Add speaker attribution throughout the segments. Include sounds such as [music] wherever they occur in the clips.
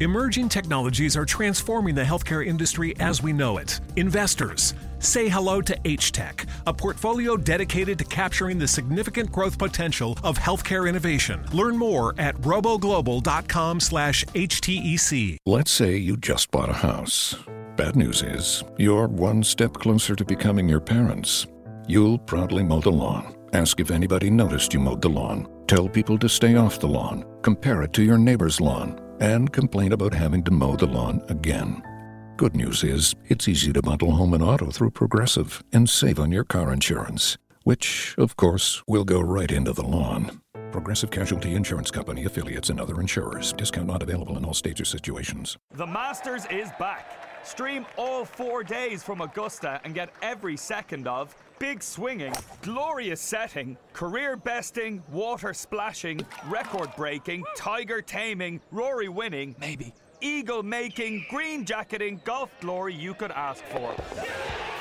Speaker 1: Emerging technologies are transforming the healthcare industry as we know it. Investors, say hello to HTech, a portfolio dedicated to capturing the significant growth potential of healthcare innovation. Learn more at roboglobal.com/htec.
Speaker 2: Let's say you just bought a house. Bad news is, you're one step closer to becoming your parents. You'll proudly mow the lawn. Ask if anybody noticed you mowed the lawn. Tell people to stay off the lawn. Compare it to your neighbor's lawn. And complain about having to mow the lawn again. Good news is, it's easy to bundle home and auto through Progressive and save on your car insurance, which, of course, will go right into the lawn. Progressive Casualty Insurance Company, affiliates, and other insurers. Discount not available in all states or situations.
Speaker 3: The Masters is back. Stream all four days from Augusta and get every second of big swinging, glorious setting, career besting, water splashing, record breaking, tiger taming, Rory winning, maybe, eagle making, green jacketing, golf glory you could ask for.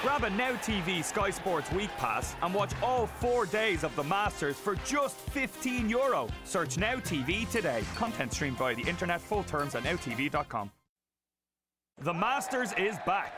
Speaker 3: Grab a Now TV Sky Sports Week Pass and watch all four days of the Masters for just 15 euro. Search Now TV today. Content streamed via the internet, full terms at nowtv.com. The Masters is back.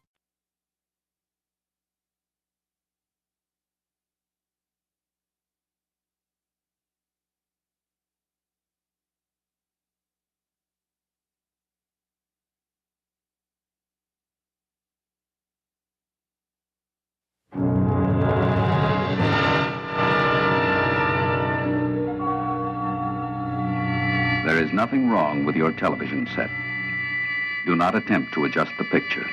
Speaker 4: There is nothing wrong with your television set. Do not attempt to adjust the picture.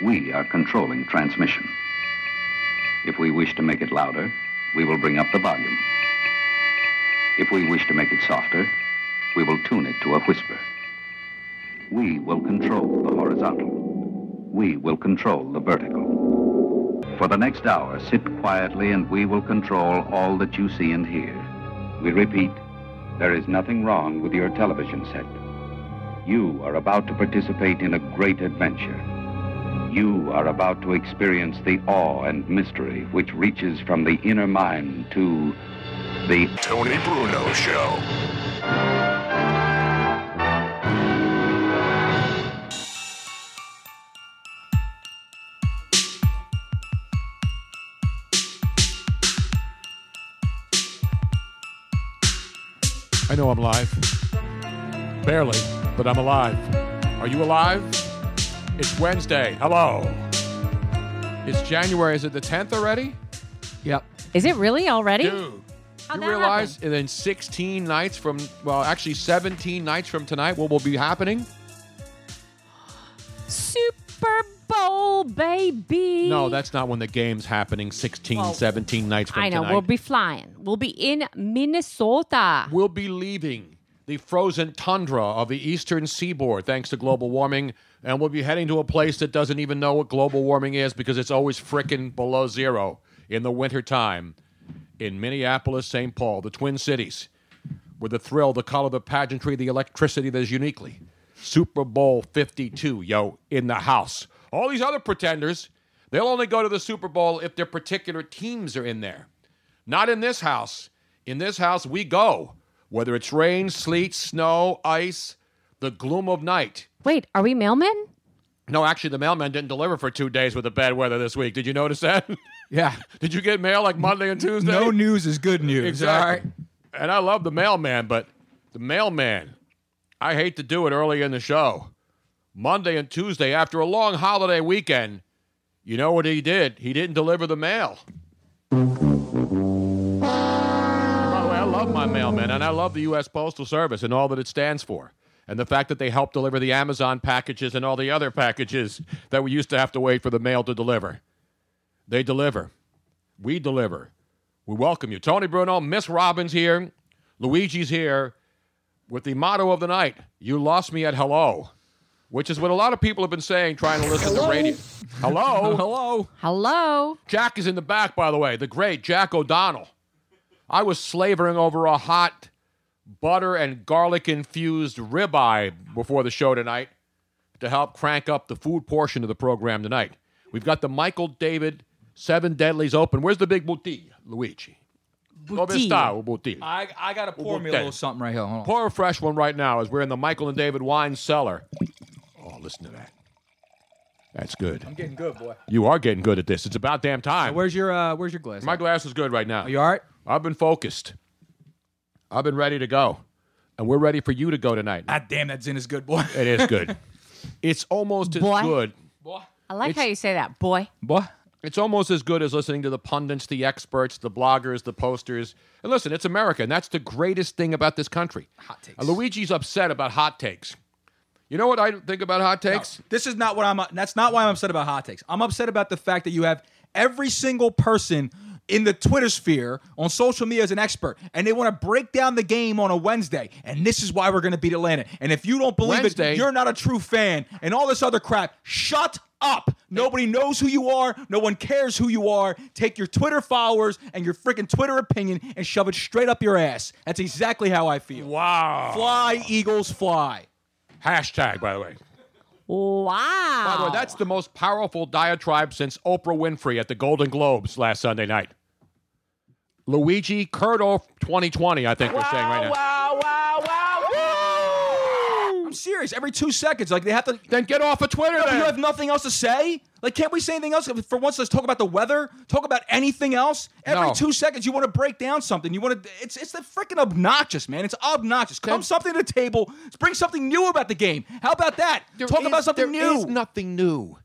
Speaker 4: We are controlling transmission. If we wish to make it louder, we will bring up the volume. If we wish to make it softer, we will tune it to a whisper. We will control the horizontal. We will control the vertical. For the next hour, sit quietly and we will control all that you see and hear. We repeat, there is nothing wrong with your television set. You are about to participate in a great adventure. You are about to experience the awe and mystery which reaches from the inner mind to the Tony Bruno Show.
Speaker 5: I know I'm live. Barely, but I'm alive. Are you alive? It's Wednesday. Hello. It's January. Is it the 10th already?
Speaker 6: Yep.
Speaker 7: Is it really already?
Speaker 5: Dude.
Speaker 7: How'd
Speaker 5: you
Speaker 7: that
Speaker 5: realize and then 16 nights from, well, actually 17 nights from tonight, what will be happening?
Speaker 7: Super Bowl, baby.
Speaker 5: No, that's not when the game's happening 16,
Speaker 7: Well,
Speaker 5: 17 nights from
Speaker 7: I know.
Speaker 5: tonight.
Speaker 7: We'll be flying. We'll be in Minnesota.
Speaker 5: We'll be leaving the frozen tundra of the eastern seaboard thanks to global warming, and we'll be heading to a place that doesn't even know what global warming is because it's always frickin' below zero in the wintertime in Minneapolis, St. Paul, the Twin Cities, with the thrill, the color, the pageantry, the electricity that is uniquely Super Bowl 52, yo, in the house. All these other pretenders, they'll only go to the Super Bowl if their particular teams are in there. Not in this house. In this house, we go. Whether it's rain, sleet, snow, ice, the gloom of night.
Speaker 7: Wait, are we mailmen?
Speaker 5: No, actually, the mailman didn't deliver for two days with the bad weather this week. Did you notice that? [laughs]
Speaker 6: Yeah.
Speaker 5: Did you get mail like Monday and Tuesday?
Speaker 6: No news is good news. All right.
Speaker 5: Exactly. And I love the mailman, but the mailman, I hate to do it early in the show. Monday and Tuesday, after a long holiday weekend, you know what he did? He didn't deliver the mail. By the way, I love my mailman, and I love the U.S. Postal Service and all that it stands for. And the fact that they help deliver the Amazon packages and all the other packages that we used to have to wait for the mail to deliver. They deliver. We deliver. We welcome you. Tony Bruno, Miss Robbins here, Luigi's here with the motto of the night You lost me at hello. which is what a lot of people have been saying trying to listen to radio. Hello?
Speaker 6: Hello.
Speaker 7: Hello.
Speaker 5: Jack is in the back, by the way, the great Jack O'Donnell. I was slavering over a hot butter and garlic infused ribeye before the show tonight to help crank up the food portion of the program tonight. We've got the Michael David Seven Deadlies open. Where's the big boutique, Luigi? Dove
Speaker 7: Boutique.
Speaker 5: sta il boutique?
Speaker 6: I, I gotta pour me a
Speaker 5: Okay.
Speaker 6: little something right here. Hold on.
Speaker 5: Pour a fresh one right now as we're in the Michael and David wine cellar. Oh, listen to that. That's good.
Speaker 6: I'm getting good, boy.
Speaker 5: You are getting good at this. It's about damn time.
Speaker 6: Where's your uh where's your glass?
Speaker 5: My glass is good right now.
Speaker 6: Are you all right?
Speaker 5: I've been focused. I've been ready to go. And we're ready for you to go tonight.
Speaker 6: God Ah, damn that Zin is good, boy.
Speaker 5: It
Speaker 6: [laughs]
Speaker 5: is good.
Speaker 7: [laughs]
Speaker 5: it's almost as
Speaker 7: Boy.
Speaker 5: good.
Speaker 6: boy.
Speaker 7: I like how you say that, boy.
Speaker 6: Boy.
Speaker 5: It's almost as good as listening to the pundits, the experts, the bloggers, the posters. And listen, it's America, and that's the greatest thing about this country. Hot
Speaker 6: takes.
Speaker 5: Luigi's upset about hot takes. You know what I think about hot takes?
Speaker 6: This is not what I'm that's not why I'm upset about hot takes. I'm upset about the fact that you have every single person in the Twitter sphere on social media as an expert and they want to break down the game on a Wednesday and this is why we're going to beat Atlanta. And if you don't believe
Speaker 5: Wednesday-
Speaker 6: it, you're not a true fan and all this other crap. Shut up. Nobody knows who you are. No one cares who you are. Take your Twitter followers and your freaking Twitter opinion and shove it straight up your ass. That's exactly how I feel.
Speaker 5: Wow.
Speaker 6: Fly Eagles fly.
Speaker 5: Hashtag, by the way.
Speaker 7: Wow.
Speaker 5: By the way, that's the most powerful diatribe since Oprah Winfrey at the Golden Globes last Sunday night. Luigi Curdo 2020, I think we're saying right now.
Speaker 6: I'm serious. Every two seconds, like they have to.
Speaker 5: Then get off of Twitter.
Speaker 6: You
Speaker 5: then.
Speaker 6: have nothing else to say. Like, can't we say anything else? For once, let's talk about the weather. Talk about anything else. Every
Speaker 5: No.
Speaker 6: two seconds, you want to break down something. You want to. It's it's the freaking obnoxious, man. It's obnoxious. Come
Speaker 5: Then-
Speaker 6: something to the table. Bring something new about the game. How about that?
Speaker 5: There
Speaker 6: talk
Speaker 5: is-
Speaker 6: about something
Speaker 5: There
Speaker 6: new.
Speaker 5: is nothing new.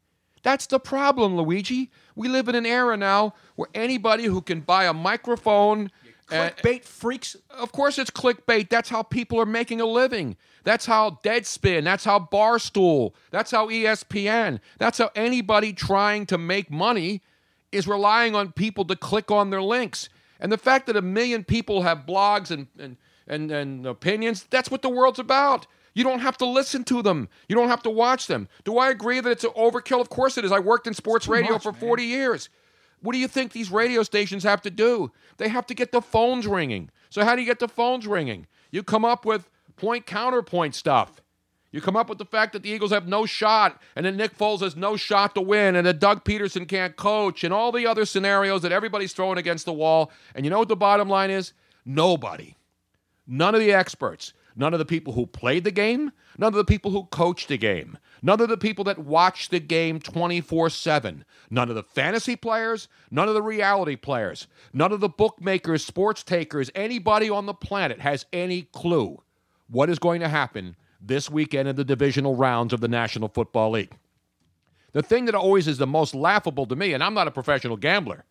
Speaker 5: That's the problem, Luigi. We live in an era now where anybody who can buy a microphone. and-
Speaker 6: Clickbait freaks.
Speaker 5: of course it's clickbait. That's how people are making a living. That's how Deadspin, that's how Barstool, that's how E ESPN, that's how anybody trying to make money is relying on people to click on their links. And the fact that a million people have blogs and and and, and opinions, that's what the world's about. You don't have to listen to them. You don't have to watch them. Do I agree that it's an overkill? Of course it is. I worked in sports radio for 40 years. What do you think these radio stations have to do? They have to get the phones ringing. So, how do you get the phones ringing? You come up with point counterpoint stuff. You come up with the fact that the Eagles have no shot, and that Nick Foles has no shot to win, and that Doug Peterson can't coach, and all the other scenarios that everybody's throwing against the wall. And you know what the bottom line is? Nobody. None of the experts, none of the people who played the game, none of the people who coached the game, none of the people that watched the game 24 7, none of the fantasy players, none of the reality players, none of the bookmakers, sports takers, anybody on the planet has any clue what is going to happen this weekend in the divisional rounds of the National Football League. The thing that always is the most laughable to me, and I'm not a professional gambler,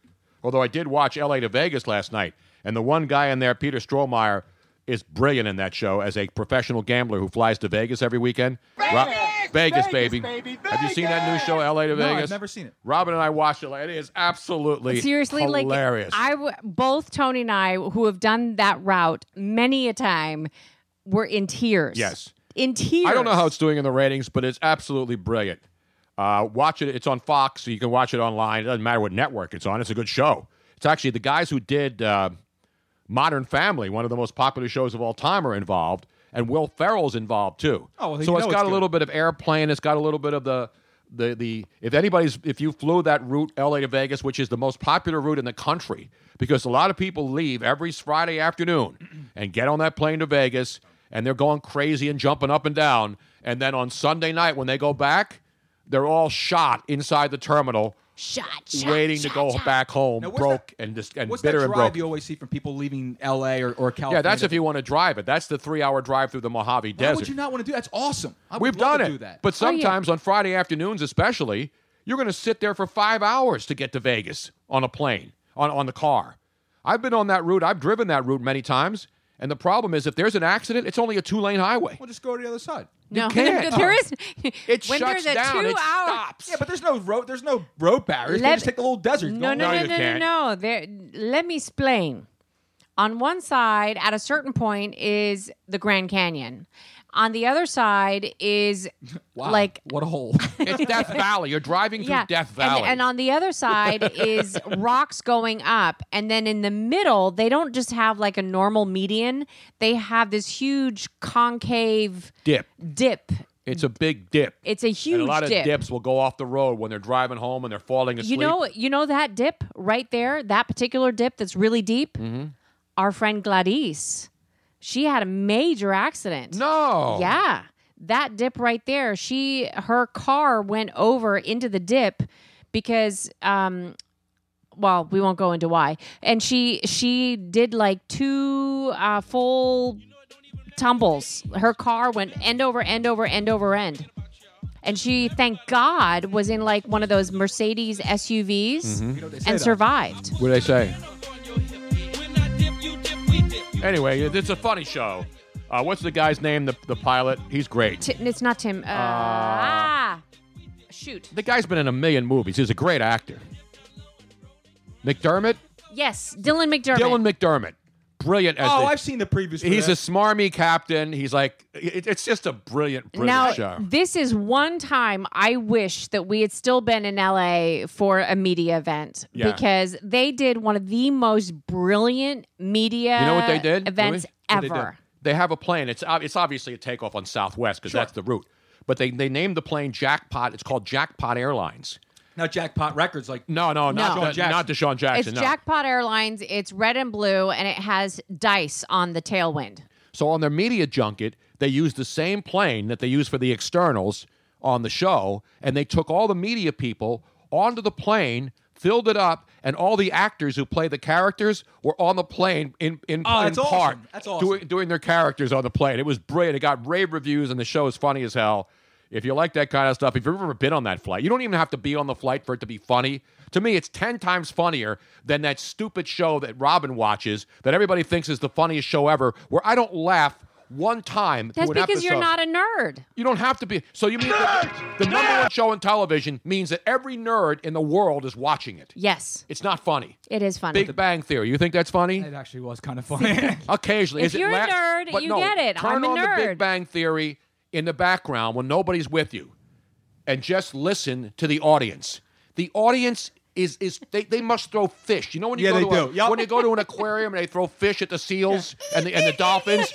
Speaker 5: although I did watch LA to Vegas last night, and the one guy in there, Peter Strohmeyer, is brilliant in that show as a professional gambler who flies to Vegas every weekend. Vegas, Vegas, baby. Have you seen that new show, LA to
Speaker 6: No, I've
Speaker 5: Vegas?
Speaker 6: never seen it.
Speaker 5: Robin and I watched it. It is absolutely
Speaker 7: seriously
Speaker 5: hilarious.
Speaker 7: like I w- both Tony and I who have done that route many a time were in tears.
Speaker 5: Yes.
Speaker 7: In tears.
Speaker 5: I don't know how it's doing in the ratings, but it's absolutely brilliant. Uh, watch it. It's on Fox, so you can watch it online. It doesn't matter what network it's on. It's a good show. It's actually the guys who did uh, Modern Family, one of the most popular shows of all time, are involved, and Will Ferrell's involved too.
Speaker 6: Oh, well, you
Speaker 5: so it's
Speaker 6: know
Speaker 5: got
Speaker 6: it's
Speaker 5: a
Speaker 6: good.
Speaker 5: little bit of airplane. It's got a little bit of the the the. If anybody's, if you flew that route, L.A. to Vegas, which is the most popular route in the country, because a lot of people leave every Friday afternoon [clears throat] and get on that plane to Vegas, and they're going crazy and jumping up and down, and then on Sunday night when they go back, they're all shot inside the terminal.
Speaker 7: shot, shot,
Speaker 5: waiting to
Speaker 7: shot,
Speaker 5: go
Speaker 7: shot.
Speaker 5: back home,
Speaker 6: Now, what's
Speaker 5: broke
Speaker 6: that-
Speaker 5: and dis- and
Speaker 6: What's
Speaker 5: bitter
Speaker 6: that
Speaker 5: and
Speaker 6: drive
Speaker 5: broke.
Speaker 6: you always see from people leaving LA or, or California?
Speaker 5: Yeah, that's if you want to drive it. That's the three-hour drive through the Mojave
Speaker 6: Why
Speaker 5: Desert.
Speaker 6: would you not want to do that? That's awesome. I would
Speaker 5: We've
Speaker 6: love
Speaker 5: done
Speaker 6: to
Speaker 5: it.
Speaker 6: Do that.
Speaker 5: But
Speaker 7: Oh, yeah.
Speaker 5: sometimes on Friday afternoons, especially, you're going to sit there for five hours to get to Vegas on a plane, on, on the car. I've been on that route. I've driven that route many times. And the problem is, if there's an accident, it's you can't. It shuts down. It stops. It stops. It's two lane highway.
Speaker 6: we'll just go to the other side.
Speaker 7: No, [laughs] there is
Speaker 5: It
Speaker 7: when
Speaker 5: shuts
Speaker 7: there's a
Speaker 5: down.
Speaker 7: two
Speaker 5: it
Speaker 7: hour
Speaker 5: stops.
Speaker 6: Yeah, but there's no road. There's no road barriers.
Speaker 7: Let-
Speaker 6: they just take the little desert.
Speaker 7: No, no,
Speaker 6: Go-
Speaker 5: No,
Speaker 7: no, no,
Speaker 5: you
Speaker 7: no,
Speaker 5: can't.
Speaker 7: no. There, let me explain. On one side, at a certain point, is the Grand Canyon. On the other side
Speaker 5: [laughs]
Speaker 7: is
Speaker 6: Wow,
Speaker 7: like
Speaker 6: what
Speaker 7: [laughs]
Speaker 6: a hole.
Speaker 5: It's Death Valley. You're driving through Death
Speaker 7: and-
Speaker 5: Valley.
Speaker 7: And, on the other side
Speaker 5: [laughs]
Speaker 7: is rocks going up. And then in the middle, they don't just have like a normal median, they have this huge concave
Speaker 5: dip.
Speaker 7: dip.
Speaker 5: It's a big dip.
Speaker 7: It's a huge
Speaker 5: and a lot
Speaker 7: dip.
Speaker 5: of dips will go off the road when they're driving home and they're falling asleep.
Speaker 7: You know, you know that dip right there, that particular dip that's really deep?
Speaker 5: Mm-hmm.
Speaker 7: Our friend Gladys, she had a major accident.
Speaker 5: No.
Speaker 7: Yeah. That dip right there, she her car went over into the dip because um well, we won't go into why. And she she did like two uh full tumbles. Her car went end over end over end over end. And she thank God was in like one of those Mercedes SUVs and survived.
Speaker 5: What do they say? Anyway, it's a funny show. Uh, what's the guy's name? The, the pilot. He's great.
Speaker 7: Ti- it's not Tim. Uh, ah, shoot.
Speaker 5: The guy's been in a million movies. He's a great actor. McDermott.
Speaker 7: Yes, Dylan McDermott.
Speaker 5: Dylan McDermott. Brilliant as
Speaker 6: oh,
Speaker 5: the-
Speaker 6: I've seen the previous.
Speaker 5: He's a smarmy captain. He's like, it, it's just a brilliant, brilliant
Speaker 7: now,
Speaker 5: show.
Speaker 7: this is one time I wish that we had still been in LA for a media event
Speaker 5: Yeah.
Speaker 7: because they did one of the most brilliant media
Speaker 5: You know what they did?
Speaker 7: events
Speaker 5: Louis? What they
Speaker 7: ever.
Speaker 5: did? They, have a plane. It's ob- it's obviously a takeoff on Southwest because that's the route. But they, they named the plane Jackpot. It's called Jackpot Airlines.
Speaker 6: now Jackpot Records. Like
Speaker 5: No, no, not
Speaker 7: No.
Speaker 5: Deshaun Jackson. Not Deshaun Jackson.
Speaker 7: It's
Speaker 5: no.
Speaker 7: Jackpot Airlines, it's red and blue, and it has dice on the tailwind.
Speaker 5: so on their media junket, they used the same plane that they used for the externals on the show, and they took all the media people onto the plane, filled it up, and all the actors who play the characters were on the plane in in,
Speaker 6: Oh,
Speaker 5: in
Speaker 6: that's awesome.
Speaker 5: part
Speaker 6: That's
Speaker 5: doing-
Speaker 6: awesome.
Speaker 5: doing their characters on the plane. It was brilliant. It got rave reviews, and the show is funny as hell. If you like that kind of stuff, if you've ever been on that flight, you don't even have to be on the flight for it to be funny. To me, it's 10 times funnier than that stupid show that Robin watches that everybody thinks is the funniest show ever, where I don't laugh one time.
Speaker 7: That's
Speaker 5: to an
Speaker 7: because you're
Speaker 5: episode.
Speaker 7: not a nerd.
Speaker 5: You don't have to be. So you mean the, the number one show on television means that every nerd in the world is watching it.
Speaker 7: Yes,
Speaker 5: It's not funny.
Speaker 7: it is funny.
Speaker 5: Big Bang Theory. You think that's funny?
Speaker 6: it actually was kind of funny.
Speaker 5: [laughs] Occasionally,
Speaker 7: If
Speaker 5: is it
Speaker 7: you're a
Speaker 5: la-
Speaker 7: nerd,
Speaker 5: but
Speaker 7: you
Speaker 5: no,
Speaker 7: get it.
Speaker 5: Turn
Speaker 7: I'm a
Speaker 5: on the Big
Speaker 7: nerd.
Speaker 5: Bang Theory in the background when nobody's with you, and just listen to the audience. The audience is is they, they must throw fish. You know when you
Speaker 6: Yeah,
Speaker 5: go
Speaker 6: they
Speaker 5: to a-
Speaker 6: do. Yup.
Speaker 5: when you go to an aquarium and they throw fish at the seals and the
Speaker 7: [laughs]
Speaker 5: and the dolphins.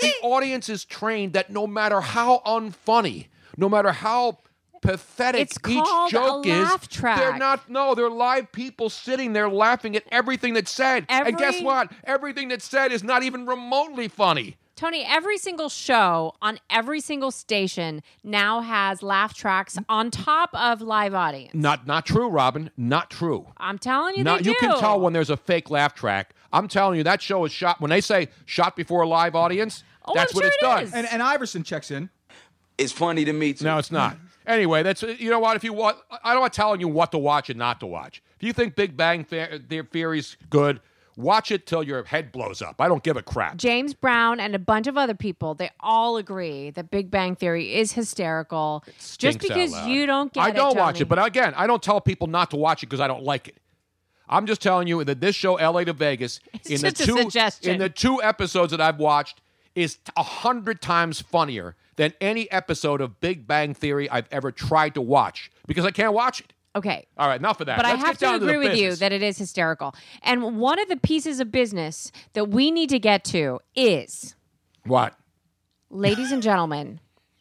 Speaker 5: the audience is trained that no matter how unfunny, no matter how pathetic
Speaker 7: It's
Speaker 5: each
Speaker 7: called a
Speaker 5: joke is,
Speaker 7: laugh track.
Speaker 5: they're not. No, they're live people sitting there laughing at everything that's said. and guess
Speaker 7: Every-
Speaker 5: what? Everything that's said is not even remotely funny.
Speaker 7: Tony, every single show on every single station now has laugh tracks on top of live audience.
Speaker 5: Not not true, Robin. Not true.
Speaker 7: I'm telling you,
Speaker 5: Not-
Speaker 7: they
Speaker 5: you can
Speaker 7: do.
Speaker 5: tell when there's a fake laugh track. I'm telling you, that show is shot when they say shot before a live audience.
Speaker 7: Oh,
Speaker 5: that's
Speaker 7: I'm
Speaker 5: what
Speaker 7: sure
Speaker 5: it's
Speaker 7: it
Speaker 5: done.
Speaker 7: is.
Speaker 6: and, and Iverson checks in.
Speaker 8: It's funny to me too.
Speaker 5: No, it's not. Anyway, that's you know what. If you want, I don't want telling you what to watch and not to watch. If you think Big Bang Fe- Theory Theory's good, watch it till your head blows up. I don't give a crap.
Speaker 7: James Brown and a bunch of other people, they all agree that Big Bang Theory is hysterical. Just
Speaker 5: stinks out
Speaker 7: because
Speaker 5: loud.
Speaker 7: you don't get
Speaker 5: I
Speaker 7: it,
Speaker 5: don't watch
Speaker 7: Tony.
Speaker 5: it, but again, I don't tell people not to watch it because I don't like it. I'm just telling you that this show, LA to Vegas,
Speaker 7: [laughs] It's
Speaker 5: in the
Speaker 7: just a
Speaker 5: two
Speaker 7: suggestion.
Speaker 5: in the two episodes that I've watched, is a hundred times funnier than any episode of Big Bang Theory I've ever tried to watch because I can't watch it.
Speaker 7: okay.
Speaker 5: All right, enough of that.
Speaker 7: But
Speaker 5: Let's
Speaker 7: I have
Speaker 5: get
Speaker 7: to
Speaker 5: down the
Speaker 7: agree with you
Speaker 5: business.
Speaker 7: that it is hysterical. And one of the pieces of business that we need to get to is,
Speaker 5: what?
Speaker 7: ladies
Speaker 5: [laughs]
Speaker 7: and gentlemen,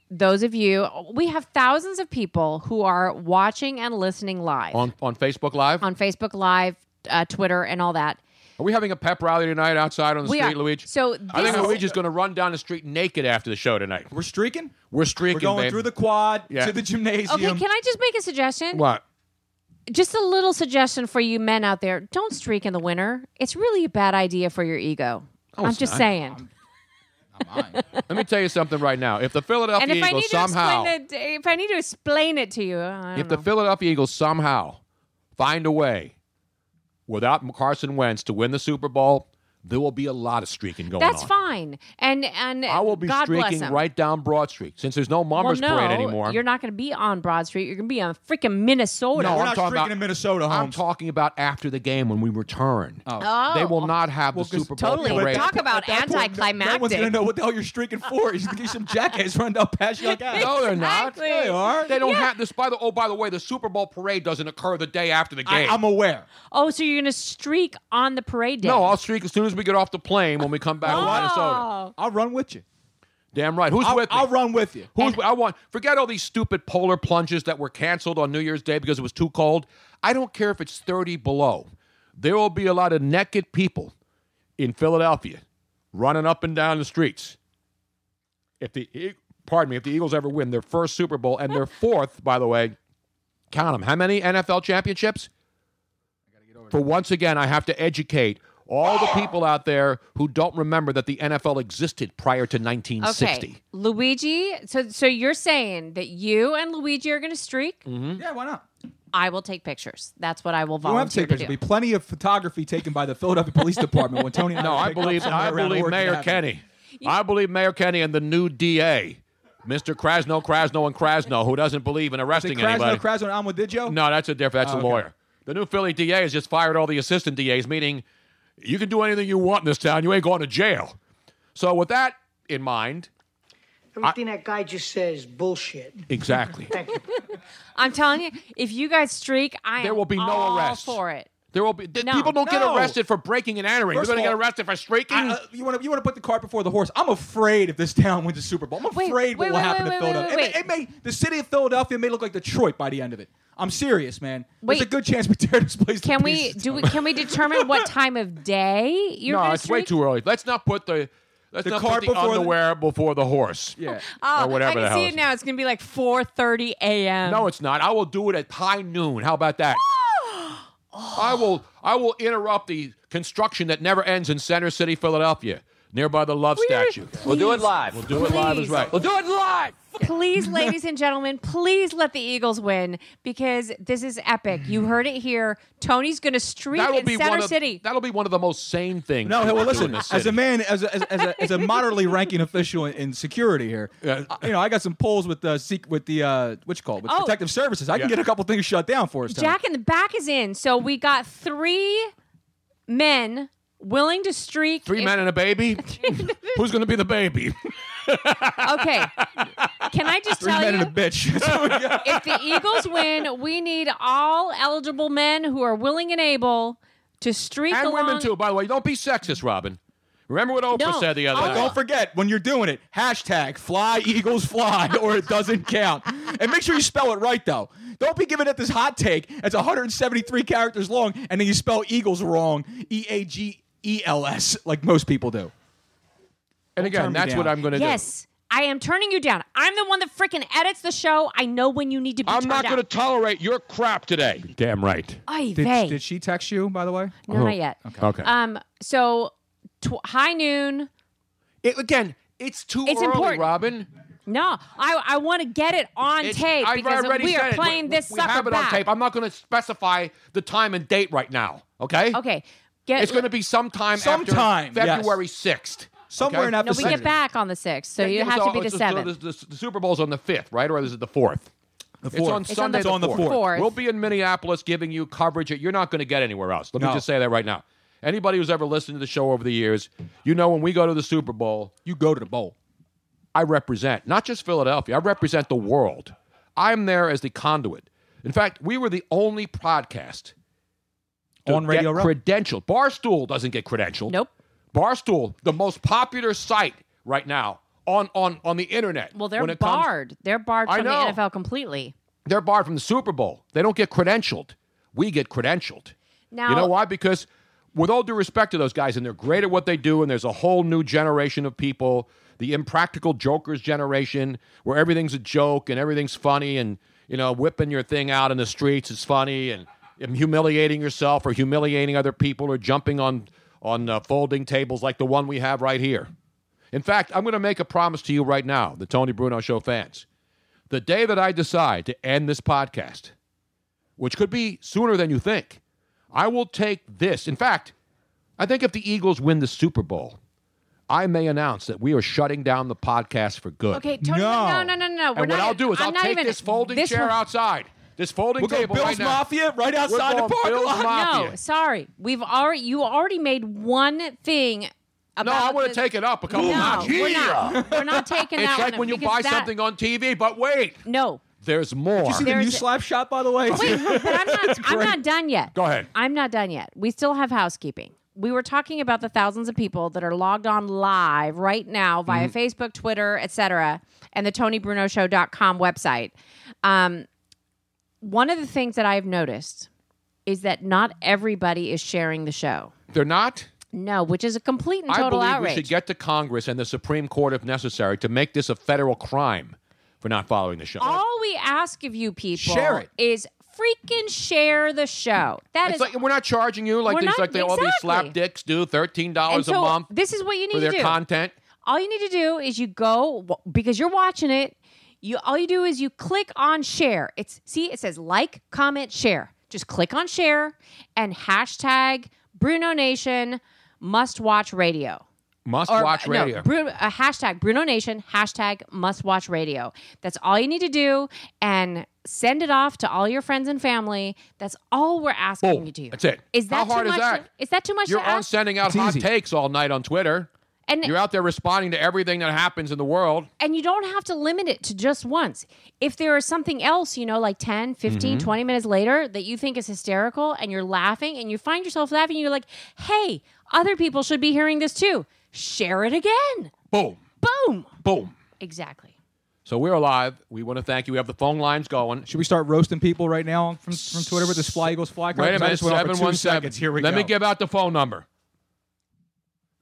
Speaker 7: those of you, we have thousands of people who are watching and listening live
Speaker 5: on on Facebook Live?
Speaker 7: on Facebook Live, uh, Twitter, and all that.
Speaker 5: are we having a pep rally tonight outside on the
Speaker 7: We
Speaker 5: street,
Speaker 7: are.
Speaker 5: Luigi?
Speaker 7: So
Speaker 5: I
Speaker 7: this
Speaker 5: think
Speaker 7: is-
Speaker 5: Luigi's going to run down the street naked after the show tonight.
Speaker 6: We're streaking.
Speaker 5: We're streaking,
Speaker 6: We're going
Speaker 5: babe.
Speaker 6: through the quad
Speaker 5: Yeah.
Speaker 6: to the gymnasium.
Speaker 7: Okay, can I just make a suggestion?
Speaker 5: what?
Speaker 7: Just a little suggestion for you men out there. Don't streak in the winter. It's really a bad idea for your ego. I'm
Speaker 5: Oh, it's
Speaker 7: just
Speaker 5: not.
Speaker 7: saying.
Speaker 5: Let me tell you something right now. If the Philadelphia
Speaker 7: and if I
Speaker 5: Eagles
Speaker 7: need to
Speaker 5: somehow
Speaker 7: explain it, if I need to explain it to you, I
Speaker 5: if
Speaker 7: don't
Speaker 5: the
Speaker 7: know.
Speaker 5: Philadelphia Eagles somehow find a way without Carson Wentz to win the Super Bowl, there will be a lot of streaking going
Speaker 7: That's
Speaker 5: on.
Speaker 7: fine. And and
Speaker 5: I will be
Speaker 7: God bless
Speaker 5: streaking
Speaker 7: him.
Speaker 5: right down Broad Street since there's no Mummers
Speaker 7: well, no,
Speaker 5: Parade anymore.
Speaker 7: You're not going to be on Broad Street. You're going to be on freaking Minnesota.
Speaker 5: No,
Speaker 6: We're
Speaker 5: I'm
Speaker 6: not
Speaker 5: talking
Speaker 6: streaking
Speaker 5: about-
Speaker 6: in Minnesota,
Speaker 5: I'm
Speaker 6: Holmes.
Speaker 5: talking about after the game when we return.
Speaker 7: Oh.
Speaker 5: They will not have
Speaker 6: Well,
Speaker 5: the
Speaker 6: 'cause
Speaker 5: Super Bowl
Speaker 7: totally.
Speaker 5: parade.
Speaker 7: Talk about
Speaker 6: At that point,
Speaker 7: anticlimactic.
Speaker 6: No, no one's gonna know [laughs] what the hell you're streaking for. He's gonna get some jackass [laughs] run down
Speaker 7: [laughs]
Speaker 6: past you like that.
Speaker 5: No, they're not.
Speaker 7: Exactly. They
Speaker 6: are.
Speaker 5: They don't
Speaker 7: Yeah.
Speaker 5: have this. By the oh, by the way, the Super Bowl parade doesn't occur the day after the
Speaker 6: I,
Speaker 5: game.
Speaker 6: I'm aware.
Speaker 7: Oh, so you're going to streak on the parade day?
Speaker 5: no, I'll streak as soon as we get off the plane when we come back
Speaker 7: Oh.
Speaker 5: to Minnesota.
Speaker 6: I'll run with you.
Speaker 5: Damn right. Who's
Speaker 6: I'll,
Speaker 5: with me?
Speaker 6: I'll run with you.
Speaker 5: Who's I want? Forget all these stupid polar plunges that were canceled on New Year's Day because it was too cold. I don't care if it's 30 below. There will be a lot of naked people in Philadelphia running up and down the streets. If the E- pardon me, if the Eagles ever win their first Super Bowl and their fourth, by the way, count them. How many NFL championships? For once again, I have to educate all the people out there who don't remember that the NFL existed prior to 1960.
Speaker 7: Okay, Luigi. So, so you're saying that you and Luigi are going to streak?
Speaker 5: Mm-hmm.
Speaker 6: Yeah, why not?
Speaker 7: I will take pictures. That's what I will
Speaker 6: We won't have
Speaker 7: volunteer
Speaker 6: take
Speaker 7: to
Speaker 6: pictures. There'll
Speaker 7: do.
Speaker 6: be plenty of photography taken by the
Speaker 7: [laughs]
Speaker 6: Philadelphia Police Department when Tony. And
Speaker 5: No,
Speaker 6: I,
Speaker 5: I
Speaker 6: pick up
Speaker 5: believe
Speaker 6: somewhere
Speaker 5: I
Speaker 6: around
Speaker 5: believe
Speaker 6: Oregon
Speaker 5: Mayor
Speaker 6: Avenue.
Speaker 5: Kenny. I believe Mayor Kenny and the new DA, Mr. Krasno, Krasno, and Krasno, who doesn't believe in
Speaker 6: Is it
Speaker 5: arresting
Speaker 6: Krasno,
Speaker 5: anybody.
Speaker 6: Krasno, and Amadidjo?
Speaker 5: no, that's a different.
Speaker 6: Oh,
Speaker 5: That's a lawyer. The new Philly DA has just fired all the assistant DAs, meaning you can do anything you want in this town. You ain't going to jail. So with that in mind,
Speaker 9: Everything that guy just says, bullshit.
Speaker 5: exactly,
Speaker 7: [laughs] I'm telling you, if you guys streak, I am
Speaker 5: There will be no
Speaker 7: all
Speaker 5: arrests.
Speaker 7: for it.
Speaker 5: there will be th-
Speaker 7: No.
Speaker 5: people
Speaker 6: No.
Speaker 5: don't get arrested for breaking and entering.
Speaker 6: First
Speaker 5: They're going
Speaker 6: of
Speaker 5: to
Speaker 6: all,
Speaker 5: get arrested for streaking.
Speaker 6: I, uh, you want to you want to put the cart before the horse. I'm afraid if this town wins the Super Bowl, I'm
Speaker 7: Wait, wait,
Speaker 6: afraid what will
Speaker 7: wait,
Speaker 6: happen
Speaker 7: wait,
Speaker 6: to
Speaker 7: wait, wait,
Speaker 6: Philadelphia. It may- It, may, the city of Philadelphia may look like Detroit by the end of it. I'm serious, man.
Speaker 7: Wait.
Speaker 6: There's a good chance we tear this place. to
Speaker 7: Can we
Speaker 6: pieces.
Speaker 7: do? We, can we determine
Speaker 5: [laughs]
Speaker 7: what time of day you're
Speaker 5: no,
Speaker 7: going to
Speaker 5: it's way
Speaker 7: streak?
Speaker 5: too early. Let's not put the let's
Speaker 6: The
Speaker 5: not
Speaker 6: cart
Speaker 5: put the
Speaker 6: before the-
Speaker 5: underwear before the horse. [laughs]
Speaker 6: Yeah.
Speaker 7: Oh,
Speaker 5: or whatever
Speaker 7: I can
Speaker 5: the hell
Speaker 7: see
Speaker 5: it's-
Speaker 7: it now. It's going to be like 4:30 a.m.
Speaker 5: No, it's not. I will do it at high noon. How
Speaker 7: [gasps]
Speaker 5: about that?
Speaker 7: Oh.
Speaker 5: I will I will interrupt the construction that never ends in Center City, Philadelphia, nearby the Love
Speaker 7: We're-
Speaker 5: statue.
Speaker 8: We'll do it
Speaker 7: Please.
Speaker 8: live.
Speaker 5: We'll do it live is
Speaker 7: Please.
Speaker 5: right.
Speaker 8: We'll do it live.
Speaker 7: please, ladies and gentlemen, please let the Eagles win because this is epic. You heard it here. Tony's going to streak
Speaker 5: That will
Speaker 7: in
Speaker 5: be
Speaker 7: Center
Speaker 5: one of,
Speaker 7: City.
Speaker 5: That'll be one of the most sane things.
Speaker 6: No,
Speaker 5: we
Speaker 6: hey, well,
Speaker 5: do
Speaker 6: listen.
Speaker 5: in this
Speaker 6: As
Speaker 5: city.
Speaker 6: a man, as a, as, as, a, as a
Speaker 5: [laughs]
Speaker 6: moderately ranking official in, in security here, uh, you know, I got some polls with the sec- with the uh, what you call it, with
Speaker 7: Oh.
Speaker 6: detective services. I can
Speaker 5: Yeah.
Speaker 6: get a couple things shut down for us. Tony.
Speaker 7: Jack in the back is in. So we got three men willing to streak.
Speaker 5: three
Speaker 7: in-
Speaker 5: men and
Speaker 7: [laughs]
Speaker 5: a baby. Who's going to be the baby?
Speaker 7: Okay. Can I just
Speaker 6: three
Speaker 7: tell
Speaker 6: men
Speaker 7: you?
Speaker 6: and a bitch.
Speaker 7: [laughs]
Speaker 6: That's what we got.
Speaker 7: if the Eagles win, we need all eligible men who are willing and able to streak
Speaker 5: and
Speaker 7: along.
Speaker 5: women too. By the way, don't be sexist, Robin. Remember what Oprah
Speaker 7: No.
Speaker 5: said the other
Speaker 7: Oh,
Speaker 5: night.
Speaker 6: Don't forget when you're doing it. Hashtag fly eagles fly, or it doesn't count. And make sure you spell it right though. Don't be giving it this hot take. It's 173 characters long, and then you spell eagles wrong. E A G E L S, like most people do. turn
Speaker 5: and
Speaker 6: me
Speaker 5: again, that's
Speaker 6: down.
Speaker 5: what I'm going to do.
Speaker 7: Yes. I am turning you down. I'm the one that freaking edits the show. I know when you need to be
Speaker 5: I'm
Speaker 7: turned
Speaker 5: not going to
Speaker 7: down.
Speaker 5: tolerate your crap today. Damn right.
Speaker 7: Oy
Speaker 6: Did,
Speaker 7: vey.
Speaker 6: did she text you, by the way?
Speaker 7: No, not yet.
Speaker 5: Okay.
Speaker 7: Um. So, tw- high noon.
Speaker 5: It- again, it's too
Speaker 7: It's
Speaker 5: early,
Speaker 7: important.
Speaker 5: Robin.
Speaker 7: No, I I want to get it on
Speaker 5: It's-
Speaker 7: tape
Speaker 5: I've
Speaker 7: because
Speaker 5: already
Speaker 7: we
Speaker 5: said
Speaker 7: are
Speaker 5: it.
Speaker 7: playing this
Speaker 5: we
Speaker 7: sucker
Speaker 5: have it
Speaker 7: back.
Speaker 5: on tape. I'm not going to specify the time and date right now. Okay.
Speaker 7: Okay, get
Speaker 5: It's going to be sometime,
Speaker 6: Sometime,
Speaker 5: after
Speaker 6: yes.
Speaker 5: February sixth.
Speaker 6: Somewhere in that
Speaker 7: No, we
Speaker 6: vicinity.
Speaker 7: get back on the sixth, so you
Speaker 5: It was
Speaker 7: have to
Speaker 5: all-
Speaker 7: be the
Speaker 5: it's just- so
Speaker 7: seventh.
Speaker 5: The, the- the Super Bowl's on the fifth, right? Or is it the fourth? The It's
Speaker 6: fourth.
Speaker 5: on
Speaker 6: It's
Speaker 7: on
Speaker 5: Sunday.
Speaker 7: the
Speaker 5: the
Speaker 6: It's on the
Speaker 5: fourth.
Speaker 7: fourth.
Speaker 5: We'll be in Minneapolis giving you coverage that you're not going to get anywhere else. Let me
Speaker 6: No.
Speaker 5: just say that right now. Anybody who's ever listened to the show over the years, you know when we go to the Super Bowl,
Speaker 6: You go to the bowl.
Speaker 5: I represent not just Philadelphia, I represent the world. I'm there as the conduit. In fact, we were the only podcast to
Speaker 6: On Radio
Speaker 5: get
Speaker 6: Row.
Speaker 5: credentialed. Barstool doesn't get credentialed.
Speaker 7: Nope.
Speaker 5: Barstool, the most popular site right now on on on the internet.
Speaker 7: Well, they're
Speaker 5: when it comes-
Speaker 7: barred. they're barred
Speaker 5: I
Speaker 7: from the
Speaker 5: know.
Speaker 7: NFL completely.
Speaker 5: they're barred from the Super Bowl. They don't get credentialed. We get credentialed.
Speaker 7: Now-
Speaker 5: you know why? Because with all due respect to those guys, and they're great at what they do, and there's a whole new generation of people, the impractical jokers generation, where everything's a joke and everything's funny, and you know, whipping your thing out in the streets is funny, and, and humiliating yourself or humiliating other people or jumping on on uh, folding tables like the one we have right here. In fact, I'm going to make a promise to you right now, the Tony Bruno Show fans the day that I decide to end this podcast, which could be sooner than you think, I will take this. In fact, I think if the Eagles win the Super Bowl, I may announce that we are shutting down the podcast for good.
Speaker 7: Okay, totally. No, no, no, no. no. We're
Speaker 5: and
Speaker 7: not,
Speaker 5: what I'll do is
Speaker 7: I'm
Speaker 5: will
Speaker 7: not
Speaker 5: take
Speaker 7: even,
Speaker 5: this folding
Speaker 7: this
Speaker 5: chair
Speaker 7: will-
Speaker 5: outside. This folding
Speaker 6: We'll go
Speaker 5: table
Speaker 6: Bill's
Speaker 5: right now.
Speaker 6: Mafia right outside the
Speaker 5: going
Speaker 6: parking
Speaker 5: Bill's
Speaker 6: lot.
Speaker 5: Mafia.
Speaker 7: No, sorry. We've already you already made one thing about
Speaker 5: No, I want to
Speaker 7: the-
Speaker 5: take it up a couple
Speaker 7: No,
Speaker 5: notches.
Speaker 7: we're not. We're not taking that
Speaker 5: It's like
Speaker 7: one
Speaker 5: when you
Speaker 7: because
Speaker 5: buy
Speaker 7: that-
Speaker 5: something on TV, but wait,
Speaker 7: No.
Speaker 5: there's more.
Speaker 6: You see the
Speaker 7: There's
Speaker 6: new
Speaker 7: a-
Speaker 6: slap shot, by the way?
Speaker 7: Wait, but I'm not, I'm not done yet.
Speaker 5: [laughs] Go ahead.
Speaker 7: I'm not done yet. We still have housekeeping. We were talking about the thousands of people that are logged on live right now via
Speaker 5: Mm-hmm.
Speaker 7: Facebook, Twitter, etc., and the TonyBrunoShow.com website. Um, one of the things that I've noticed is that not everybody is sharing the show.
Speaker 5: They're not?
Speaker 7: No, which is a complete and
Speaker 5: I
Speaker 7: total
Speaker 5: believe
Speaker 7: outrage.
Speaker 5: we should get to Congress and the Supreme Court if necessary to make this a federal crime for not following the show.
Speaker 7: All we ask of you people
Speaker 5: Share it.
Speaker 7: is freaking share the show. That is
Speaker 5: it's like we're not charging you like
Speaker 7: We're
Speaker 5: these
Speaker 7: not-
Speaker 5: like they, all these
Speaker 7: exactly.
Speaker 5: slap dicks do, thirteen
Speaker 7: and
Speaker 5: dollars
Speaker 7: so uh,
Speaker 5: a month
Speaker 7: This is what you need
Speaker 5: for
Speaker 7: to
Speaker 5: their
Speaker 7: do.
Speaker 5: content.
Speaker 7: all you need to do is you go because you're watching it. You all you do is you click on share. It's see it says like, comment, share. Just click on share and hashtag Bruno Nation must watch radio.
Speaker 5: Must
Speaker 7: Or,
Speaker 5: watch
Speaker 7: no,
Speaker 5: radio.
Speaker 7: Bru- uh, hashtag Bruno Nation, hashtag must watch radio. That's all you need to do and send it off to all your friends and family. That's all we're asking you
Speaker 5: Boom.
Speaker 7: to do.
Speaker 5: That's it.
Speaker 7: Is that
Speaker 5: Oh, How
Speaker 7: too
Speaker 5: hard is
Speaker 7: much?
Speaker 5: that?
Speaker 7: Is that too much
Speaker 5: You're
Speaker 7: to
Speaker 5: on
Speaker 7: ask?
Speaker 5: sending out hot
Speaker 6: easy.
Speaker 5: takes all night on Twitter.
Speaker 7: And-
Speaker 5: you're out there responding to everything that happens in the world.
Speaker 7: and you don't have to limit it to just once. If there is something else, you know, like 10, 15,
Speaker 5: Mm-hmm.
Speaker 7: 20 minutes later that you think is hysterical and you're laughing and you find yourself laughing, you're like, hey, other people should be hearing this too. Share it again.
Speaker 5: Boom.
Speaker 7: Boom.
Speaker 5: Boom.
Speaker 7: Exactly.
Speaker 5: So we're alive. We want to thank you. We have the phone lines going.
Speaker 6: Should we start roasting people right now from, from Twitter with this fly eagles fly card?
Speaker 5: Wait a
Speaker 6: 'Cause I
Speaker 5: minute,
Speaker 6: just went on for
Speaker 5: seven
Speaker 6: two
Speaker 5: one seven.
Speaker 6: seconds. Here we
Speaker 5: Let
Speaker 6: go.
Speaker 5: me give out the phone number.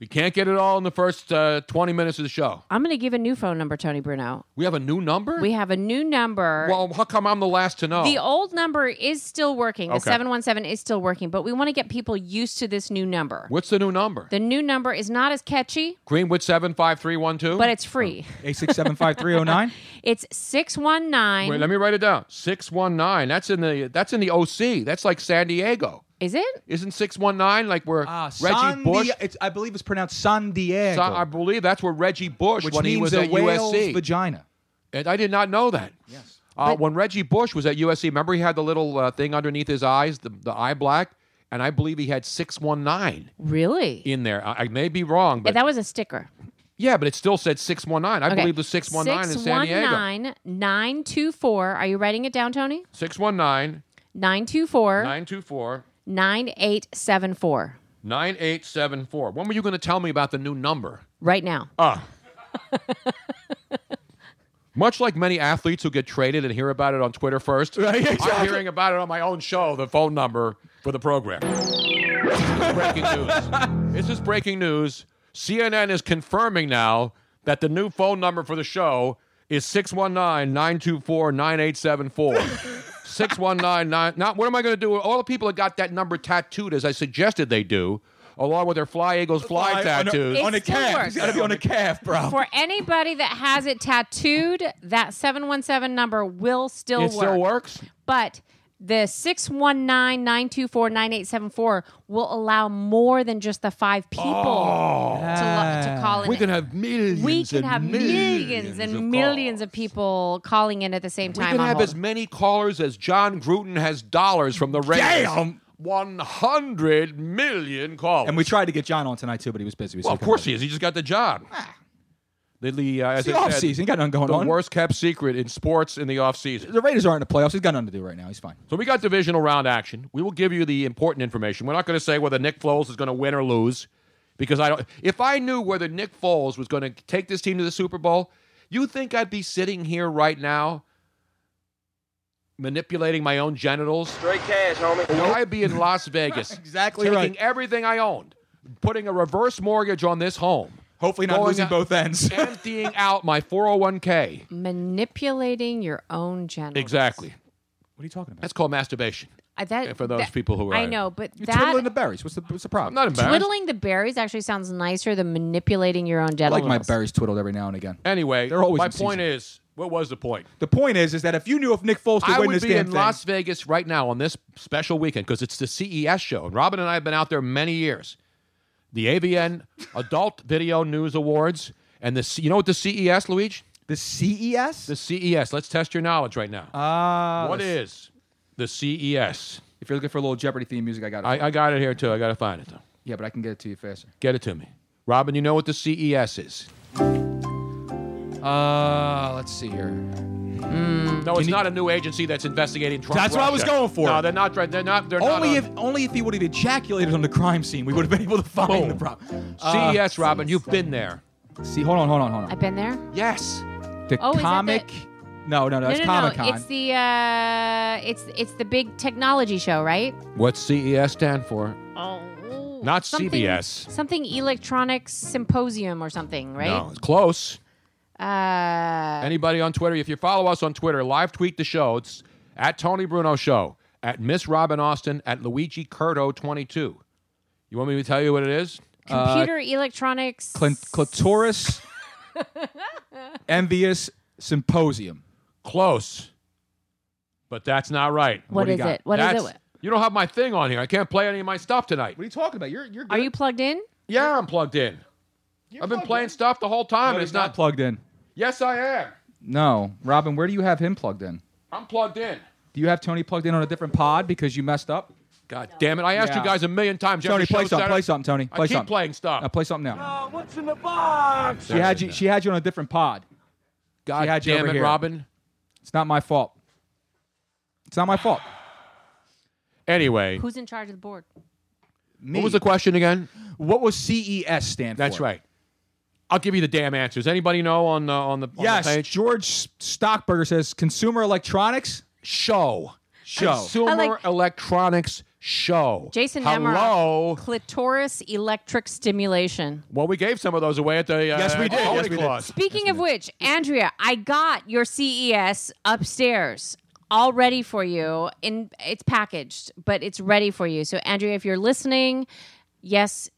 Speaker 5: We can't get it all in the first uh, twenty minutes of the show.
Speaker 7: I'm going to give a new phone number, Tony Bruno.
Speaker 5: We have a new number.
Speaker 7: We have a new number.
Speaker 5: well, how come I'm the last to know?
Speaker 7: the old number is still working. The
Speaker 5: Okay.
Speaker 7: 717 is still working, but we want to get people used to this new number.
Speaker 5: What's the new number?
Speaker 7: The new number is not as catchy,
Speaker 5: Greenwood seven five three one two.
Speaker 7: but it's free. [laughs]
Speaker 6: 8675309.
Speaker 7: It's 619.
Speaker 5: Wait, let me write it down. Six one nine. That's in the that's in the OC. That's like San Diego.
Speaker 7: Is it?
Speaker 5: Isn't six one nine like where
Speaker 6: Ah,
Speaker 5: Reggie
Speaker 6: San
Speaker 5: Bush?
Speaker 6: Di- it's, I believe it's pronounced San Diego,
Speaker 5: So I believe that's where Reggie Bush
Speaker 6: which
Speaker 5: when
Speaker 6: means
Speaker 5: he was
Speaker 6: a
Speaker 5: at
Speaker 6: whale's
Speaker 5: USC.
Speaker 6: vagina.
Speaker 5: And I did not know that. Yes. Uh, when Reggie Bush was at USC, remember he had the little uh, thing underneath his eyes, the, the eye black, and I believe he had six one nine
Speaker 7: Really?
Speaker 5: in there. I, I may be wrong,
Speaker 7: Yeah,
Speaker 5: but
Speaker 7: that was a sticker.
Speaker 5: yeah, but it still said six one nine. I
Speaker 7: Okay.
Speaker 5: believe the six one nine in San Diego.
Speaker 7: 619 924. Are you writing it down, Tony?
Speaker 5: Six one nine
Speaker 7: 924
Speaker 5: nine two four
Speaker 7: 9874.
Speaker 5: nine eight seven four. When were you going to tell me about the new number?
Speaker 7: Right now.
Speaker 5: [laughs] Much like many athletes who get traded and hear about it on Twitter first, I'm hearing about it on my own show, the phone number for the program. This is breaking news. This is breaking news. CNN is confirming now that the new phone number for the show
Speaker 6: [laughs]
Speaker 5: is 619-924-9874. 6199. Now, what am I going to do? All the people that got that number tattooed, as I suggested they do, along with their Fly Eagles fly,
Speaker 6: Fly on a-
Speaker 5: tattoos.
Speaker 7: It
Speaker 6: on a
Speaker 7: still
Speaker 6: calf.
Speaker 7: works.
Speaker 6: It's got to be on a calf, bro.
Speaker 7: For anybody that has it tattooed, that 717 number will still work.
Speaker 5: it still works?
Speaker 7: But the 619 924 9874 will allow more than just the five people to, lo- to call in.
Speaker 5: We can have Oh, millions
Speaker 7: we can
Speaker 5: and
Speaker 7: have millions, and
Speaker 5: of
Speaker 7: millions
Speaker 5: calls.
Speaker 7: of people calling in at the same
Speaker 5: We
Speaker 7: time.
Speaker 5: can
Speaker 7: on
Speaker 5: have
Speaker 7: hold.
Speaker 5: as many callers as John Gruden has dollars from the Raiders.
Speaker 6: Damn!
Speaker 5: 100 million callers.
Speaker 6: And we tried to get John on tonight too, but he was busy. We
Speaker 5: well,
Speaker 6: said,
Speaker 5: of
Speaker 6: "Come
Speaker 5: course
Speaker 6: on."
Speaker 5: he is. He just got the job. The, the, uh, as
Speaker 6: It's the
Speaker 5: I
Speaker 6: off
Speaker 5: said,
Speaker 6: season. He got nothing going
Speaker 5: the
Speaker 6: on.
Speaker 5: worst kept secret in sports in the offseason.
Speaker 6: The Raiders aren't in the playoffs. He's got nothing to do right now. He's fine.
Speaker 5: So we got divisional round action. We will give you the important information. We're not going to say whether Nick Foles is going to win or lose because I don't if I knew whether Nick Foles was going to take this team to the Super Bowl, you think I'd be sitting here right now manipulating my own genitals?
Speaker 8: Straight cash, homie.
Speaker 5: Would I be in
Speaker 6: [laughs]
Speaker 5: Las Vegas?
Speaker 6: Exactly
Speaker 5: taking
Speaker 6: right.
Speaker 5: everything I owned, putting a reverse mortgage on this home,
Speaker 6: Hopefully not
Speaker 5: Going
Speaker 6: losing
Speaker 5: out-
Speaker 6: both ends.
Speaker 5: emptying out my 401k.
Speaker 7: manipulating your own genitals.
Speaker 5: Exactly.
Speaker 6: What are you talking about?
Speaker 5: That's called masturbation.
Speaker 7: I, that,
Speaker 5: For those
Speaker 7: that-
Speaker 5: people who are-
Speaker 7: I know, but
Speaker 6: You're
Speaker 7: that
Speaker 6: twiddling the berries. What's the, what's the problem?
Speaker 5: I'm not embarrassed.
Speaker 7: twiddling the berries actually sounds nicer than manipulating your own
Speaker 6: I
Speaker 7: genitals.
Speaker 6: like my berries twiddled every now and again.
Speaker 5: Anyway,
Speaker 6: They're always
Speaker 5: my
Speaker 6: in season.
Speaker 5: point is, what was the point?
Speaker 6: The point is, is that if you knew if Nick Foles could
Speaker 5: I
Speaker 6: win
Speaker 5: would
Speaker 6: this
Speaker 5: be
Speaker 6: damn
Speaker 5: in
Speaker 6: thing,
Speaker 5: Las Vegas E right now on this special weekend because it's the CES show, and Robin and I have been out there many years. the AVN [laughs] Adult Video News Awards, and the C- you know what the CES, Luigi?
Speaker 6: The CES?
Speaker 5: The CES. Let's test your knowledge right now.
Speaker 6: Ah,
Speaker 5: what
Speaker 6: the-
Speaker 5: is the CES?
Speaker 6: If you're looking for a little Jeopardy theme music, I got it.
Speaker 5: I, I got it here too. I got to find it though.
Speaker 6: yeah, but I can get it to you faster.
Speaker 5: Get it to me, Robin. You know what the CES is?
Speaker 6: Uh, let's see here. Hmm,
Speaker 5: No, it's not a new agency that's investigating Trump.
Speaker 6: That's what I was
Speaker 5: Russia.
Speaker 6: going for.
Speaker 5: No, they're not. They're not. They're not
Speaker 6: Only
Speaker 5: on-
Speaker 6: if only if he would have ejaculated on the crime scene, we would have been able to find the
Speaker 5: Boom.
Speaker 6: problem. Uh,
Speaker 5: CES, E Robin, you've been there.
Speaker 6: See, hold on, hold on, hold on.
Speaker 7: I've been there.
Speaker 5: Yes.
Speaker 6: The
Speaker 7: Oh, is that
Speaker 6: comic. No, no, no. It's
Speaker 7: no, no,
Speaker 6: Comic Con.
Speaker 7: no. It's the uh, it's it's the big technology show, right?
Speaker 5: What's CES stand for?
Speaker 7: Oh,
Speaker 5: Not
Speaker 7: something,
Speaker 5: CBS.
Speaker 7: Something electronics symposium or something,
Speaker 5: No,
Speaker 7: right?
Speaker 5: it's close.
Speaker 7: Uh,
Speaker 5: Anybody on Twitter, if you follow us on Twitter, live tweet the show. It's at Tony Bruno Show, at Miss Robin Austin, at Luigi Curto 22. You want me to tell you what it is? Uh,
Speaker 7: computer
Speaker 5: [laughs]
Speaker 7: electronics.
Speaker 6: Clin- clitoris envious symposium.
Speaker 5: Close. But that's not right.
Speaker 7: what
Speaker 6: do you
Speaker 7: is
Speaker 6: got?
Speaker 7: it? What is
Speaker 5: That's-
Speaker 7: it?
Speaker 5: You don't have my thing on here. I can't play any of my stuff tonight.
Speaker 6: What are you talking about? You're you're.
Speaker 7: Are you plugged in?
Speaker 5: Yeah, I'm plugged in. I've been playing stuff the whole time. and it's not.
Speaker 6: plugged in.
Speaker 5: yes, I am.
Speaker 6: No, Robin. Where do you have him plugged in?
Speaker 5: I'm plugged in.
Speaker 6: Do you have Tony plugged in on a different pod because you messed up?
Speaker 5: God damn it! I asked
Speaker 6: Yeah.
Speaker 5: you guys a million times.
Speaker 6: Tony,
Speaker 5: every
Speaker 6: play
Speaker 5: show
Speaker 6: something.
Speaker 5: Saturday-
Speaker 6: Play something, Tony. Play
Speaker 5: I keep
Speaker 6: something.
Speaker 5: playing stuff.
Speaker 6: Now play something now.
Speaker 3: what's in the box?
Speaker 6: She had you. She had you on a different pod.
Speaker 5: God
Speaker 6: she had you
Speaker 5: damn
Speaker 6: over
Speaker 5: it,
Speaker 6: here.
Speaker 5: Robin.
Speaker 6: It's not my fault. It's not my fault.
Speaker 5: Anyway,
Speaker 7: Who's in charge of the board?
Speaker 6: Me.
Speaker 5: what was the question again?
Speaker 6: What was E CES stand for?
Speaker 5: That's right. I'll give you the damn answers. Anybody know on the on the, on the
Speaker 6: Yes,
Speaker 5: page?
Speaker 6: George Stockberger says consumer electronics.
Speaker 5: Show.
Speaker 6: Show.
Speaker 5: Consumer
Speaker 7: I like-
Speaker 5: Electronics Show.
Speaker 7: Jason
Speaker 5: Hello. Oh.
Speaker 7: Namaroff. Clitoris electric stimulation.
Speaker 5: Well, we gave some of those away at the uh,
Speaker 6: Yes, we did.
Speaker 5: Holiday
Speaker 6: Yes, we did.
Speaker 5: Clause.
Speaker 7: Speaking of which, Andrea, I got your CES upstairs all ready for you. In it's packaged, but it's ready for you. So Andrea, if you're listening, yes,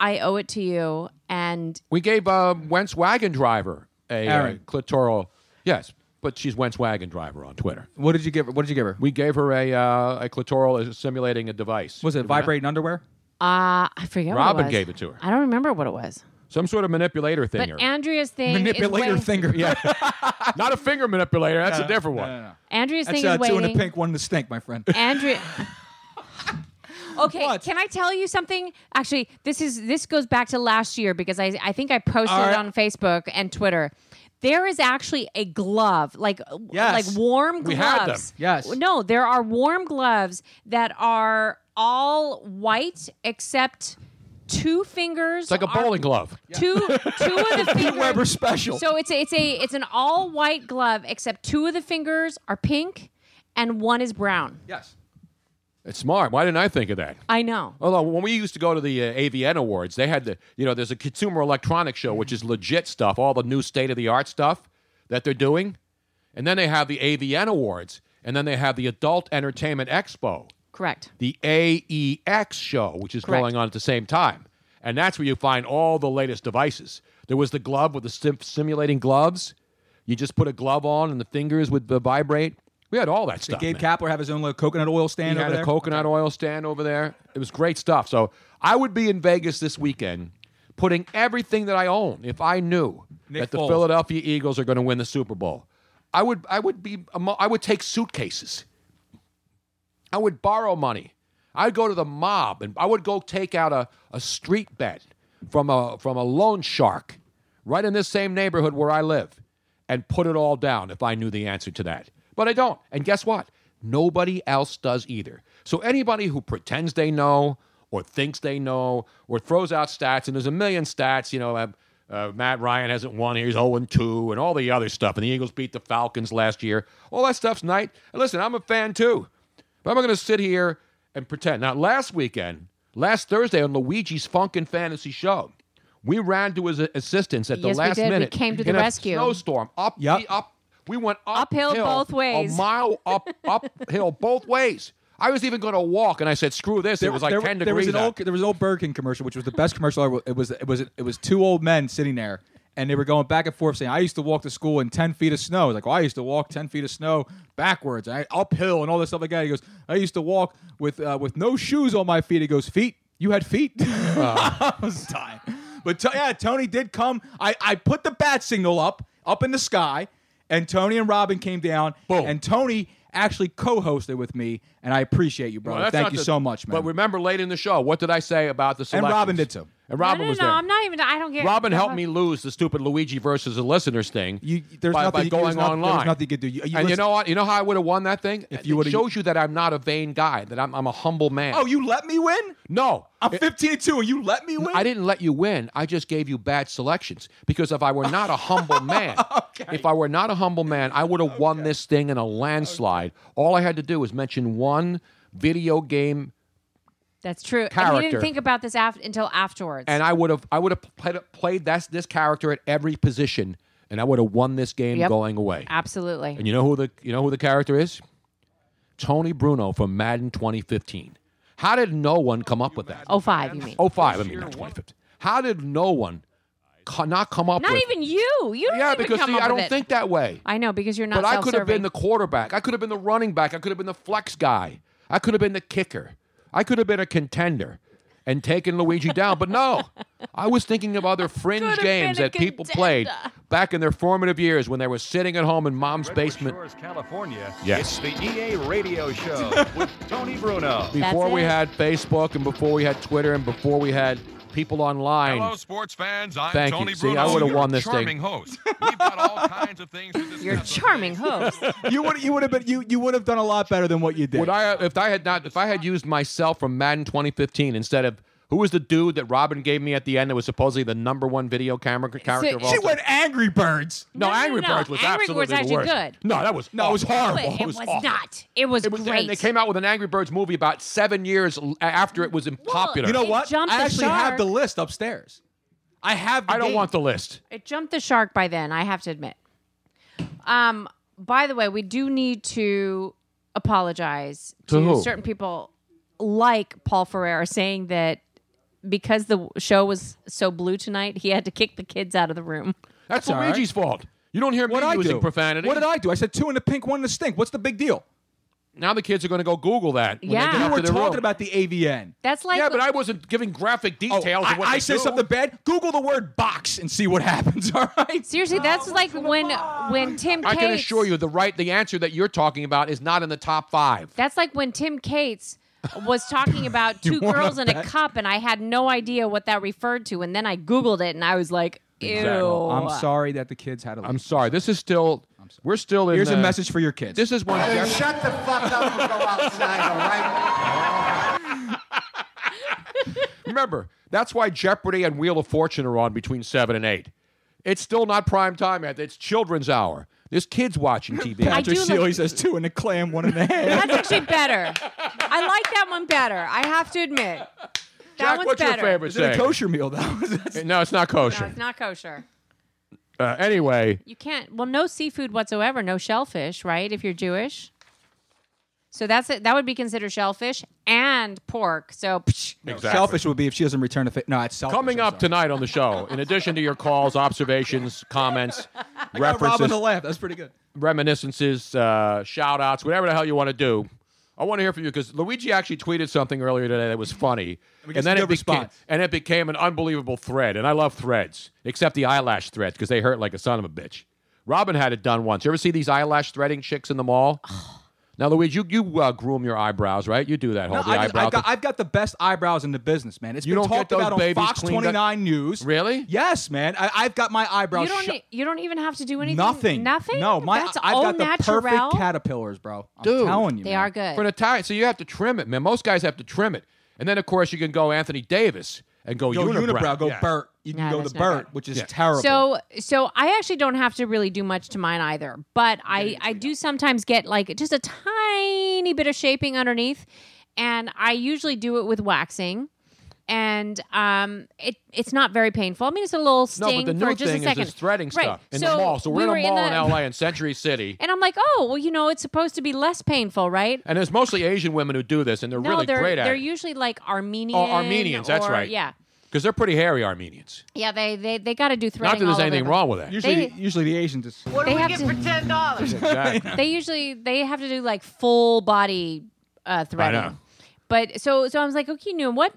Speaker 7: I owe it to you. And
Speaker 5: We gave uh, Wentz Wagon Driver a uh,
Speaker 6: Aaron.
Speaker 5: clitoral. Yes, but she's Wentz Wagon Driver on Twitter.
Speaker 6: What did you give? her? What did you give her?
Speaker 5: We gave her a uh, a clitoral simulating a device.
Speaker 6: Was it vibrating underwear?
Speaker 7: uh, I forget. what
Speaker 5: Robin
Speaker 7: was.
Speaker 5: gave it to her.
Speaker 7: I don't remember what it was.
Speaker 5: Some sort of manipulator thing.
Speaker 7: But Andrea's thing.
Speaker 6: Manipulator
Speaker 7: is waiting,
Speaker 6: finger. [laughs] Yeah,
Speaker 5: Not a finger manipulator. That's a different one.
Speaker 7: Andrea's
Speaker 6: that's
Speaker 7: thing
Speaker 6: uh,
Speaker 7: is
Speaker 6: two
Speaker 7: waiting.
Speaker 6: in the pink, one in the stink, my friend.
Speaker 7: Andrea. [laughs] Okay, can I tell you something? Actually, this is this goes back to last year because I I think I posted
Speaker 6: All right.
Speaker 7: it on Facebook and Twitter. There is actually a glove, like
Speaker 6: Yes.
Speaker 7: like warm gloves.
Speaker 5: We had them.
Speaker 6: Yes.
Speaker 7: No, there are warm gloves that are all white except two fingers.
Speaker 5: It's like a bowling glove.
Speaker 7: Two two of the
Speaker 6: [laughs]
Speaker 7: fingers.
Speaker 6: Weber special.
Speaker 7: So it's a, it's a it's an all white glove except two of the fingers are pink and one is brown.
Speaker 6: yes.
Speaker 5: It's smart. Why didn't I think of that?
Speaker 7: I know.
Speaker 5: Although when we used to go to the uh, AVN Awards, they had the you know there's a consumer electronics show which is legit stuff, all the new state of the art stuff that they're doing, and then they have the AVN Awards, and then they have the Adult Entertainment Expo,
Speaker 7: Correct.
Speaker 5: the AEX show, which is
Speaker 7: Correct.
Speaker 5: going on at the same time, and that's where you find all the latest devices. There was the glove with the sim- simulating gloves. You just put a glove on, and the fingers would uh, vibrate. We had all that stuff.
Speaker 6: Gabe
Speaker 5: man.
Speaker 6: Kapler have his own little coconut oil stand
Speaker 5: He
Speaker 6: over
Speaker 5: had
Speaker 6: there.
Speaker 5: a coconut oil stand over there. It was great stuff. So I would be in Vegas this weekend putting everything that I own if I knew
Speaker 6: Nick
Speaker 5: that the
Speaker 6: Foles.
Speaker 5: Philadelphia Eagles are going to win the Super Bowl. I would I would be amo- I would take suitcases. I would borrow money. I'd go to the mob and I would go take out a, a street bet from a from a loan shark right in this same neighborhood where I live and put it all down if I knew the answer to that. But I don't. And guess what? Nobody else does either. So anybody who pretends they know or thinks they know or throws out stats and there's a million stats, you know, uh, uh, Matt Ryan hasn't won. He's 0 2 and all the other stuff. And the Eagles beat the Falcons last year. All that stuff's night. And listen, I'm a fan too. But I'm not going to sit here and pretend. Now, last weekend, last Thursday on Luigi's Funkin' Fantasy Show, we ran to his a- assistance at the
Speaker 7: Yes, we
Speaker 5: last
Speaker 7: did. We
Speaker 5: minute.
Speaker 7: came to the
Speaker 5: in a
Speaker 7: rescue.
Speaker 5: Snowstorm up,
Speaker 6: Yep.
Speaker 5: the- up. We went uphill,
Speaker 7: Uphill both ways.
Speaker 5: A mile up, uphill both ways. I was even going to walk, and I said, "Screw this!" it was like ten
Speaker 6: there
Speaker 5: degrees.
Speaker 6: Was an
Speaker 5: out.
Speaker 6: old, there was an old Burger King commercial, which was the best commercial ever. It was it was it was two old men sitting there, and they were going back and forth saying, "I used to walk to school in ten feet of snow." Like, well, I used to walk ten feet of snow backwards, I, uphill, and all this stuff like that. He goes, "I used to walk with uh, with no shoes on my feet." [laughs] He goes, "Feet." You had feet. I was dying. But to- yeah, Tony did come. I, I put the bat signal up, up in the sky, and Tony and Robin came down.
Speaker 5: Boom.
Speaker 6: And Tony actually co-hosted with me, and I appreciate you,
Speaker 5: Well,
Speaker 6: brother.
Speaker 5: that's
Speaker 6: Thank
Speaker 5: not
Speaker 6: you
Speaker 5: the-
Speaker 6: so much, man.
Speaker 5: But remember, late in the show, what did I say about the
Speaker 6: And
Speaker 5: selections?
Speaker 6: Robin did too.
Speaker 5: And Robin
Speaker 7: no, no,
Speaker 5: was
Speaker 7: no,
Speaker 5: there.
Speaker 7: I'm not even. I don't get. Uh-huh.
Speaker 5: Robin helped me lose the stupid Luigi versus the listeners thing
Speaker 6: You- there's
Speaker 5: by,
Speaker 6: nothing-
Speaker 5: by
Speaker 6: there's
Speaker 5: going
Speaker 6: nothing- there's
Speaker 5: online.
Speaker 6: nothing you could do. You- you
Speaker 5: and you
Speaker 6: listen-
Speaker 5: know what? You know how I would have won that thing? If
Speaker 6: you
Speaker 5: it
Speaker 6: would've-
Speaker 5: shows you that I'm not a vain guy, that I'm, I'm a humble man.
Speaker 6: oh, you let me win?
Speaker 5: no,
Speaker 6: I'm
Speaker 5: It-
Speaker 6: 15 2, and you let me win?
Speaker 5: I didn't let you win. I just gave you bad selections because if I were not
Speaker 6: [laughs]
Speaker 5: a humble man, if I were not a humble man, I would have won this thing in a landslide. All I had to do was mention one video game
Speaker 7: That's true. And he
Speaker 5: Character.
Speaker 7: didn't think about this af- until afterwards.
Speaker 5: and I would have I would have played, played that this character at every position, and I would have won this game
Speaker 7: Yep.
Speaker 5: going away.
Speaker 7: Absolutely.
Speaker 5: And you know who the you know who the character is? Tony Bruno from Madden 2015. How did no one come up with that?
Speaker 7: oh five, you mean?
Speaker 5: Oh five, I mean not 2015. How did no one co- not come up
Speaker 7: not
Speaker 5: with?
Speaker 7: even you. You don't
Speaker 5: yeah,
Speaker 7: even
Speaker 5: because
Speaker 7: come
Speaker 5: see,
Speaker 7: up
Speaker 5: I
Speaker 7: with
Speaker 5: don't
Speaker 7: it.
Speaker 5: think that way.
Speaker 7: I know because you're not.
Speaker 5: But I could have
Speaker 7: self-serving.
Speaker 5: been the quarterback. I could have been the running back. I could have been the flex guy. I could have been the kicker. I could have been a contender and taken Luigi down.
Speaker 7: [laughs]
Speaker 5: But no, I was thinking of other fringe
Speaker 7: Could have
Speaker 5: games
Speaker 7: been a
Speaker 5: that people played
Speaker 7: contender.
Speaker 5: back in their formative years when they were sitting at home in mom's basement.
Speaker 10: Shores, California.
Speaker 5: Yes.
Speaker 10: It's the EA Radio Show
Speaker 5: [laughs]
Speaker 10: with Tony Bruno.
Speaker 5: Before we
Speaker 7: it.
Speaker 5: had Facebook and before we had Twitter and before we had people online.
Speaker 11: Hello, sports fans. I'm
Speaker 5: Thank you.
Speaker 11: Tony
Speaker 5: See, I
Speaker 11: Bruno,
Speaker 5: would've
Speaker 11: your
Speaker 5: won this thing.
Speaker 11: charming host. We've got all kinds of things to discuss.
Speaker 7: [laughs] You're
Speaker 11: [laughs]
Speaker 7: a charming host.
Speaker 6: you would you would have been you you would have done a lot better than what you did.
Speaker 5: Would I if I had not if I had used myself from Madden 2015 instead of who was the dude that Robin gave me at the end that was supposedly the number one video camera character of all
Speaker 6: she
Speaker 5: time?
Speaker 6: went Angry Birds.
Speaker 5: No,
Speaker 7: No, no,
Speaker 5: Angry
Speaker 7: no, no.
Speaker 5: Birds was
Speaker 7: Angry
Speaker 5: absolutely
Speaker 7: Birds
Speaker 5: the
Speaker 7: actually
Speaker 5: worst.
Speaker 7: good.
Speaker 5: No, that was
Speaker 6: No, it was
Speaker 5: awful.
Speaker 6: horrible.
Speaker 7: it was,
Speaker 5: awful.
Speaker 7: not. It was,
Speaker 5: It was,
Speaker 7: great.
Speaker 5: and they came out with an Angry Birds movie about seven years l- after it was popular.
Speaker 6: You know
Speaker 7: It
Speaker 6: what?
Speaker 7: jumped
Speaker 6: I
Speaker 7: the
Speaker 6: actually have
Speaker 7: shark.
Speaker 6: the list upstairs. I have. The
Speaker 5: I don't
Speaker 6: game.
Speaker 5: want the list.
Speaker 7: It jumped the shark by then, I have to admit. Um, by the way, we do need to apologize
Speaker 5: To
Speaker 7: to,
Speaker 5: who?
Speaker 7: certain people like Paul Ferrer saying that because the show was so blue tonight, he had to kick the kids out of the room.
Speaker 5: That's
Speaker 6: all right.
Speaker 5: Luigi's fault. You don't hear me
Speaker 6: What I
Speaker 5: using
Speaker 6: do?
Speaker 5: profanity.
Speaker 6: What did I do? I said two in the pink, one in the stink. What's the big deal?
Speaker 5: now the kids are going to go Google that. When
Speaker 7: Yeah.
Speaker 5: they get
Speaker 7: You
Speaker 5: up
Speaker 6: We're
Speaker 5: to their
Speaker 6: talking
Speaker 5: room.
Speaker 6: about the AVN.
Speaker 7: That's like
Speaker 5: yeah, but I wasn't giving graphic
Speaker 6: Oh,
Speaker 5: details.
Speaker 6: I,
Speaker 5: of what
Speaker 6: I
Speaker 5: they
Speaker 6: said
Speaker 5: do.
Speaker 6: something bad. Google the word box and see what happens. All right.
Speaker 7: seriously, that's like when when Tim
Speaker 5: I
Speaker 7: Cates,
Speaker 5: can assure you, the right, the answer that you're talking about is not in the top five.
Speaker 7: That's like when Tim Cates was talking
Speaker 5: [laughs]
Speaker 7: about two
Speaker 6: wanna
Speaker 7: girls in a
Speaker 6: bet?
Speaker 7: cup and I had no idea what that referred to and then I googled it and I was like, ew.
Speaker 6: I'm sorry that the kids had a.
Speaker 5: I'm sorry. This is still. We're still in.
Speaker 6: Here's a
Speaker 5: the-
Speaker 6: message for your kids.
Speaker 5: This is one. Jeff-
Speaker 9: Shut the fuck up and go outside, all right?
Speaker 5: Remember, that's why Jeopardy and Wheel of Fortune are on between 7 and 8. It's still not prime time yet. It's children's hour. There's kids watching TV.
Speaker 7: I
Speaker 6: Patrick
Speaker 7: do look-
Speaker 6: [laughs] Seeley Oh, says two in the clam, one
Speaker 5: [laughs]
Speaker 6: in the hand.
Speaker 7: That's actually better. I like that one better. I have to admit. That
Speaker 5: Jack,
Speaker 7: one's
Speaker 5: what's
Speaker 7: better.
Speaker 5: your favorite
Speaker 6: Is it a
Speaker 5: saying?
Speaker 6: kosher meal though?
Speaker 5: No, it's not
Speaker 7: No,
Speaker 5: kosher.
Speaker 7: it's not kosher.
Speaker 5: Uh, anyway,
Speaker 7: You can't. Well, no seafood whatsoever. No shellfish, right? If you're Jewish. So that's it. That would be considered shellfish and pork. So psh,
Speaker 5: Exactly.
Speaker 6: Selfish would be if she doesn't return a fa- no. It's selfish.
Speaker 5: coming
Speaker 6: I'm
Speaker 5: up
Speaker 6: sorry.
Speaker 5: tonight on the show, in addition to your calls, observations, comments,
Speaker 6: I got Robin to
Speaker 5: references,
Speaker 6: laugh. That's pretty good.
Speaker 5: reminiscences, uh, shout outs, whatever the hell you want to do. I want to hear from you because Luigi actually tweeted something earlier today that was funny,
Speaker 6: we
Speaker 5: and,
Speaker 6: get
Speaker 5: then
Speaker 6: some
Speaker 5: it
Speaker 6: good
Speaker 5: became,
Speaker 6: response.
Speaker 5: and it became an unbelievable thread. And I love threads, except the eyelash threads because they hurt like a son of a bitch. Robin had it done once. You ever see these eyelash threading chicks in the mall? now, Luigi, you you uh, groom your eyebrows, right? You do that whole
Speaker 6: No,
Speaker 5: the
Speaker 6: I
Speaker 5: eyebrow.
Speaker 6: have got,
Speaker 5: thing.
Speaker 6: I've got the best eyebrows in the business, man. It's
Speaker 5: You
Speaker 6: been
Speaker 5: don't get
Speaker 6: talked
Speaker 5: those
Speaker 6: about on
Speaker 5: babies
Speaker 6: Fox
Speaker 5: cleaned up?
Speaker 6: 29 News.
Speaker 5: Really?
Speaker 6: Yes, man. I, I've got my eyebrows
Speaker 7: you don't.
Speaker 6: sho-
Speaker 7: e- you don't even have to do anything.
Speaker 6: Nothing.
Speaker 7: Nothing.
Speaker 6: No, my
Speaker 7: That's
Speaker 6: I've
Speaker 7: all
Speaker 6: got the
Speaker 7: natural.
Speaker 6: perfect caterpillars, bro. I'm
Speaker 5: Dude.
Speaker 6: telling you.
Speaker 7: they
Speaker 6: man.
Speaker 7: are good.
Speaker 5: for an Italian. So you have to trim it, man. Most guys have to trim it, and then of course you can go Anthony Davis and go,
Speaker 6: Go unibrow, go
Speaker 5: Yeah.
Speaker 6: Burt. You can
Speaker 7: No,
Speaker 6: go
Speaker 7: that's
Speaker 6: the
Speaker 7: not
Speaker 6: Burt,
Speaker 7: bad.
Speaker 6: which is terrible.
Speaker 7: So so I actually don't have to really do much to mine either, but I I do sometimes get like just a tiny bit of shaping underneath, and I usually do it with waxing. And um, it it's not very painful. I mean, it's a little
Speaker 5: No,
Speaker 7: sting
Speaker 5: but the new
Speaker 7: for just
Speaker 5: thing
Speaker 7: a second.
Speaker 5: is this threading
Speaker 7: right.
Speaker 5: stuff in
Speaker 7: so
Speaker 5: the mall. So we're
Speaker 7: we were
Speaker 5: in a mall in,
Speaker 7: the-
Speaker 5: LA in Century City.
Speaker 7: and I'm like, oh, well, you know, it's supposed to be less painful, right?
Speaker 5: And there's mostly Asian women who do this, and they're
Speaker 7: no,
Speaker 5: really
Speaker 7: they're
Speaker 5: great at
Speaker 7: they're
Speaker 5: it.
Speaker 7: usually like Armenian
Speaker 5: Or Armenians, that's
Speaker 7: or-
Speaker 5: right.
Speaker 7: Yeah,
Speaker 5: Because they're pretty hairy Armenians.
Speaker 7: yeah, they they, they got to do
Speaker 5: Not
Speaker 7: threading.
Speaker 5: that there's
Speaker 7: all over
Speaker 5: anything
Speaker 7: them.
Speaker 5: wrong with that.
Speaker 6: usually,
Speaker 7: they-
Speaker 6: usually the Asians just
Speaker 9: What
Speaker 7: They
Speaker 9: do we
Speaker 7: have
Speaker 9: get
Speaker 7: to-
Speaker 9: for ten dollars?
Speaker 5: Exactly.
Speaker 7: they usually they have to do like full body uh threading.
Speaker 5: I know.
Speaker 7: But so so I was like, okay, you know what?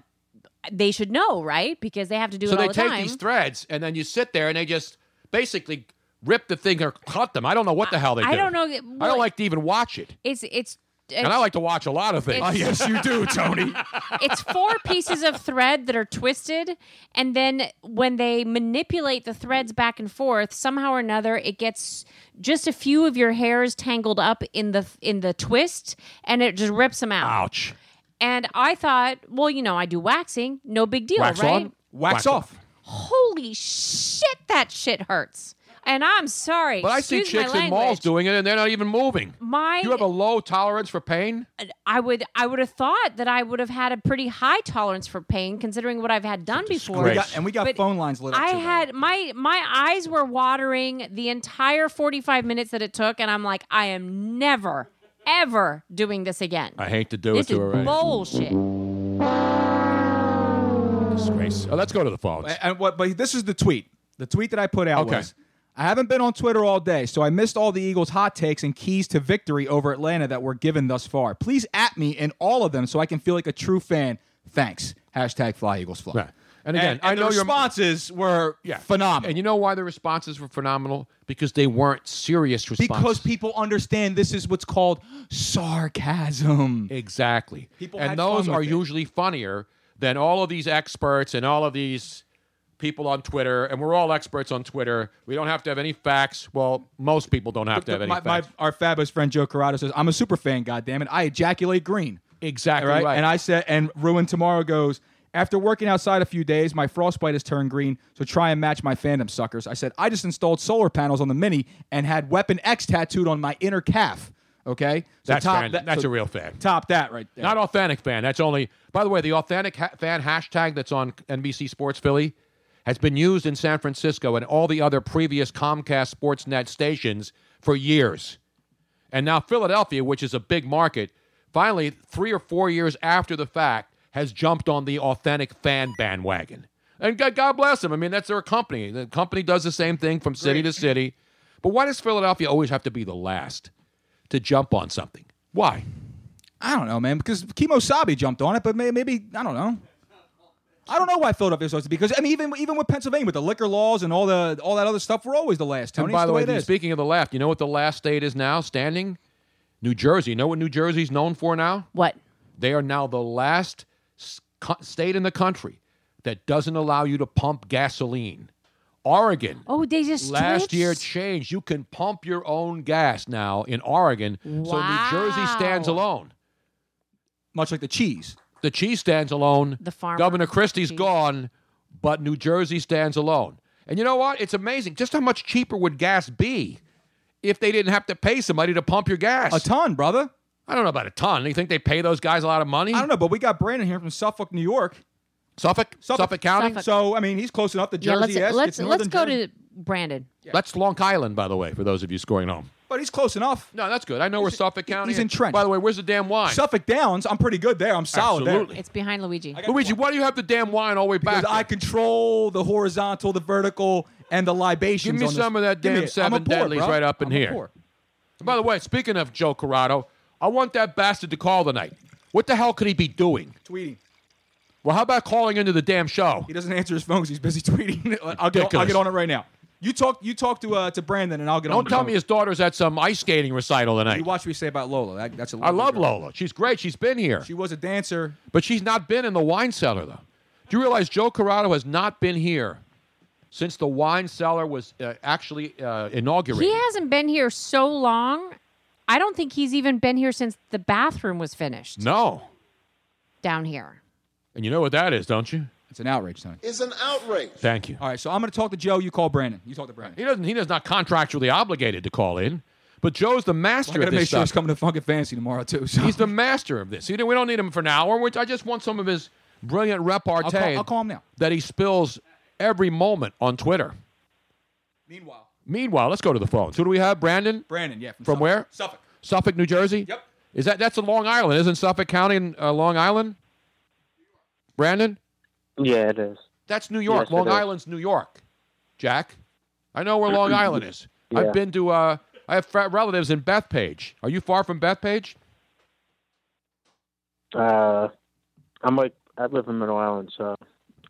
Speaker 7: they should know, right? Because they have to do
Speaker 5: so
Speaker 7: it all
Speaker 5: they
Speaker 7: the
Speaker 5: take
Speaker 7: time.
Speaker 5: these threads and then you sit there and they just basically rip the thing or cut them. I don't know what the hell they
Speaker 7: I
Speaker 5: do.
Speaker 7: don't know. that-
Speaker 5: I
Speaker 7: well,
Speaker 5: don't like to even watch it.
Speaker 7: It's it's.
Speaker 5: And I like to watch a lot of things.
Speaker 7: it's-
Speaker 5: [laughs]
Speaker 7: Oh, yes, you do, [laughs]
Speaker 5: Tony.
Speaker 7: it's four pieces of thread that are twisted and then when they manipulate the threads back and forth somehow or another it gets just a few of your hairs tangled up in the in the twist and it just rips them out
Speaker 5: ouch
Speaker 7: and i thought well you know i do waxing no big deal
Speaker 5: Wax
Speaker 7: right
Speaker 5: on, wax, off.
Speaker 7: holy shit that shit hurts and i'm sorry
Speaker 5: But I see
Speaker 7: Excuse
Speaker 5: chicks
Speaker 7: my
Speaker 5: in malls
Speaker 7: language.
Speaker 5: doing it and they're not even moving.
Speaker 7: my
Speaker 5: You have a low tolerance for pain?
Speaker 7: I would I would have thought that I would have had a pretty high tolerance for pain considering what I've had done before.
Speaker 6: We got- and we got
Speaker 7: But
Speaker 6: phone lines lit up.
Speaker 7: I
Speaker 6: today.
Speaker 7: had my my eyes were watering the entire 45 minutes that it took and I'm like I am never ever doing this again.
Speaker 5: I hate to do
Speaker 7: this
Speaker 5: it to
Speaker 7: is
Speaker 5: her. right?
Speaker 7: bullshit.
Speaker 5: Disgrace. Uh, let's go to the phones.
Speaker 6: And what? But this is the tweet. The tweet that I put out
Speaker 5: Okay.
Speaker 6: was: I haven't been on Twitter all day, so I missed all the Eagles' hot takes and keys to victory over Atlanta that were given thus far. Please at me in all of them so I can feel like a true fan. Thanks. Hashtag Fly Eagles Fly.
Speaker 5: Right. And again, I
Speaker 6: and
Speaker 5: know
Speaker 6: the
Speaker 5: your-
Speaker 6: responses were phenomenal.
Speaker 5: And you know why the responses were phenomenal? Because they weren't serious responses.
Speaker 6: because people understand this is what's called sarcasm.
Speaker 5: Exactly.
Speaker 6: People
Speaker 5: and
Speaker 6: had
Speaker 5: those
Speaker 6: fun
Speaker 5: are
Speaker 6: with it.
Speaker 5: usually funnier than all of these experts and all of these people on Twitter. And we're all experts on Twitter. We don't have to have any facts. Well, most people don't have to have any
Speaker 6: My- my-
Speaker 5: facts.
Speaker 6: our fabulous friend Joe Corrado says, "I'm a super fan. Goddamn it, I ejaculate green."
Speaker 5: Exactly
Speaker 6: All right?
Speaker 5: right.
Speaker 6: And I said, and Ruin Tomorrow goes, after working outside a few days, my frostbite has turned green, so try and match my fandom, suckers. I said, I just installed solar panels on the Mini and had Weapon X tattooed on my inner calf. Okay? So
Speaker 5: that's
Speaker 6: top
Speaker 5: fan-
Speaker 6: that-
Speaker 5: that's
Speaker 6: so
Speaker 5: a real fan.
Speaker 6: Top that right there.
Speaker 5: Not authentic fan. That's only. By the way, the authentic ha- fan hashtag that's on NBC Sports Philly has been used in San Francisco and all the other previous Comcast Sportsnet stations for years. And now Philadelphia, which is a big market, finally, three or four years after the fact, has jumped on the authentic fan bandwagon. And God, God bless them. I mean, that's their company. The company does the same thing from city to city. But why does Philadelphia always have to be the last to jump on something? Why?
Speaker 6: I don't know, man, because Kimo Sabe jumped on it, but may- maybe, I don't know. I don't know why Philadelphia's supposed to be because I mean even even with Pennsylvania with the liquor laws and all the all that other stuff we're always the last. Tony,
Speaker 5: And
Speaker 6: It's
Speaker 5: by the way,
Speaker 6: it is.
Speaker 5: speaking of the left, you know what the last state is now standing? New Jersey. You know what New Jersey's known for now?
Speaker 7: What?
Speaker 5: They are now the last s- co- state in the country that doesn't allow you to pump gasoline. Oregon.
Speaker 7: Oh, they just
Speaker 5: Last
Speaker 7: switched?
Speaker 5: year changed. You can pump your own gas now in Oregon. So New Jersey stands
Speaker 7: Wow.
Speaker 5: alone.
Speaker 6: Much like the cheese.
Speaker 5: The cheese stands alone.
Speaker 7: The farmer
Speaker 5: Governor
Speaker 7: with the
Speaker 5: Christie's
Speaker 7: cheese.
Speaker 5: gone, but New Jersey stands alone. And you know what? It's amazing just how much cheaper would gas be if they didn't have to pay somebody to pump your gas.
Speaker 6: a ton, brother.
Speaker 5: I don't know about a ton. You think they pay those guys a lot of money?
Speaker 6: I don't know, but we got Brandon here from Suffolk, New York.
Speaker 5: Suffolk, Suffolk, County.
Speaker 7: Suffolk.
Speaker 6: So I mean, he's close enough to
Speaker 7: Yeah,
Speaker 6: Jersey.
Speaker 7: let's
Speaker 6: yes,
Speaker 7: let's
Speaker 6: it's
Speaker 7: let's
Speaker 6: northern
Speaker 7: go
Speaker 6: Jersey,
Speaker 7: to Brandon.
Speaker 5: That's Long Island, by the way, for those of you scoring home.
Speaker 6: but he's close enough.
Speaker 5: No, that's good. I know where Suffolk County.
Speaker 6: he's
Speaker 5: is.
Speaker 6: entrenched.
Speaker 5: By the way, where's the damn wine?
Speaker 6: Suffolk Downs, I'm pretty good there. I'm solid
Speaker 5: Absolutely.
Speaker 6: there.
Speaker 7: It's behind Luigi.
Speaker 5: Luigi, why do you have the damn wine all the way back?
Speaker 6: Because I control the horizontal, the vertical, and the libations.
Speaker 5: Give me
Speaker 6: on this.
Speaker 5: some of that
Speaker 6: Give me
Speaker 5: damn
Speaker 6: it.
Speaker 5: seven
Speaker 6: I'm a pour,
Speaker 5: deadlies
Speaker 6: bro.
Speaker 5: right up in
Speaker 6: I'm a
Speaker 5: here.
Speaker 6: pour.
Speaker 5: By the way, speaking of Joe Corrado, I want that bastard to call tonight. What the hell could he be doing?
Speaker 6: Tweeting.
Speaker 5: Well, how about calling into the damn show?
Speaker 6: He doesn't answer his phone because he's busy [laughs] tweeting. I'll get I'll
Speaker 5: Ridiculous.
Speaker 6: get on it right now. You talk you talk to uh, to Brandon and I'll get on.
Speaker 5: Don't
Speaker 6: the
Speaker 5: tell
Speaker 6: phone.
Speaker 5: me his daughter's at some ice skating recital
Speaker 6: You
Speaker 5: tonight.
Speaker 6: watch what you say about Lola. That, that's a
Speaker 5: I love
Speaker 6: girl.
Speaker 5: Lola. She's great. She's been here.
Speaker 6: She was a dancer.
Speaker 5: But she's not been in the wine cellar, though. Do you realize Joe Corrado has not been here since the wine cellar was uh, actually uh, inaugurated?
Speaker 7: He hasn't been here so long. I don't think he's even been here since the bathroom was finished
Speaker 5: No.
Speaker 7: down here.
Speaker 5: And you know what that is, don't you?
Speaker 6: It's an outrage, Tony.
Speaker 12: It's an outrage.
Speaker 5: Thank you.
Speaker 6: All right, so I'm going to talk to Joe. You call Brandon. You talk to Brandon.
Speaker 5: He doesn't. He is not contractually obligated to call in. But Joe's
Speaker 6: I
Speaker 5: the master
Speaker 6: got
Speaker 5: of
Speaker 6: to
Speaker 5: this
Speaker 6: make sure
Speaker 5: stuff.
Speaker 6: he's coming to Funkin' Fantasy tomorrow too. So.
Speaker 5: He's the master of this. You know, we don't need him for an hour. Which I just want some of his brilliant
Speaker 6: [laughs]
Speaker 5: repartee
Speaker 6: I'll call, I'll call him now.
Speaker 5: that he spills every moment on Twitter.
Speaker 6: Meanwhile,
Speaker 5: Meanwhile, let's go to the phones. Who do we have? Brandon
Speaker 6: Brandon, yeah,
Speaker 5: from
Speaker 6: Suffolk.
Speaker 5: where?
Speaker 6: Suffolk.
Speaker 5: Suffolk, New Jersey.
Speaker 6: Yep.
Speaker 5: Is that that's in Long Island? Isn't Suffolk County in uh, Long Island? Brandon,
Speaker 13: Yeah, it is.
Speaker 5: that's New York.
Speaker 13: Yes, it
Speaker 5: Long
Speaker 13: is.
Speaker 5: Island's New York. Jack, I know where
Speaker 13: [clears throat]
Speaker 5: Long Island is.
Speaker 13: Yeah.
Speaker 5: I've been to. Uh, I have fr- relatives in Bethpage. Are you far from Bethpage?
Speaker 13: Uh, I'm like
Speaker 12: I live in Middle Island, so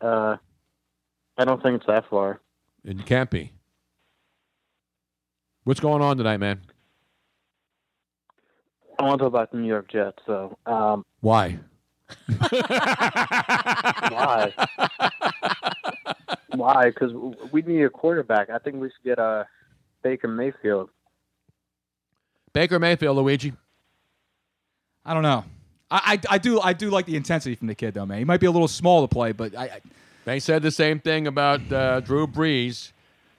Speaker 12: uh, I don't think it's that far.
Speaker 5: It can't be. What's going on tonight, man?
Speaker 12: I want to talk about the New York Jets, so um,
Speaker 5: Why?
Speaker 12: why? why? Because we need a quarterback. I think we should get uh, Baker Mayfield.
Speaker 5: Baker Mayfield, Luigi.
Speaker 6: I don't know. I, I, I do I do like the intensity from the kid though, man. He might be a little small to play, but I, I
Speaker 5: they said the same thing about uh, Drew Brees.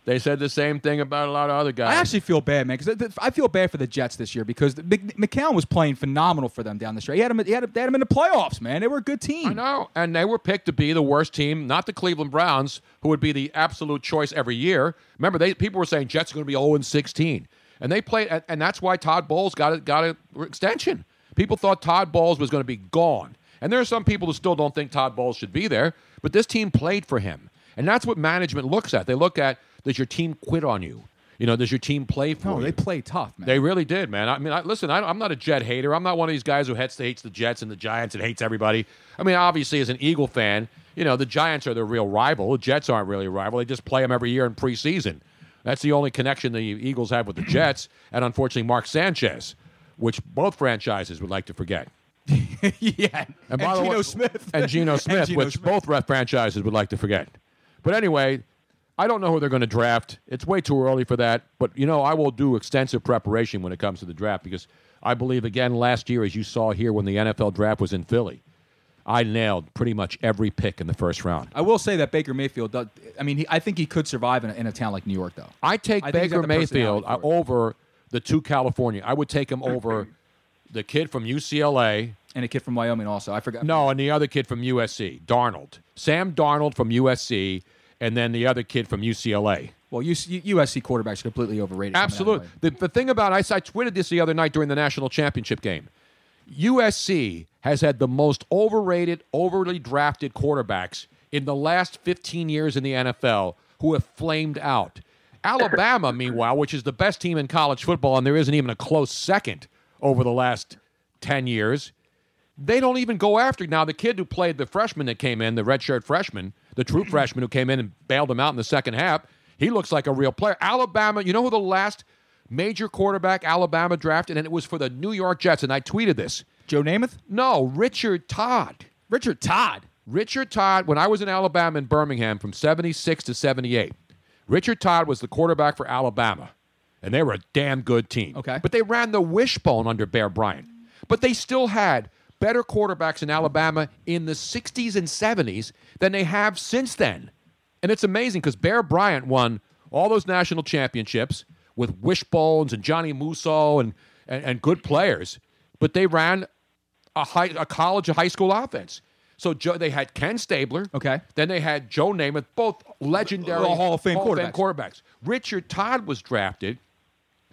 Speaker 5: They said the same thing about a lot of other guys.
Speaker 6: I actually feel bad, man, because I feel bad for the Jets this year because the- Mc- McCown was playing phenomenal for them down the stretch. He had him, he had him, they had him in the playoffs, man. They were a good team. I
Speaker 5: know. and they were picked to be the worst team, not the Cleveland Browns, who would be the absolute choice every year. Remember, they people were saying Jets are going to be 0 and 16, and they played, and, and that's why Todd Bowles got a, got an extension. People thought Todd Bowles was going to be gone, and there are some people who still don't think Todd Bowles should be there. But this team played for him, and that's what management looks at. They look at does your team quit on you? You know, does your team play for
Speaker 6: No,
Speaker 5: you?
Speaker 6: they play tough, man.
Speaker 5: They really did, man. I mean, I, listen, I, I'm not a Jet hater. I'm not one of these guys who hates, hates the Jets and the Giants and hates everybody. I mean, obviously, as an Eagle fan, you know, the Giants are their real rival. The Jets aren't really a rival. They just play them every year in preseason. That's the only connection the Eagles have with the Jets, and unfortunately, Mark Sanchez, which both franchises would like to forget.
Speaker 6: yeah, and,
Speaker 5: by the
Speaker 6: Geno
Speaker 5: way-
Speaker 6: Smith
Speaker 5: and
Speaker 6: [laughs]
Speaker 5: Geno Smith,
Speaker 6: Geno
Speaker 5: which both ref franchises would like to forget. But anyway, I don't know who they're going to draft. It's way too early for that. But you know, I will do extensive preparation when it comes to the draft because I believe again last year, as you saw here when the NFL draft was in Philly, I nailed pretty much every pick in the first round.
Speaker 6: I will say that Baker Mayfield. Does, I mean, he, I think he could survive in a, in a town like New York, though.
Speaker 5: I take
Speaker 6: I think he's got
Speaker 5: Baker
Speaker 6: the
Speaker 5: Mayfield uh, over the two California. I would take him over the kid from UCLA
Speaker 6: and a kid from Wyoming. Also, I forgot.
Speaker 5: No, and the other kid from USC, Darnold, Sam Darnold from USC, and then the other kid from UCLA.
Speaker 6: Well, UC, USC quarterbacks are completely overrated.
Speaker 5: Absolutely. The, the thing about I, I tweeted this the other night during the national championship game. USC has had the most overrated, overly drafted quarterbacks in the last 15 years in the NFL who have flamed out. Alabama, meanwhile, which is the best team in college football, and there isn't even a close second over the last 10 years, they don't even go after. Now, the kid who played the freshman that came in, the redshirt freshman, the
Speaker 6: [clears throat]
Speaker 5: true freshman who came in and bailed him out in the second half, he looks like a real player. Alabama, you know who the last major quarterback Alabama drafted, and it was for the New York Jets, and I tweeted this.
Speaker 6: Joe Namath?
Speaker 5: No, Richard Todd.
Speaker 6: Richard Todd.
Speaker 5: Richard Todd, when I was in Alabama in Birmingham from 76 to 78, Richard Todd was the quarterback for Alabama, and they were a damn good team. Okay. But they ran the wishbone under Bear Bryant. But they still had better quarterbacks in Alabama in the 60s and 70s than they have since then. And it's amazing because Bear Bryant won all those national championships with wishbones and Johnny Musso and, and, and good players, but they ran a high, a college, a high school offense. So Joe, they had Ken Stabler. Okay. Then they had Joe Namath, both legendary
Speaker 6: All Hall of Fame
Speaker 5: quarterbacks. Richard Todd was drafted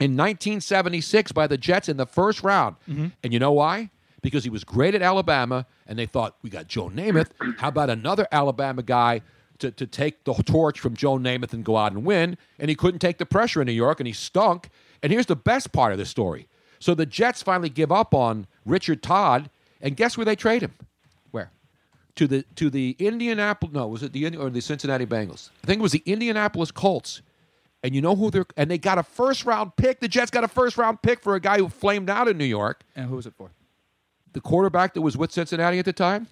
Speaker 5: in 1976 by the Jets in the first round. And you know why? Because he was great at Alabama, and they thought, we got Joe Namath. How about another Alabama guy to, to take the torch from Joe Namath and go out and win? And he couldn't take the pressure in New York, and he stunk. And here's the best part of the story. So the Jets finally give up on Richard Todd, and guess where they trade him?
Speaker 6: Where?
Speaker 5: to the to the Indianapolis. No, was it the Indi- or the Cincinnati Bengals? I think it was the Indianapolis Colts. And you know who they're and they got a first round pick. The Jets got a first round pick for a guy who flamed out in New York.
Speaker 6: And who was it for?
Speaker 5: The quarterback that was with Cincinnati at the time,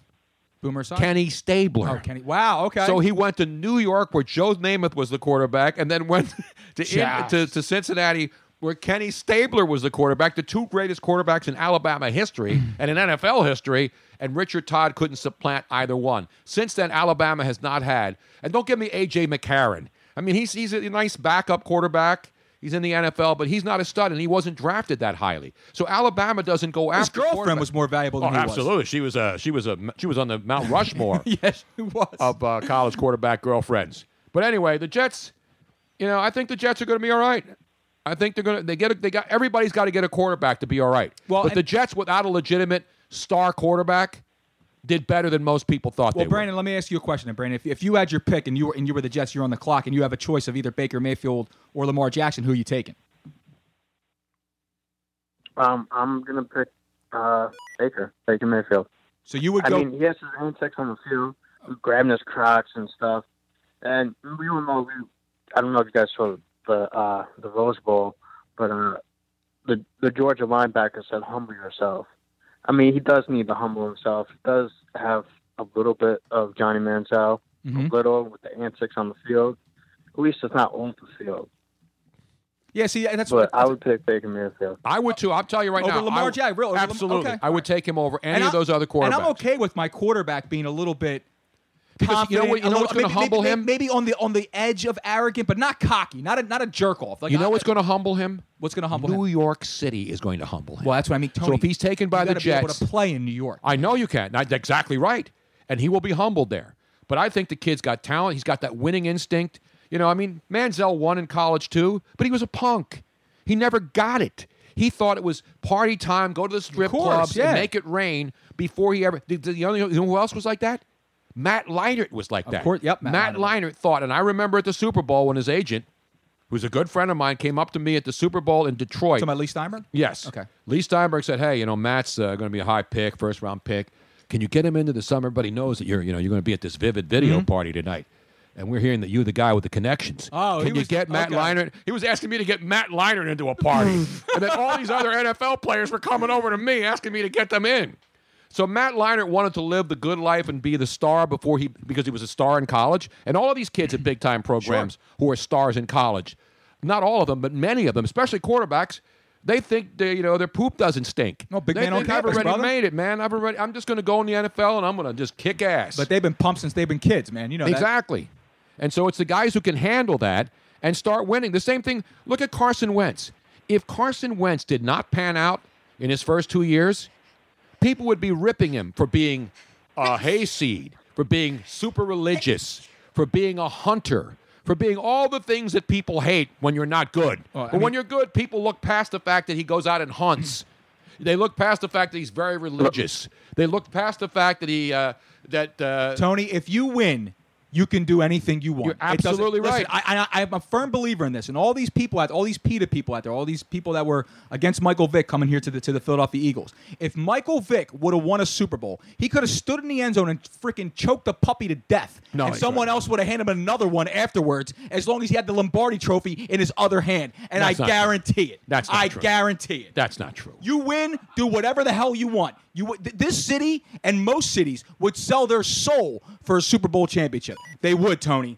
Speaker 6: Boomer Esiason?
Speaker 5: Kenny Stabler.
Speaker 6: Oh, Kenny. Wow. Okay.
Speaker 5: So he went to New York where Joe Namath was the quarterback, and then went [laughs] to, in,
Speaker 6: Yes.
Speaker 5: to to Cincinnati where Kenny Stabler was the quarterback, the two greatest quarterbacks in Alabama
Speaker 6: [clears throat]
Speaker 5: history and in NFL history, and Richard Todd couldn't supplant either one. Since then, Alabama has not had. And don't give me AJ McCarron. I mean, he's he's a nice backup quarterback. He's in the NFL, but he's not a stud, and he wasn't drafted that highly. So Alabama doesn't go after. His
Speaker 6: girlfriend was more valuable than
Speaker 5: oh,
Speaker 6: he was.
Speaker 5: absolutely. She was a she was a she was on the Mount Rushmore.
Speaker 6: [laughs] yes, she was
Speaker 5: of uh, college quarterback girlfriends. But anyway, the Jets, you know, I think the Jets are going to be all right. I think they're going to they get a, they got everybody's got to get a quarterback to be all right. Well, but the Jets without a legitimate star quarterback did better than most people thought
Speaker 6: Well,
Speaker 5: they
Speaker 6: Brandon, let me ask you a question. then, Brandon, if, if you had your pick and you were and you were the Jets, you're on the clock, and you have a choice of either Baker Mayfield or Lamar Jackson, who are you taking?
Speaker 12: Um, I'm gonna pick uh, Baker. Baker Mayfield.
Speaker 6: So you would
Speaker 12: I
Speaker 6: go.
Speaker 12: mean, he has his antics on the field, grabbing his crotch and stuff. And we were more. We, I don't know if you guys saw the uh, the Rose Bowl, but uh, the the Georgia linebacker said, "Humble yourself." I mean, he does need to humble himself. He does have a little bit of Johnny Manziel,
Speaker 5: Mm-hmm.
Speaker 12: a little with the antics on the field. At least it's not on the field.
Speaker 6: yeah, see, that's
Speaker 12: but I would pick Baker Mayfield.
Speaker 5: I would too. I'll tell you right
Speaker 6: Over
Speaker 5: now.
Speaker 6: Lamar
Speaker 5: I-
Speaker 6: Jack- real- over Lam-
Speaker 5: absolutely.
Speaker 6: okay.
Speaker 5: I would take him over any
Speaker 6: And
Speaker 5: of
Speaker 6: I-
Speaker 5: those other quarterbacks.
Speaker 6: And I'm okay with my quarterback being a little bit.
Speaker 5: Because you know
Speaker 6: confident,
Speaker 5: what- you
Speaker 6: a
Speaker 5: know
Speaker 6: little-
Speaker 5: what's gonna
Speaker 6: maybe-
Speaker 5: humble
Speaker 6: maybe-
Speaker 5: him?
Speaker 6: Maybe on the on the edge of arrogant, but not cocky, not a not a jerk off. Like
Speaker 5: you know
Speaker 6: I-
Speaker 5: what's going to humble him?
Speaker 6: What's going to humble
Speaker 5: New
Speaker 6: him?
Speaker 5: York City is going to humble him.
Speaker 6: Well, that's what I mean. Tony,
Speaker 5: so if he's taken by
Speaker 6: you
Speaker 5: the
Speaker 6: gotta be able
Speaker 5: Jets,
Speaker 6: to play in New York.
Speaker 5: I know you can. That's exactly right. And he will be humbled there. But I think the kid's got talent. He's got that winning instinct. You know, I mean, Manziel won in college too, but he was a punk. He never got it. He thought it was party time, go to the strip
Speaker 6: course,
Speaker 5: clubs,
Speaker 6: yeah.
Speaker 5: and make it rain before he ever. The, the, the only, you know who else was like that? Matt Leinart was like that.
Speaker 6: course, yep, Matt
Speaker 5: Matt, Leinart. thought, and I remember at the Super Bowl when his agent, who's a good friend of mine, came up to me at the Super Bowl in Detroit.
Speaker 6: To my Lee Steinberg.
Speaker 5: Yes. Okay. Lee Steinberg said, "Hey, you know, Matt's uh, going to be a high pick, first round pick. Can you get him into the summer? But he knows that you're, you know, you're going to be at this Vivid Video party tonight." And we're hearing that you're the guy with the connections.
Speaker 6: Oh,
Speaker 5: Can
Speaker 6: he
Speaker 5: you
Speaker 6: was-
Speaker 5: get Matt
Speaker 6: okay.
Speaker 5: Leinart? He was asking me to get Matt Leinart into a party,
Speaker 6: [laughs]
Speaker 5: and then all these other NFL players were coming over to me asking me to get them in. So Matt Leinart wanted to live the good life and be the star before he because he was a star in college, and all of these kids at big time programs who are stars in college, not all of them, but many of them, especially quarterbacks, they think they, you know their poop doesn't stink. No,
Speaker 6: big
Speaker 5: they
Speaker 6: man on
Speaker 5: think, I've
Speaker 6: campus,
Speaker 5: already
Speaker 6: brother."
Speaker 5: made it, man. I've already. I'm just going to go in the NFL and I'm going to just kick ass.
Speaker 6: But they've been pumped since they've been kids, man. You know that.
Speaker 5: exactly. And so it's the guys who can handle that and start winning. The same thing. Look at Carson Wentz. If Carson Wentz did not pan out in his first two years, people would be ripping him for being a hayseed, for being super religious, for being a hunter, for being all the things that people hate when you're not good. but when you're good, people look past the fact that he goes out and hunts. They look past the fact that he's very religious. They look past the fact that he uh, that uh,
Speaker 6: Tony, if you win, you can do anything you want.
Speaker 5: You're
Speaker 6: It doesn't-
Speaker 5: absolutely
Speaker 6: listen,
Speaker 5: right.
Speaker 6: I, I, I'm a firm believer in this, and all these people out, all these PETA people out there, all these people that were against Michael Vick coming here to the to the Philadelphia Eagles. If Michael Vick would have won a Super Bowl, he could have stood in the end zone and freaking choked the puppy to death,
Speaker 5: No,
Speaker 6: and
Speaker 5: he's
Speaker 6: someone else would have handed him another one afterwards, as long as he had the Lombardi Trophy in his other hand. And
Speaker 5: That's
Speaker 6: I
Speaker 5: not true.
Speaker 6: guarantee it.
Speaker 5: That's not
Speaker 6: I
Speaker 5: true.
Speaker 6: guarantee it.
Speaker 5: That's not true.
Speaker 6: You win, do whatever the hell you want. You th- this city and most cities would sell their soul for a Super Bowl championship. They would, Tony.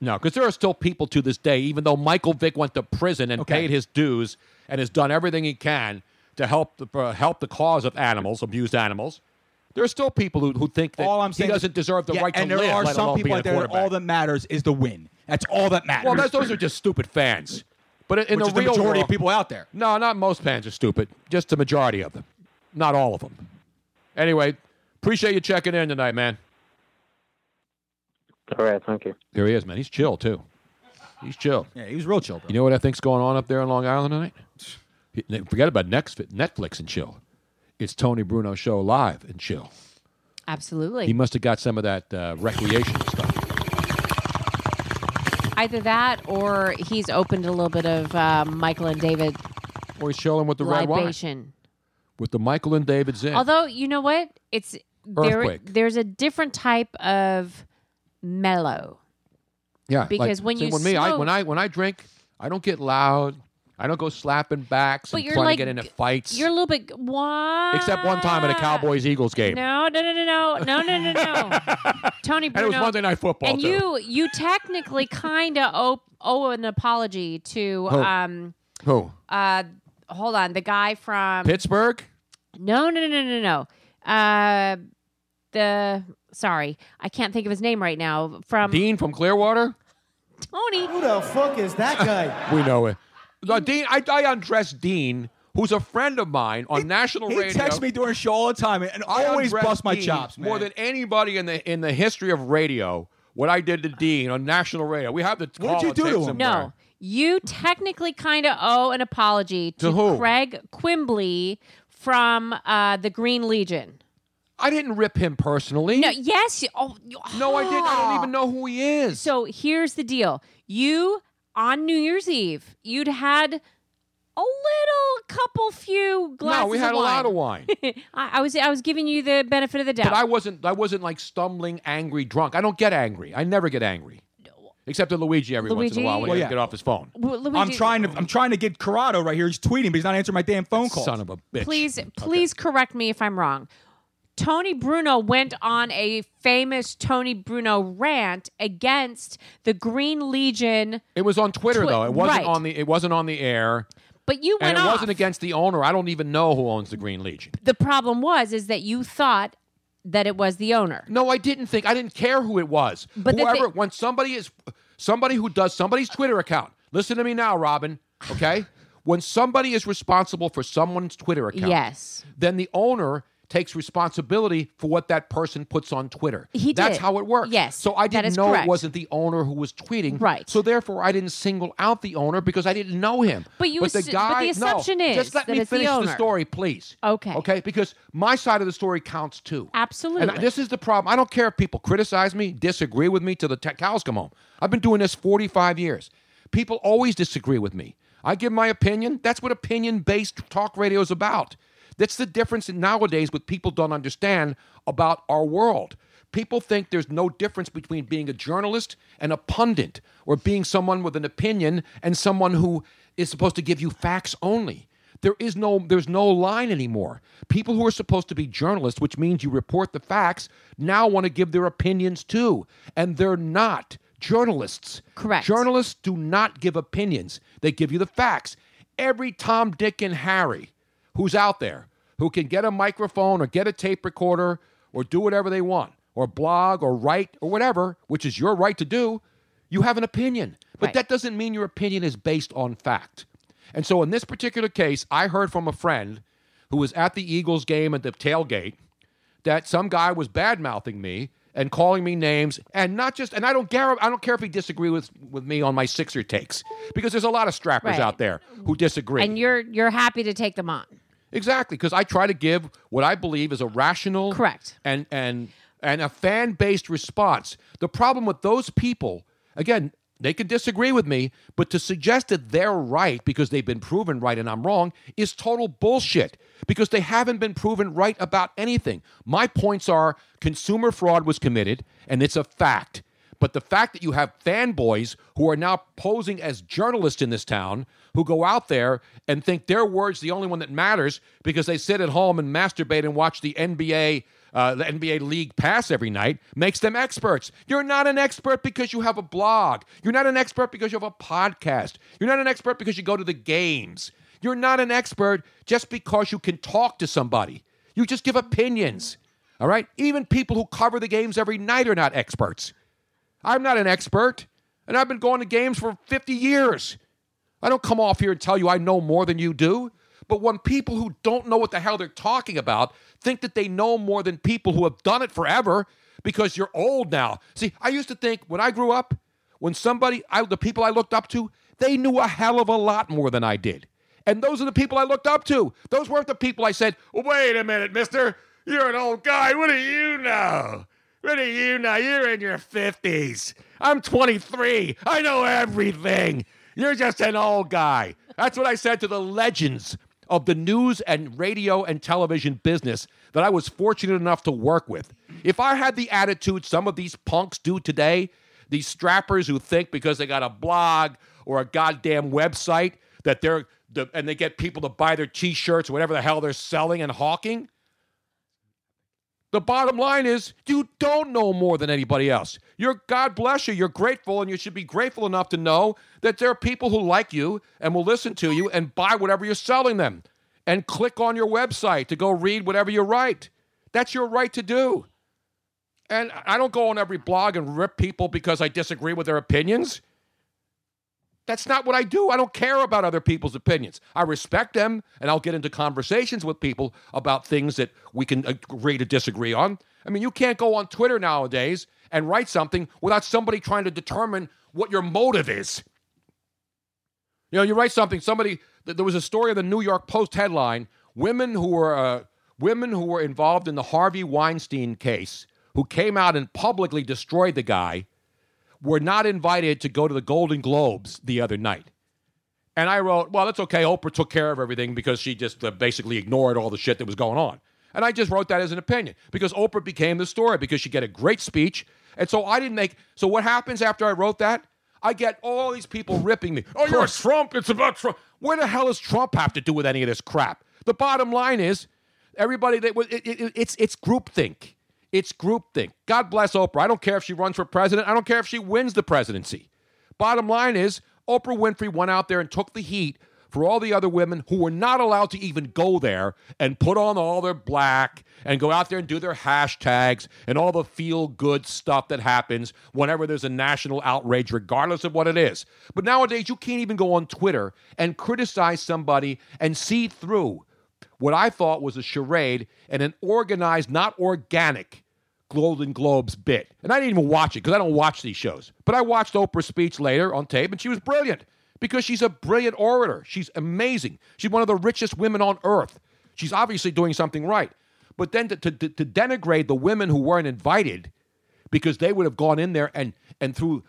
Speaker 5: No, because there are still people to this day, even though Michael Vick went to prison and
Speaker 6: Okay.
Speaker 5: paid his dues and has done everything he can to help the, uh, help the cause of animals, abused animals. There are still people who, who think that
Speaker 6: all I'm
Speaker 5: he
Speaker 6: saying
Speaker 5: doesn't deserve the
Speaker 6: Yeah,
Speaker 5: right to
Speaker 6: and
Speaker 5: live.
Speaker 6: there are
Speaker 5: let
Speaker 6: some
Speaker 5: alone
Speaker 6: people
Speaker 5: being
Speaker 6: out
Speaker 5: a
Speaker 6: there. and
Speaker 5: quarterback.
Speaker 6: All that matters is the win. That's all that matters.
Speaker 5: well, that's, those are just stupid fans. But in, in
Speaker 6: Which
Speaker 5: the
Speaker 6: is the
Speaker 5: real
Speaker 6: majority
Speaker 5: world,
Speaker 6: of people out there.
Speaker 5: No, not most fans are stupid. Just the majority of them, not all of them. Anyway, appreciate you checking in tonight, man.
Speaker 12: All right, thank you.
Speaker 5: There he is, man. He's chill too. He's chill.
Speaker 6: Yeah, he was real chill, bro.
Speaker 5: You know what I think's going on up there on Long Island tonight? Forget about Nex- Netflix and chill. It's Tony Bruno show live and chill.
Speaker 7: Absolutely.
Speaker 5: He must have got some of that uh, recreation stuff.
Speaker 7: Either that or he's opened a little bit of uh, Michael and David
Speaker 5: Or he's chilling with the red wine.
Speaker 7: libation.
Speaker 5: With the Michael and David Zinn.
Speaker 7: Although, you know what? It's there,
Speaker 5: Earthquake.
Speaker 7: there's a different type of mellow.
Speaker 5: yeah,
Speaker 7: because when
Speaker 5: see,
Speaker 7: you
Speaker 5: when me, I,
Speaker 7: smoke-
Speaker 5: when I when I drink, I don't get loud. I don't go slapping backs
Speaker 7: But
Speaker 5: and
Speaker 7: you're
Speaker 5: trying
Speaker 7: like-
Speaker 5: to get into fights.
Speaker 7: You're a little bit why?
Speaker 5: Except one time at a Cowboys Eagles game,
Speaker 7: No, no, no, no, no, no, no, no, no.
Speaker 5: [laughs]
Speaker 7: Tony
Speaker 5: and
Speaker 7: Bruno.
Speaker 5: it was Monday Night Football.
Speaker 7: and
Speaker 5: too.
Speaker 7: you you technically kind of owe, owe an apology to
Speaker 5: Who?
Speaker 7: um
Speaker 5: who
Speaker 7: uh hold on the guy from
Speaker 5: Pittsburgh?
Speaker 7: no no no no no no uh the sorry I can't think of his name right now from
Speaker 5: Dean from Clearwater.
Speaker 7: Tony
Speaker 13: Who the fuck is that guy?
Speaker 5: [laughs] We know it. No, Uh, Dean, I, I undressed Dean, who's a friend of mine on national
Speaker 6: He
Speaker 5: radio.
Speaker 6: texts me during show all the time and
Speaker 5: I
Speaker 6: always
Speaker 5: undressed
Speaker 6: bust my
Speaker 5: Dean
Speaker 6: chops, man.
Speaker 5: more than anybody in the in the history of radio. What I did to Dean on national radio. We have the.
Speaker 6: What did you do to him?
Speaker 7: no you technically kind of owe an apology to,
Speaker 5: To who?
Speaker 7: Craig Quimbley from uh the Green Legion
Speaker 5: I didn't rip him personally.
Speaker 7: no yes you- oh you-
Speaker 5: No, I didn't. I don't
Speaker 7: Ah.
Speaker 5: even know who he is.
Speaker 7: So here's the deal. You on New Year's Eve, you'd had a little couple few glasses.
Speaker 5: No, we had a lot of wine.
Speaker 7: [laughs] I, I was I was giving you the benefit of the doubt.
Speaker 5: But I wasn't. I wasn't like stumbling, angry, drunk. I don't get angry. I never get angry, except to Luigi every once in a while
Speaker 6: Luigi?
Speaker 5: when he
Speaker 6: Well, yeah.
Speaker 5: get off his phone.
Speaker 6: I'm trying to I'm trying to get Corrado right here. He's tweeting, but he's not answering my damn phone call.
Speaker 5: Son of a bitch.
Speaker 7: Please, please correct me if I'm wrong. Tony Bruno went on a famous Tony Bruno rant against the Green Legion,
Speaker 5: It was on Twitter
Speaker 7: Twi-
Speaker 5: though. It wasn't
Speaker 7: right.
Speaker 5: on the. It wasn't on the air.
Speaker 7: but you went
Speaker 5: and it
Speaker 7: off.
Speaker 5: wasn't against the owner. I don't even know who owns the Green Legion.
Speaker 7: the problem was is that you thought that it was the owner.
Speaker 5: No, I didn't think. I didn't care who it was.
Speaker 7: But the
Speaker 5: whoever,
Speaker 7: thi-
Speaker 5: when somebody is, somebody who does somebody's Twitter account. Listen to me now, Robin. Okay, when somebody is responsible for someone's Twitter account,
Speaker 7: Yes.
Speaker 5: then the owner takes responsibility for what that person puts on Twitter.
Speaker 7: He
Speaker 5: That's
Speaker 7: did.
Speaker 5: how it works.
Speaker 7: Yes,
Speaker 5: So I
Speaker 7: that
Speaker 5: didn't
Speaker 7: is
Speaker 5: know
Speaker 7: correct.
Speaker 5: it wasn't the owner who was tweeting. Right. So therefore, I didn't single out the owner because I didn't know him.
Speaker 7: But you
Speaker 5: But the
Speaker 7: assu- but
Speaker 5: guy.
Speaker 7: the assumption
Speaker 5: no,
Speaker 7: is
Speaker 5: Just let
Speaker 7: that
Speaker 5: me
Speaker 7: it's the
Speaker 5: finish
Speaker 7: owner.
Speaker 5: story, please.
Speaker 7: Okay.
Speaker 5: Okay. Because my side of the story counts too.
Speaker 7: Absolutely.
Speaker 5: And I- this is the problem. I don't care if people criticize me, disagree with me till the t- cows come home. I've been doing this 45 years. People always disagree with me. I give my opinion. That's what opinion based talk radio is about. That's the difference in nowadays what people don't understand about our world. People think there's no difference between being a journalist and a pundit or being someone with an opinion and someone who is supposed to give you facts only. There is no there's no line anymore. People who are supposed to be journalists, which means you report the facts, now want to give their opinions too, and they're not journalists. Correct. Journalists do not give opinions. They give you the facts. Every Tom Dick and Harry who's out there who can get a microphone or get a tape recorder or do whatever they want or blog or write or whatever, which is your right to do, you have an opinion. But that doesn't mean your opinion is based on fact. And so in this particular case, I heard from a friend who was at the Eagles game at the tailgate that some guy was bad mouthing me and calling me names and not just and I don't care I don't care if he disagrees with, with me on my Sixer takes because there's a lot of strappers
Speaker 7: Right.
Speaker 5: out there who disagree.
Speaker 7: And you're you're happy to take them on.
Speaker 5: Exactly, because I try to give what I believe is a rational, correct, and and and a fan based response. The problem with those people, again, they can disagree with me, but to suggest that they're right because they've been proven right and I'm wrong is total bullshit. Because they haven't been proven right about anything. My points are consumer fraud was committed, and it's a fact. But the fact that you have fanboys who are now posing as journalists in this town who go out there and think their word's the only one that matters because they sit at home and masturbate and watch the NBA. Uh, the NBA league pass every night makes them experts. You're not an expert because you have a blog. You're not an expert because you have a podcast. You're not an expert because you go to the games. You're not an expert just because you can talk to somebody. You just give opinions. All right? Even people who cover the games every night are not experts. I'm not an expert, and I've been going to games for 50 years. I don't come off here and tell you I know more than you do. But when people who don't know what the hell they're talking about think that they know more than people who have done it forever because you're old now. See, I used to think when I grew up, when somebody, I, the people I looked up to, they knew a hell of a lot more than I did. And those are the people I looked up to. Those weren't the people I said, wait a minute, mister, you're an old guy. What do you know? What do you know? You're in your 50s. I'm 23. I know everything. You're just an old guy. That's what I said to the legends of the news and radio and television business that I was fortunate enough to work with. If I had the attitude some of these punks do today, these strappers who think because they got a blog or a goddamn website that they're the, and they get people to buy their t-shirts or whatever the hell they're selling and hawking. The bottom line is you don't know more than anybody else. You're God bless you. You're grateful, and you should be grateful enough to know that there are people who like you and will listen to you and buy whatever you're selling them and click on your website to go read whatever you write. That's your right to do. And I- I don't go on every blog and rip people because I disagree with their opinions. That's not what I do. I don't care about other people's opinions. I respect them, and I'll get into conversations with people about things that we can agree to disagree on. I mean, you can't go on Twitter nowadays and write something without somebody trying to determine what your motive is. You know, you write something. Somebody th- there was a story in the New York Post headline: women who were uh, women who were involved in the Harvey Weinstein case, who came out and publicly destroyed the guy, were not invited to go to the Golden Globes the other night. And I wrote, well, that's okay. Oprah took care of everything because she just uh, basically ignored all the shit that was going on. And I just wrote that as an opinion because Oprah became the story because she get a great speech. And so I didn't make. So what happens after I wrote that? I get all these people ripping me. Oh, you're a Trump. It's about Trump. Where the hell does Trump have to do with any of this crap? The bottom line is, everybody that was it, it, it's it's groupthink. It's groupthink. God bless Oprah. I don't care if she runs for president. I don't care if she wins the presidency. Bottom line is, Oprah Winfrey went out there and took the heat for all the other women who were not allowed to even go there and put on all their black and go out there and do their hashtags and all the feel good stuff that happens whenever there's a national outrage, regardless of what it is. But nowadays, you can't even go on Twitter and criticize somebody and see through what I thought was a charade and an organized, not organic, Golden Globes bit. And I didn't even watch it because I don't watch these shows. But I watched Oprah's speech later on tape, and she was brilliant because she's a brilliant orator. She's amazing. She's one of the richest women on earth. She's obviously doing something right. But then to, to, to to denigrate the women who weren't invited because they would have gone in there and, and through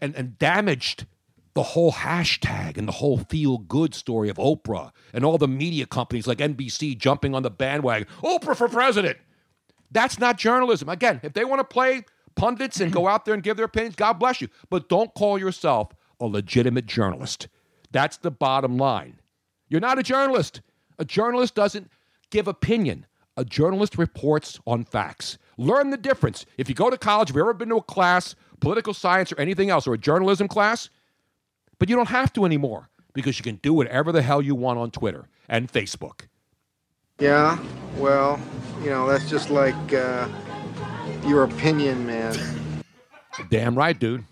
Speaker 5: and, and damaged the whole hashtag and the whole feel good story of Oprah and all the media companies like NBC jumping on the bandwagon. Oprah for president. That's not journalism. Again, if they want to play pundits and go out there and give their opinions, God bless you. But don't call yourself a legitimate journalist. That's the bottom line. You're not a journalist. A journalist doesn't give opinion. A journalist reports on facts. Learn the difference. If you go to college, if you've ever been to a class, political science or anything else, or a journalism class, but you don't have to anymore because you can do whatever the hell you want on Twitter and Facebook.
Speaker 14: Yeah, well, you know, that's just like uh, your opinion, man.
Speaker 5: Damn right, dude.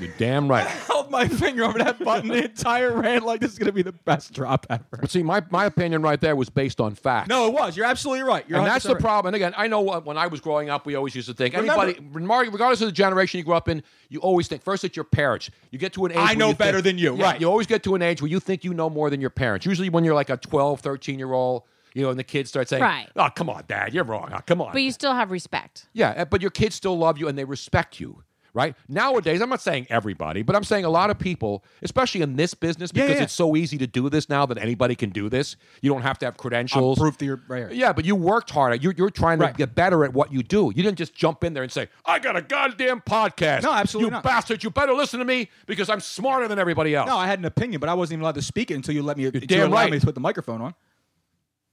Speaker 5: You're damn
Speaker 6: [laughs]
Speaker 5: right.
Speaker 6: held my finger over that button the entire rant like this is going to be the best drop ever.
Speaker 5: But see, my, my opinion right there was based on facts.
Speaker 6: No, it was. You're absolutely right. You're
Speaker 5: and that's the
Speaker 6: 100% right.
Speaker 5: problem. And again, I know what- when I was growing up, we always used to think
Speaker 6: Remember-
Speaker 5: anybody, remar- regardless of the generation you grew up in, you always think first at your parents. You get to an age.
Speaker 6: I
Speaker 5: where
Speaker 6: know
Speaker 5: you
Speaker 6: better
Speaker 5: think-
Speaker 6: than you,
Speaker 5: Yeah,
Speaker 6: right.
Speaker 5: You always get to an age where you think you know more than your parents. Usually, when you're like a 12, 13 year old, you know, and the kids start saying,
Speaker 7: Right.
Speaker 5: "Oh, come on, Dad, you're wrong. Oh, come on."
Speaker 7: But you still have respect.
Speaker 5: Yeah, eh, but your kids still love you and they respect you, right? Nowadays, I'm not saying everybody, but I'm saying a lot of people, especially in this business, because
Speaker 6: yeah.
Speaker 5: it's so easy to do this now that anybody can do this. You don't have to have credentials.
Speaker 6: Proof to your right.
Speaker 5: yeah, but you worked hard. You're, you're trying to
Speaker 6: Right.
Speaker 5: get better at what you do. You didn't just jump in there and say, I got a goddamn podcast.
Speaker 6: No, absolutely
Speaker 5: You
Speaker 6: not.
Speaker 5: bastard, you better listen to me because I'm smarter than everybody else.
Speaker 6: No, I had an opinion, but I wasn't even allowed to speak it until you let me. until you
Speaker 5: damn
Speaker 6: allowed
Speaker 5: right.
Speaker 6: me to put the microphone on.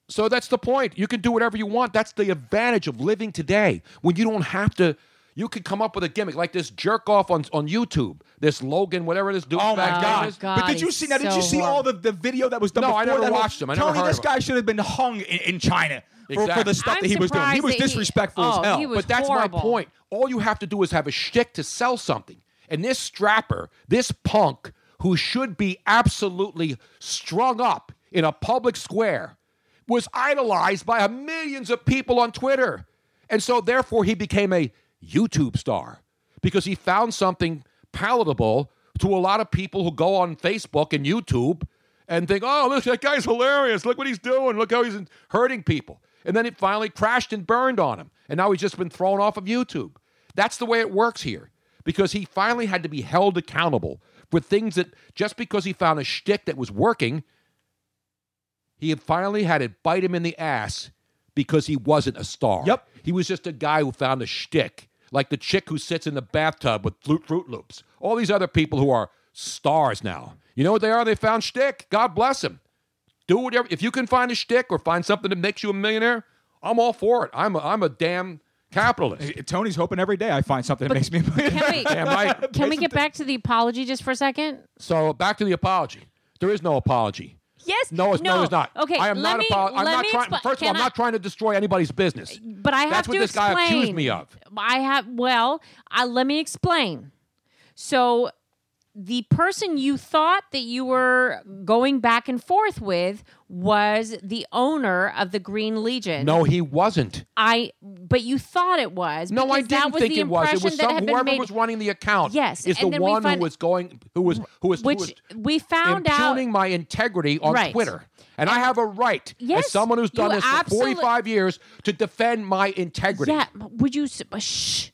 Speaker 5: So that's the point. You can do whatever you want. That's the advantage of living today when you don't have to. You can come up with a gimmick like this jerk off on, on YouTube, this Logan, whatever this dude.
Speaker 6: Oh my
Speaker 5: back
Speaker 6: god!
Speaker 5: is.
Speaker 6: but did you see now? Did you see all the, the video that was done?
Speaker 5: No,
Speaker 6: before
Speaker 5: I never
Speaker 6: that whole-
Speaker 5: watched him. I never
Speaker 6: Tony,
Speaker 5: heard
Speaker 6: this
Speaker 5: of
Speaker 6: guy should have been hung in, in China for- for,
Speaker 5: Exactly.
Speaker 6: the stuff
Speaker 7: I'm
Speaker 6: that he was doing. He
Speaker 7: surprised
Speaker 6: was
Speaker 7: that he-
Speaker 6: disrespectful
Speaker 7: oh,
Speaker 6: as hell.
Speaker 7: he was
Speaker 5: but that's
Speaker 7: horrible.
Speaker 5: my point. All you have to do is have a shtick to sell something. And this strapper, this punk, who should be absolutely strung up in a public square, was idolized by millions of people on Twitter. And so, therefore, he became a YouTube star because he found something palatable to a lot of people who go on Facebook and YouTube and think, oh, look, that guy's hilarious. Look what he's doing. Look how he's hurting people. And then it finally crashed and burned on him. And now he's just been thrown off of YouTube. That's the way it works here because he finally had to be held accountable for things that just because he found a shtick that was working, he had finally had it bite him in the ass because he wasn't a star. Yep. He was just a guy who found a shtick, like the chick who sits in the bathtub with Fruit, fruit Loops. All these other people who are stars now. You know what they are? They found shtick. God bless them. Do whatever. If you can find a shtick or find something that makes you a millionaire, I'm all for it. I'm a, I'm a damn capitalist.
Speaker 6: Tony's hoping every day I find something that makes me.
Speaker 7: Can
Speaker 5: [laughs]
Speaker 7: we,
Speaker 5: Damn right.
Speaker 7: can we get back to the apology just for a second?
Speaker 5: So back to the apology. There is no apology.
Speaker 7: Yes.
Speaker 5: No, it's, no,
Speaker 7: no
Speaker 5: it's not.
Speaker 7: Okay.
Speaker 5: I am
Speaker 7: let
Speaker 5: not
Speaker 7: me,
Speaker 5: apolog- I'm
Speaker 7: let
Speaker 5: not
Speaker 7: me
Speaker 5: trying.
Speaker 7: expl-
Speaker 5: First of all,
Speaker 7: can
Speaker 5: I'm not trying to destroy anybody's business.
Speaker 7: But I have
Speaker 5: That's
Speaker 7: to
Speaker 5: what this
Speaker 7: explain.
Speaker 5: guy accused me of.
Speaker 7: I have. Well, I, let me explain. So, the person you thought that you were going back and forth with was the owner of the Green Legion.
Speaker 5: No, he wasn't.
Speaker 7: I. But you thought it was.
Speaker 5: No, I
Speaker 7: because that
Speaker 5: didn't
Speaker 7: was
Speaker 5: think
Speaker 7: the
Speaker 5: it was. It
Speaker 7: impression
Speaker 5: was
Speaker 7: that
Speaker 5: some,
Speaker 7: had been
Speaker 5: whoever
Speaker 7: made,
Speaker 5: was running the account.
Speaker 7: Yes,
Speaker 5: is
Speaker 7: and
Speaker 5: the
Speaker 7: then we
Speaker 5: one
Speaker 7: find-
Speaker 5: who was going, who was, who was,
Speaker 7: Which
Speaker 5: who was
Speaker 7: we found out-
Speaker 5: impugning my integrity on
Speaker 7: Right.
Speaker 5: Twitter, and, I have a right
Speaker 7: Yes,
Speaker 5: as someone who's done
Speaker 7: you
Speaker 5: this for
Speaker 7: absolute-
Speaker 5: 45 years to defend my integrity.
Speaker 7: Yeah. Would you? s- Shh.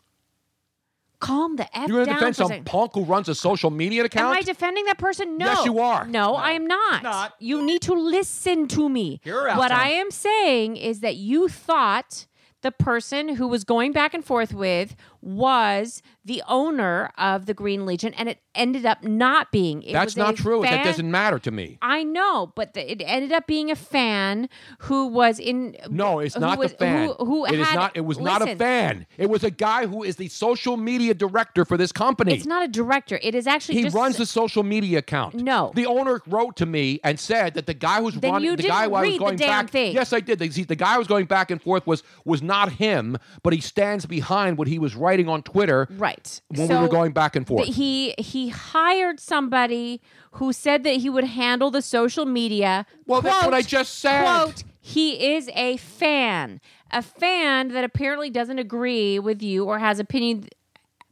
Speaker 7: calm the uh, f
Speaker 5: You're going
Speaker 7: down
Speaker 5: to defend
Speaker 7: for a
Speaker 5: some
Speaker 7: second.
Speaker 5: punk who runs a social media
Speaker 7: Am I
Speaker 5: account?
Speaker 7: defending that person? No.
Speaker 5: Yes, you are.
Speaker 7: No, I am not. You need to listen to me.
Speaker 5: Hear her out,
Speaker 7: what
Speaker 5: Tom.
Speaker 7: I am saying is that you thought the person who was going back and forth with was the owner of the Green Legion, and it ended up not being. It was
Speaker 5: That's
Speaker 7: a
Speaker 5: not true. That
Speaker 7: fan-
Speaker 5: doesn't matter to me.
Speaker 7: I know, but the, it ended up being a fan who was in.
Speaker 5: No, it's
Speaker 7: who
Speaker 5: not
Speaker 7: was-
Speaker 5: the fan.
Speaker 7: Who, who
Speaker 5: It is
Speaker 7: had-
Speaker 5: not. It was not a
Speaker 7: listen,
Speaker 5: fan. It was a guy who is the social media director for this company.
Speaker 7: It's not a director. It is actually
Speaker 5: he
Speaker 7: just
Speaker 5: runs the social media account. No, the owner wrote to me and said that the guy who's
Speaker 7: Then
Speaker 5: running
Speaker 7: you
Speaker 5: the
Speaker 7: didn't
Speaker 5: guy who I was
Speaker 7: read the
Speaker 5: going
Speaker 7: damn
Speaker 5: back.
Speaker 7: thing.
Speaker 5: Yes, I did. The, the guy who was going back and forth was was not him, but he stands behind what he was writing on Twitter.
Speaker 7: Right.
Speaker 5: When we were
Speaker 7: So
Speaker 5: going back and forth.
Speaker 7: But he he hired somebody who said that he would handle the social media.
Speaker 5: Well, that's what I just said.
Speaker 7: Quote: He is a fan, a fan that apparently doesn't agree with you or has opinion,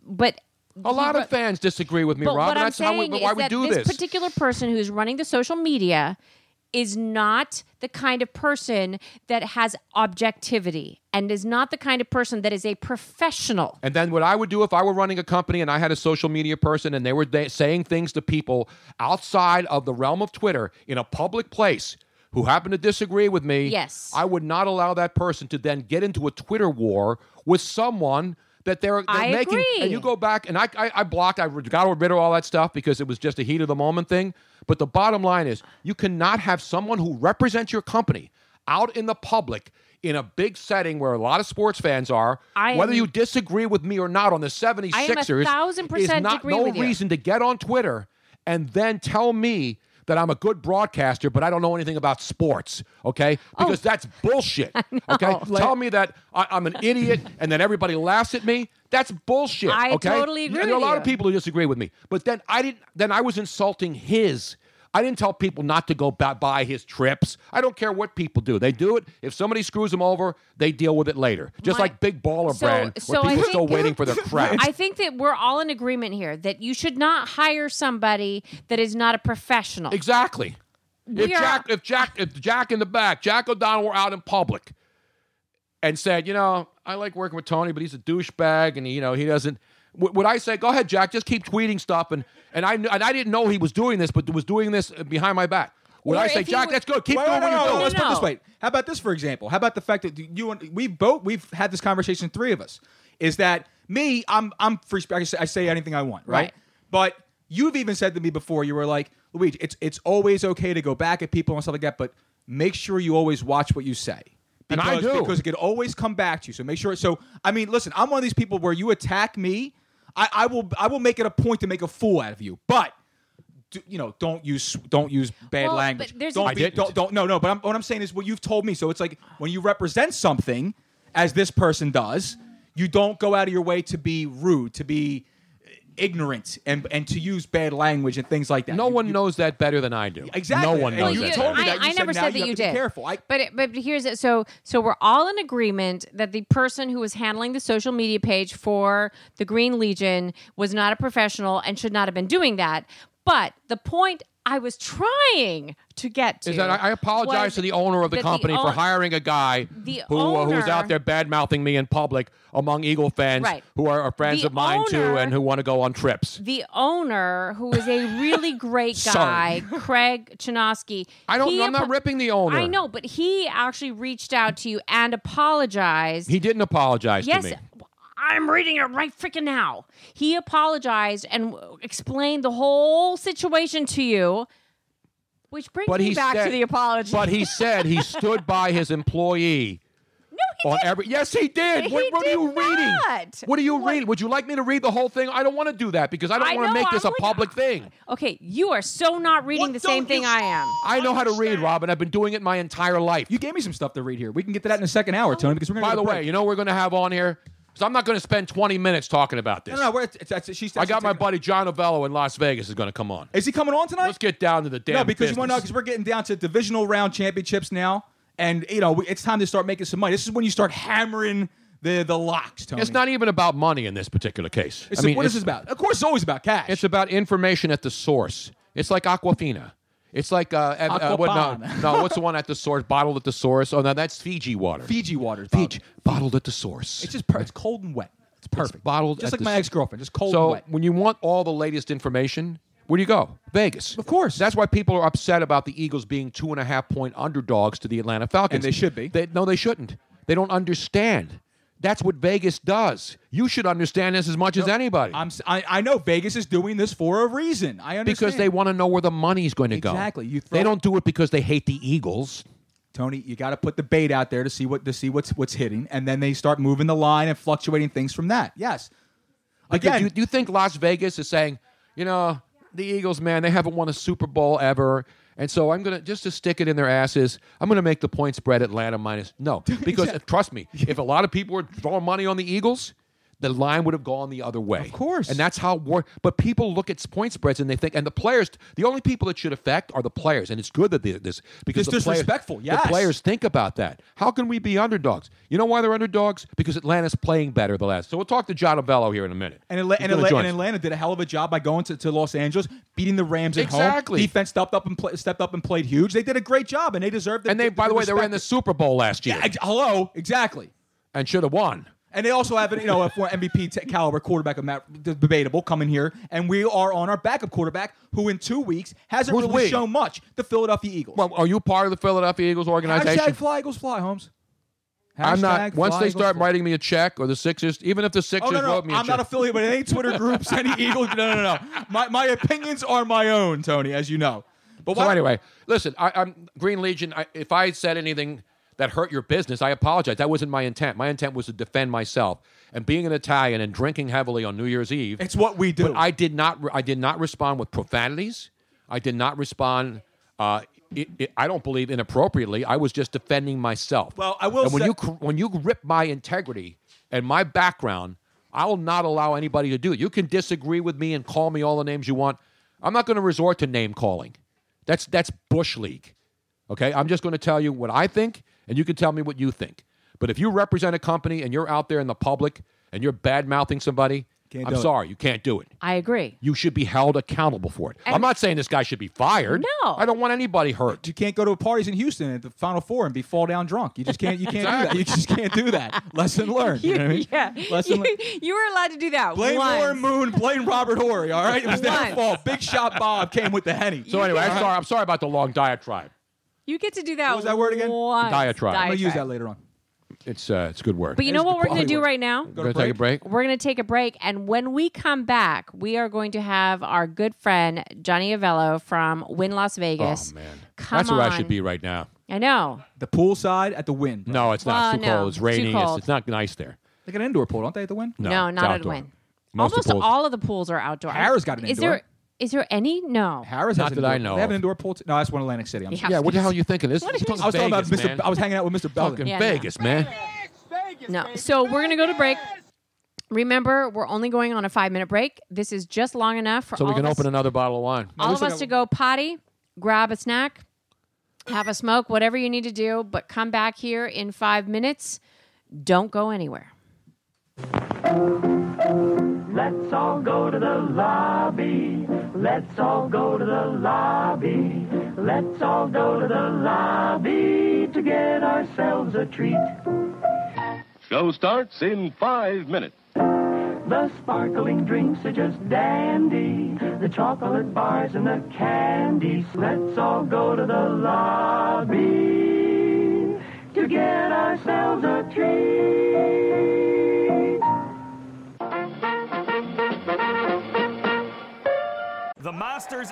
Speaker 7: but.
Speaker 5: a lot of fans disagree with me,
Speaker 7: but
Speaker 5: Rob.
Speaker 7: what
Speaker 5: and
Speaker 7: I'm
Speaker 5: that's how we,
Speaker 7: saying
Speaker 5: why
Speaker 7: is
Speaker 5: we
Speaker 7: that
Speaker 5: do
Speaker 7: this particular person who's running the social media is not the kind of person that has objectivity and is not the kind of person that is a professional.
Speaker 5: And then what I would do if I were running a company and I had a social media person and they were da- saying things to people outside of the realm of Twitter in a public place who happen to disagree with me,
Speaker 7: Yes.
Speaker 5: I would not allow that person to then get into a Twitter war with someone that they're, they're
Speaker 7: I
Speaker 5: making.
Speaker 7: agree.
Speaker 5: And you go back and I, I, I blocked, I got rid of all that stuff because it was just a heat of the moment thing. But the bottom line is you cannot have someone who represents your company out in the public in a big setting where a lot of sports fans are
Speaker 7: I
Speaker 5: whether
Speaker 7: am-
Speaker 5: you disagree with me or not on the 76ers
Speaker 7: I am a thousand percent
Speaker 5: is not
Speaker 7: agree
Speaker 5: no
Speaker 7: with you.
Speaker 5: reason to get on Twitter and then tell me that I'm a good broadcaster, but I don't know anything about sports. Okay,
Speaker 7: Oh.
Speaker 5: because that's
Speaker 7: [laughs]
Speaker 5: bullshit. Okay, tell me that I, I'm an idiot and then everybody laughs at me. That's bullshit.
Speaker 7: I
Speaker 5: okay,
Speaker 7: totally agree
Speaker 5: And there are a
Speaker 7: with
Speaker 5: lot
Speaker 7: you.
Speaker 5: of people who disagree with me, but then I didn't. Then I was insulting his. I didn't tell people not to go ba- buy his trips. I don't care what people do. They do it. If somebody screws them over, they deal with it later. Just
Speaker 7: My-
Speaker 5: like Big Baller Brand,
Speaker 7: so I
Speaker 5: where people are
Speaker 7: think-
Speaker 5: still waiting
Speaker 7: [laughs]
Speaker 5: for their crap.
Speaker 7: I think that we're all in agreement here that you should not hire somebody that is not a professional.
Speaker 5: Exactly. If
Speaker 7: Oh. We are-
Speaker 5: Jack, if Jack, if Jack in the back, Jack O'Donnell were out in public and said, you know, I like working with Tony, but he's a douchebag, and you know he doesn't. W- would I say, go ahead, Jack, just keep tweeting stuff, and and I kn- and I didn't know he was doing this, but was doing this behind my back. Would
Speaker 6: Or
Speaker 5: I say,
Speaker 6: if he
Speaker 5: Jack,
Speaker 6: would-
Speaker 5: that's good, keep
Speaker 6: Wait,
Speaker 5: doing
Speaker 6: no, no,
Speaker 5: what you're
Speaker 6: no,
Speaker 5: doing?
Speaker 6: Let's put it this way. How about this, for example? How about the fact that you and we both we've had this conversation, three of us, is that me? I'm I'm free speech. I say, I say anything I want, right?
Speaker 15: Right.
Speaker 6: But you've even said to me before, you were like, Luigi, it's it's always okay to go back at people and stuff like that, but make sure you always watch what you say.
Speaker 5: And I
Speaker 6: Because-
Speaker 5: do.
Speaker 6: because it could always come back to you. So make sure. So I mean, listen, I'm one of these people where you attack me, I, I will I will make it a point to make a fool out of you, but. Do, you know, don't use don't use bad
Speaker 7: Well,
Speaker 6: language.
Speaker 7: but there's a-
Speaker 6: don't
Speaker 7: I
Speaker 6: be,
Speaker 7: didn't.
Speaker 6: don't don't no no. But I'm, what I'm saying is what you've told me. So it's like when you represent something, as this person does, you don't go out of your way to be rude, to be ignorant, and and to use bad language and things like that.
Speaker 5: No one knows that better than I do.
Speaker 6: Exactly.
Speaker 5: No one
Speaker 6: And
Speaker 5: knows
Speaker 6: you
Speaker 5: that.
Speaker 6: told
Speaker 5: better.
Speaker 6: me that.
Speaker 7: I, I
Speaker 6: said
Speaker 7: never
Speaker 6: now
Speaker 7: said
Speaker 6: you
Speaker 7: that
Speaker 6: have
Speaker 7: you
Speaker 6: to be
Speaker 7: did.
Speaker 6: careful. I-
Speaker 7: but it, but here's it. So so we're all in agreement that the person who was handling the social media page for the Green Legion was not a professional and should not have been doing that. But the point I was trying to get to
Speaker 5: Is that I, I apologize
Speaker 7: was
Speaker 5: to the owner of the
Speaker 7: that
Speaker 5: company for
Speaker 7: own-
Speaker 5: hiring a guy
Speaker 7: the
Speaker 5: who uh, who was out
Speaker 7: owner-
Speaker 5: there bad mouthing me in public among Eagle fans
Speaker 7: Right.
Speaker 5: who are, are friends
Speaker 7: The
Speaker 5: of mine too
Speaker 7: owner-
Speaker 5: and who want to go on trips.
Speaker 7: the owner, who is a really great
Speaker 5: [laughs] Sorry.
Speaker 7: guy, Craig Chinosky.
Speaker 5: I don't.
Speaker 7: he
Speaker 5: I'm not
Speaker 7: apo-
Speaker 5: ripping the owner.
Speaker 7: I know, but he actually reached out to you and apologized.
Speaker 5: He didn't apologize
Speaker 7: yes,
Speaker 5: to me.
Speaker 7: I'm reading it right freaking now. He apologized and w- explained the whole situation to you, which brings
Speaker 5: But
Speaker 7: me
Speaker 5: he
Speaker 7: back
Speaker 5: said,
Speaker 7: to the apology. [laughs]
Speaker 5: But he said he stood by his employee. No, on every yes, he did.
Speaker 7: He
Speaker 5: what what
Speaker 7: did
Speaker 5: are you reading?
Speaker 7: not.
Speaker 5: What are you reading? Would you like me to read the whole thing? I don't want to do that because I don't
Speaker 7: I
Speaker 5: want to
Speaker 7: know,
Speaker 5: make this
Speaker 7: I'm
Speaker 5: a
Speaker 7: like-
Speaker 5: public thing.
Speaker 7: okay, you are so not reading the same thing I am.
Speaker 5: [laughs] I know how to read, Robin. I've been doing it my entire life. You
Speaker 6: gave me some stuff to read here. We can get to that in a second hour, Tony, because we're gonna
Speaker 5: By
Speaker 6: go
Speaker 5: the
Speaker 6: to
Speaker 5: way,
Speaker 6: break.
Speaker 5: you know what we're going to have on here because I'm not going to spend 20 minutes talking about this.
Speaker 6: no, no, we're, it's, it's, she's.
Speaker 5: I got my buddy John Novello in Las Vegas is going to come on.
Speaker 6: Is he coming on tonight?
Speaker 5: Let's get down to the damn
Speaker 6: No, because you
Speaker 5: business.
Speaker 6: want to know because we're getting down to divisional round championships now, and you know we, it's time to start making some money. This is when you start hammering the the locks, Tony.
Speaker 5: It's not even about money in this particular case.
Speaker 6: It's- what is this about? Of course, it's always about cash.
Speaker 5: It's about information at the source. It's like Aquafina. It's like uh, ev- uh, what, no,
Speaker 6: Aquapan.
Speaker 5: [laughs] no, what's the one at the source? Bottled at the source. Oh no, that's Fiji water.
Speaker 6: Fiji water.
Speaker 5: Fiji bottled at the source.
Speaker 6: It's just per- it's cold and wet. It's perfect.
Speaker 5: bottled
Speaker 6: Just like
Speaker 5: at the
Speaker 6: my
Speaker 5: s-
Speaker 6: ex-girlfriend, just cold
Speaker 5: so
Speaker 6: and wet.
Speaker 5: when you want all the latest information where do you go vegas of course that's why people are upset about the eagles being two and a half point underdogs to the atlanta
Speaker 6: And
Speaker 5: falcons
Speaker 6: they should be.
Speaker 5: they, no they shouldn't they don't understand that's what vegas does you should understand this as much as anybody
Speaker 6: I'm, s- I, I know Vegas is doing this for a reason. I understand.
Speaker 5: because they want to know where the money's going to go
Speaker 6: Exactly. You
Speaker 5: they
Speaker 6: throw-
Speaker 5: don't do it because they hate the eagles
Speaker 6: Tony, you got to put the bait out there to see what to see what's what's hitting, and then they start moving the line and fluctuating things from that. Yes.
Speaker 5: Again, do you, do you think Las Vegas is saying, you know, the Eagles, man, they haven't won a Super Bowl ever, and so I'm gonna just to stick it in their asses. I'm gonna make the point spread Atlanta minus.
Speaker 6: [laughs]
Speaker 5: No, because uh, trust me, if a lot of people were throwing money on the Eagles, the line would have gone the other way. Of course, and that's how war. But people look at s- point spreads and they think, and the players, the only people that should affect are the players, and it's good that they, this because
Speaker 6: It's
Speaker 5: the players-
Speaker 6: disrespectful,
Speaker 5: the
Speaker 6: yes.
Speaker 5: players think about that. How can we be underdogs? You know why they're underdogs? Because Atlanta's playing better the last. So we'll talk to John Avello here in a minute.
Speaker 6: And, Atla-
Speaker 5: He's
Speaker 6: and,
Speaker 5: gonna
Speaker 6: Atla-
Speaker 5: join
Speaker 6: and
Speaker 5: us.
Speaker 6: Atlanta did a hell of a job by going to, to Los Angeles, beating the Rams at
Speaker 5: Exactly.
Speaker 6: home. Defense stepped up and pla stepped up and played huge. They did a great job, and they deserved.
Speaker 5: And they, by the way, they were in the Super Bowl last year.
Speaker 6: hello, exactly.
Speaker 5: And should have won.
Speaker 6: And they also have, you know, a former MVP t- caliber quarterback of Matt, d- debatable coming here, and we are on our backup quarterback, who in two weeks hasn't
Speaker 5: Who's
Speaker 6: really
Speaker 5: we?
Speaker 6: shown much. The Philadelphia Eagles.
Speaker 5: Well, are you part of the Philadelphia Eagles organization?
Speaker 6: Hashtag fly Eagles fly, Holmes.
Speaker 5: I'm
Speaker 6: Hashtag
Speaker 5: not. Once
Speaker 6: fly
Speaker 5: they
Speaker 6: Eagles
Speaker 5: start
Speaker 6: fly.
Speaker 5: writing me a check or the Sixers, even if the Sixers
Speaker 6: Oh no, no,
Speaker 5: wrote me a
Speaker 6: I'm
Speaker 5: check.
Speaker 6: not affiliated with any Twitter groups,
Speaker 5: [laughs]
Speaker 6: any Eagles. No, no, no. My my opinions are my own, Tony, as you know. But
Speaker 5: so
Speaker 6: why-
Speaker 5: anyway, listen, I, I'm Green Legion. I, if I said anything that hurt your business, I apologize. That wasn't my intent. My intent was to defend myself. And being an Italian and drinking heavily on New Year's Eve,
Speaker 6: it's what we do.
Speaker 5: But I did not. Re- I did not respond with profanities. I did not respond. Uh, it, it, I don't believe inappropriately. I was just defending myself.
Speaker 6: Well, I will
Speaker 5: And when
Speaker 6: say-
Speaker 5: you cr- when you rip my integrity and my background, I will not allow anybody to do it. You can disagree with me and call me all the names you want. I'm not going to resort to name calling. That's that's bush league. Okay, I'm just going to tell you what I think, and you can tell me what you think. But if you represent a company and you're out there in the public and you're bad mouthing somebody,
Speaker 7: Can't
Speaker 5: I'm
Speaker 7: do it.
Speaker 5: sorry, you can't do it.
Speaker 7: I agree.
Speaker 5: You should be held accountable for it. I'm
Speaker 7: And-
Speaker 5: not saying this guy should be fired.
Speaker 7: No.
Speaker 5: I don't want anybody hurt.
Speaker 6: you can't go to parties in Houston at the Final Four and be fall down drunk. You just can't. You can't do that. You just can't do that. Lesson learned. You know what I mean?
Speaker 7: [laughs] yeah,
Speaker 6: Lesson
Speaker 7: you, you were allowed to do that.
Speaker 6: Blame
Speaker 7: once.
Speaker 6: Warren Moon. Blame Robert Horry. All right, it was their
Speaker 7: Once.
Speaker 6: fault. Big shot Bob came with the henny.
Speaker 5: So anyway, I'm sorry. I'm sorry about the long diatribe.
Speaker 7: You get to do that. What
Speaker 6: was that word again?
Speaker 7: Once.
Speaker 5: Diatribe.
Speaker 6: I'm gonna use that
Speaker 7: Diatribe.
Speaker 6: later on.
Speaker 5: It's uh, it's a good word.
Speaker 7: But you know what we're going to do right now?
Speaker 5: We're gonna take a break.
Speaker 7: We're going to take a break. And when we come back, we are going to have our good friend, Johnny Avello from Win Las Vegas.
Speaker 5: Oh man,
Speaker 7: Come
Speaker 5: that's where I
Speaker 7: on.
Speaker 5: should be right now.
Speaker 7: I know.
Speaker 6: The poolside at the Win.
Speaker 5: No, it's not.
Speaker 7: Well,
Speaker 5: it's too
Speaker 7: no,
Speaker 5: cold. It's
Speaker 7: too
Speaker 5: raining. It's,
Speaker 7: cold.
Speaker 5: it's not nice there.
Speaker 6: They got an indoor pool, don't they? At the Win.
Speaker 5: No,
Speaker 7: No,
Speaker 5: it's
Speaker 7: not at
Speaker 5: outdoor.
Speaker 7: Win.
Speaker 5: Most of
Speaker 7: Almost
Speaker 5: the pools-
Speaker 7: all of the pools are outdoor.
Speaker 6: Harrah's got an
Speaker 7: is
Speaker 6: indoor.
Speaker 7: There, is there any? No.
Speaker 6: Harris
Speaker 5: Not
Speaker 6: has an
Speaker 5: that I
Speaker 6: indoor-
Speaker 5: know
Speaker 6: They have
Speaker 5: of.
Speaker 6: an indoor pool. T- no, that's one Atlantic City. I'm
Speaker 7: Yeah.
Speaker 6: sorry.
Speaker 5: Yeah, what the hell you thinking? This,
Speaker 7: What
Speaker 5: this
Speaker 7: is-
Speaker 5: is
Speaker 7: I
Speaker 6: I
Speaker 5: fucking
Speaker 6: was
Speaker 5: Vegas,
Speaker 6: talking about
Speaker 5: man.
Speaker 6: Mr. I was hanging out with Mr. Belden.
Speaker 5: fucking
Speaker 7: Yeah, no.
Speaker 5: Vegas, man.
Speaker 7: No. So we're going to go to break. Remember, we're only going on a five minute break. This is just long enough for
Speaker 5: So we
Speaker 7: all
Speaker 5: can
Speaker 7: of
Speaker 5: open
Speaker 7: us,
Speaker 5: another bottle of wine.
Speaker 7: all of us to go potty, grab a snack, have a smoke, whatever you need to do, but come back here in five minutes. Don't go anywhere.
Speaker 15: Let's all go to the lobby. Let's all go to the lobby. Let's all go to the lobby to get ourselves a treat.
Speaker 16: Show starts in five minutes.
Speaker 15: The sparkling drinks are just dandy. The chocolate bars and the candies. Let's all go to the lobby to get ourselves a treat.
Speaker 3: The Masters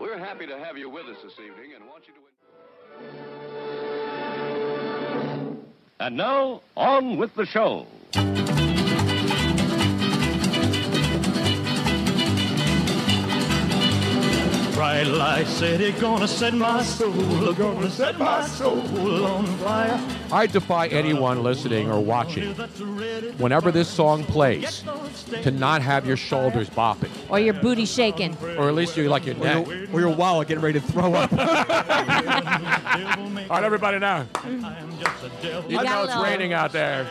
Speaker 16: We're happy to have you with us this evening and want you to. And now, on with the show.
Speaker 17: Bright light city, gonna set my soul, gonna set my soul on fire.
Speaker 5: I defy anyone listening or watching, whenever this song plays, to not have your shoulders bopping,
Speaker 7: or your booty shaking.
Speaker 5: or at least you like your neck.
Speaker 6: Or your wallet getting ready to throw up.
Speaker 5: [laughs] All right, everybody now.
Speaker 15: You
Speaker 5: Even
Speaker 15: got
Speaker 5: though
Speaker 15: a
Speaker 5: it's
Speaker 15: little-
Speaker 5: raining out there.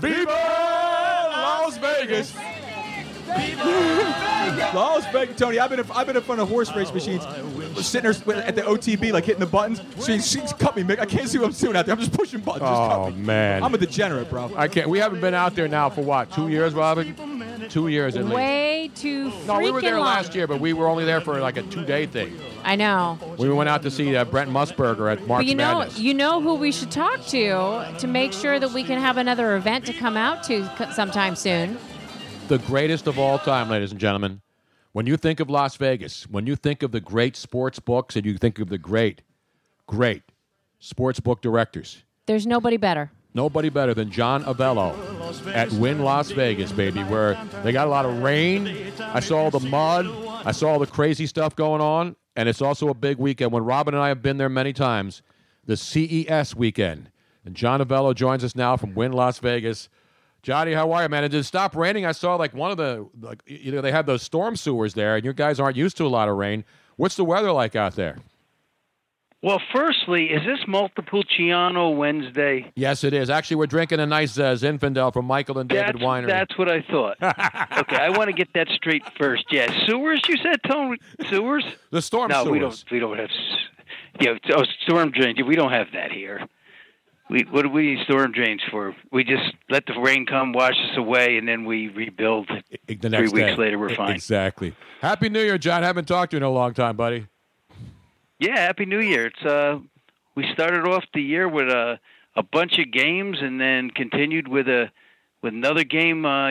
Speaker 5: Viva Las Vegas!
Speaker 6: Las Vegas, Tony. I've been in, I've been in front of horse race machines, sitting there at the OTB, like hitting the buttons. She, she's cut me, Mick. I can't see what I'm doing out there. I'm just pushing buttons. Just cut
Speaker 5: Oh
Speaker 6: me.
Speaker 5: man,
Speaker 6: I'm a degenerate, bro.
Speaker 5: I can't. We haven't been out there now for what? Two years, Robin? Two years at least.
Speaker 7: Way too freaking
Speaker 5: no, we were there
Speaker 7: long.
Speaker 5: last year, but we were only there for like a two-day thing.
Speaker 7: I know.
Speaker 5: We went out to see uh, Brent Musburger at March
Speaker 7: but you know,
Speaker 5: Madness.
Speaker 7: you know who we should talk to to make sure that we can have another event to come out to c- sometime soon.
Speaker 5: The greatest of all time, ladies and gentlemen. When you think of Las Vegas, when you think of the great sports books, and you think of the great, great sports book directors,
Speaker 7: There's nobody better.
Speaker 5: Nobody better than John Avello at Win Las Vegas, baby, where they got a lot of rain. I saw all the mud. I saw all the crazy stuff going on. And it's also a big weekend. When Robin and I have been there many times, the CES weekend. And John Avello joins us now from Win Las Vegas. Johnny, how are you, man? It did stop raining. I saw like one of the, like, you know, they have those storm sewers there, and you guys aren't used to a lot of rain. What's the weather like out there?
Speaker 17: Well, firstly, is this Multipulciano Wednesday?
Speaker 5: Yes, it is. Actually, we're drinking a nice uh, Zinfandel from Michael and David
Speaker 17: that's,
Speaker 5: Winery.
Speaker 17: that's what I
Speaker 5: [laughs]
Speaker 17: thought. okay, I want to get that straight first. Yeah, sewers. You said Tony sewers.
Speaker 5: The storm
Speaker 17: no, we
Speaker 5: sewers.
Speaker 17: don't. We don't have. s- Yeah, oh, storm drains. We don't have that here. We what do we need storm drains for? We just let the rain come, wash us away, and then we rebuild.
Speaker 5: the next
Speaker 17: Three weeks
Speaker 5: day.
Speaker 17: later, we're
Speaker 5: E-
Speaker 17: fine.
Speaker 5: Exactly. Happy New Year, John. Haven't talked to you in a long time, buddy.
Speaker 17: Yeah, happy New Year. It's uh, we started off the year with a a bunch of games, and then continued with a with another game uh,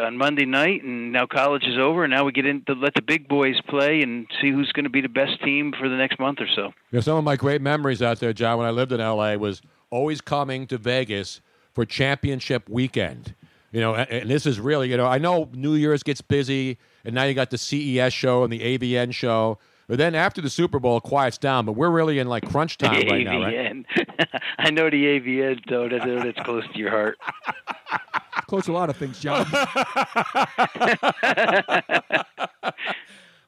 Speaker 17: on Monday night, and now college is over, and now we get in to let the big boys play and see who's going to be the best team for the next month or so.
Speaker 5: You know, some of my great memories out there, John, when I lived in LA, was always coming to Vegas for championship weekend. You know, a- and, this is really, you know, I know New Year's gets busy, and now you got the CES show and the AVN show. But then after the Super Bowl, it quiets down. But we're really in like crunch time
Speaker 17: [laughs]
Speaker 5: right now, right?
Speaker 17: AVN. I know the AVN, though. That's, that's close to your heart.
Speaker 6: Close to a lot of things, [laughs] John.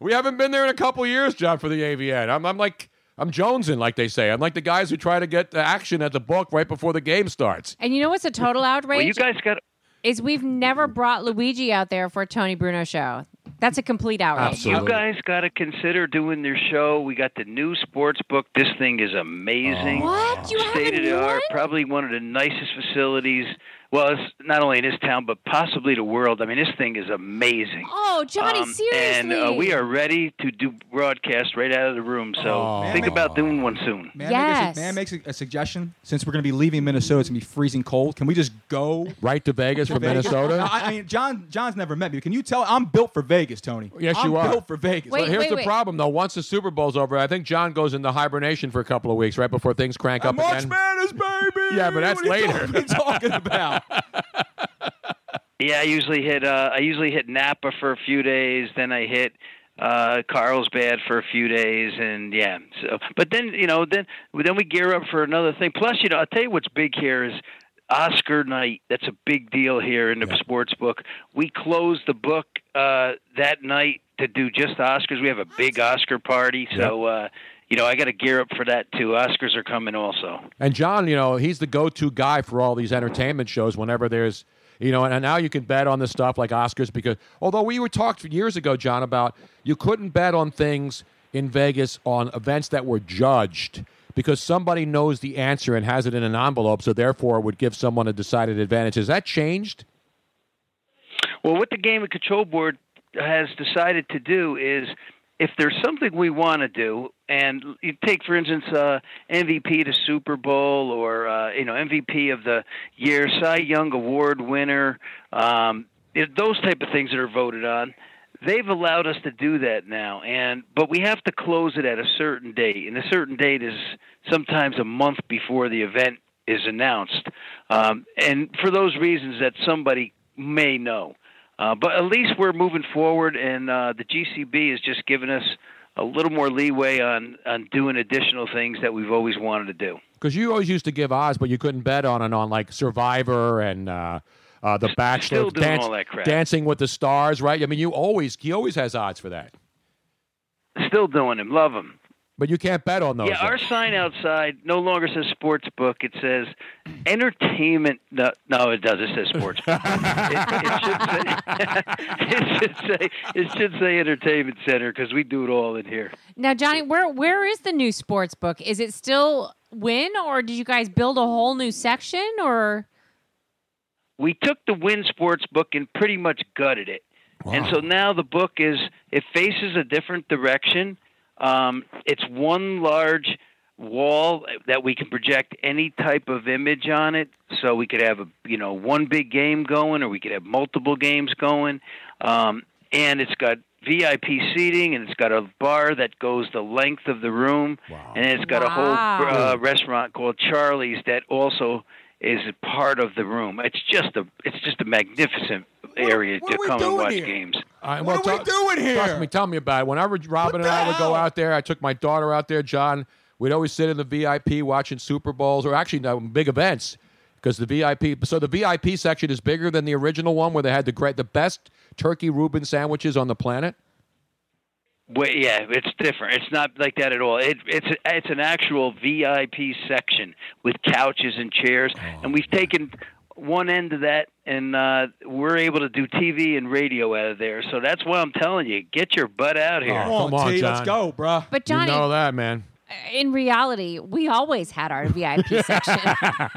Speaker 5: We haven't been there in a couple years, John, for the AVN. I'm, I'm like, I'm jonesing, like they say. I'm like the guys who try to get the action at the book right before the game starts.
Speaker 7: And you know what's a total outrage?
Speaker 5: you guys
Speaker 17: got
Speaker 7: is we've never brought Luigi out there for a Tony Bruno show. That's a complete outrage.
Speaker 17: Uh, You guys got to consider doing their show. We got the new sports book. This thing is
Speaker 6: Oh,
Speaker 17: amazing.
Speaker 7: What? You have
Speaker 17: State of the art, probably one of the nicest facilities. Well, it's not only in this town, but possibly the world. I mean, this thing is amazing.
Speaker 7: Oh, Johnny,
Speaker 17: Um,
Speaker 7: seriously.
Speaker 17: And uh, we are ready to do broadcast right out of the room. So think about doing one soon.
Speaker 6: May I make a, su- may I make su- a suggestion? Since we're going to be leaving Minnesota, it's going to be freezing cold. Can we just go
Speaker 5: right to Vegas
Speaker 17: from Minnesota?
Speaker 6: I, I mean, John, John's never met me. Can you tell? I'm built for Vegas, Tony.
Speaker 5: Yes,
Speaker 6: I'm
Speaker 5: you are.
Speaker 6: Built for Vegas.
Speaker 5: but here's the problem, though. Once the Super Bowl's over, I think John goes into hibernation for a couple of weeks right before things crank up
Speaker 6: March
Speaker 5: again.
Speaker 6: Madness, baby.
Speaker 5: Yeah, but that's
Speaker 6: What are you
Speaker 5: later.
Speaker 6: talking- talking about?
Speaker 17: Yeah, I usually hit. Uh, I usually hit Napa for a few days. Then I hit uh, Carlsbad for a few days, and yeah. So, but then you know, then then we gear up for another thing. Plus, you know, I'll tell you what's big here is Oscar night. That's a big deal here in the sports book. We close the book uh, that night to do just Oscars. We have a big Oscar party, so. Uh, you know, I got to gear up for that too. Oscars are coming also.
Speaker 5: And John, you know, he's the go-to guy for all these entertainment shows. Whenever there's, you know, and, and now you can bet on the stuff like Oscars because although we were talked years ago, John, about you couldn't bet on things in Vegas on events that were judged because somebody knows the answer and has it in an envelope, so therefore it would give someone a decided advantage. Has that changed?
Speaker 17: Well, what the Game and Control Board has decided to do is if there's something we want to do, and you take, for instance, uh, MVP to Super Bowl or, uh, you know, MVP of the year, Cy Young Award winner, um, it- those type of things that are voted on. They've allowed us to do that now, and but we have to close it at a certain date, and a certain date is sometimes a month before the event is announced, um, and for those reasons that somebody may know. Uh, but at least we're moving forward, and uh, the GCB has just given us a little more leeway on, on doing additional things that we've always wanted to do.
Speaker 5: Because you always used to give odds, but you couldn't bet on and on like Survivor and uh, uh, The
Speaker 17: [laughs] still
Speaker 5: Bachelor,
Speaker 17: doing all that crap.
Speaker 5: Dancing with the Stars, right? I mean, you always he always has odds for that,
Speaker 17: Still doing him. Love him.
Speaker 5: but you can't bet on those.
Speaker 17: Yeah, our sign outside no longer says sports book. It says entertainment. No, no it does. It says sports book. it, [laughs] it should say, it should say it should say entertainment center because we do it all in here.
Speaker 7: Now, Johnny, where where is the new sports book? Is it still Win, or did you guys build a whole new section? Or
Speaker 17: we took the Win Sports book and pretty much gutted it. And so now the book is it faces a different direction. Um, it's one large wall that we can project any type of image on it. So we could have a you know one big game going, or we could have multiple games going. Um, and it's got VIP seating, and it's got a bar that goes the length of the room, and it's got a whole
Speaker 18: Wow.
Speaker 17: uh, restaurant called Charlie's that also is a part of the room. It's just a it's just a magnificent area to
Speaker 5: we
Speaker 17: come and
Speaker 5: doing
Speaker 17: watch
Speaker 5: here?
Speaker 17: games.
Speaker 5: what are we doing here? Trust me, tell me about it. Whenever Robin and I would go out there, I took my daughter out there, John. We'd always sit in the VIP watching Super Bowls or actually no, big events because the VIP. So the VIP section is bigger than the original one where they had the great, the best turkey Reuben sandwiches on the planet.
Speaker 17: Wait, yeah, it's different. It's not like that at all. It, it's it's an actual VIP section with couches and chairs,
Speaker 5: Oh,
Speaker 17: and we've taken one end of that, and uh, we're able to do TV and radio out of there. So that's why I'm telling you, get your butt out here.
Speaker 5: Oh, come on, John.
Speaker 6: bruh.
Speaker 7: But Johnny-
Speaker 5: you know that, man.
Speaker 7: in reality, we always had our
Speaker 5: [laughs]
Speaker 7: VIP section.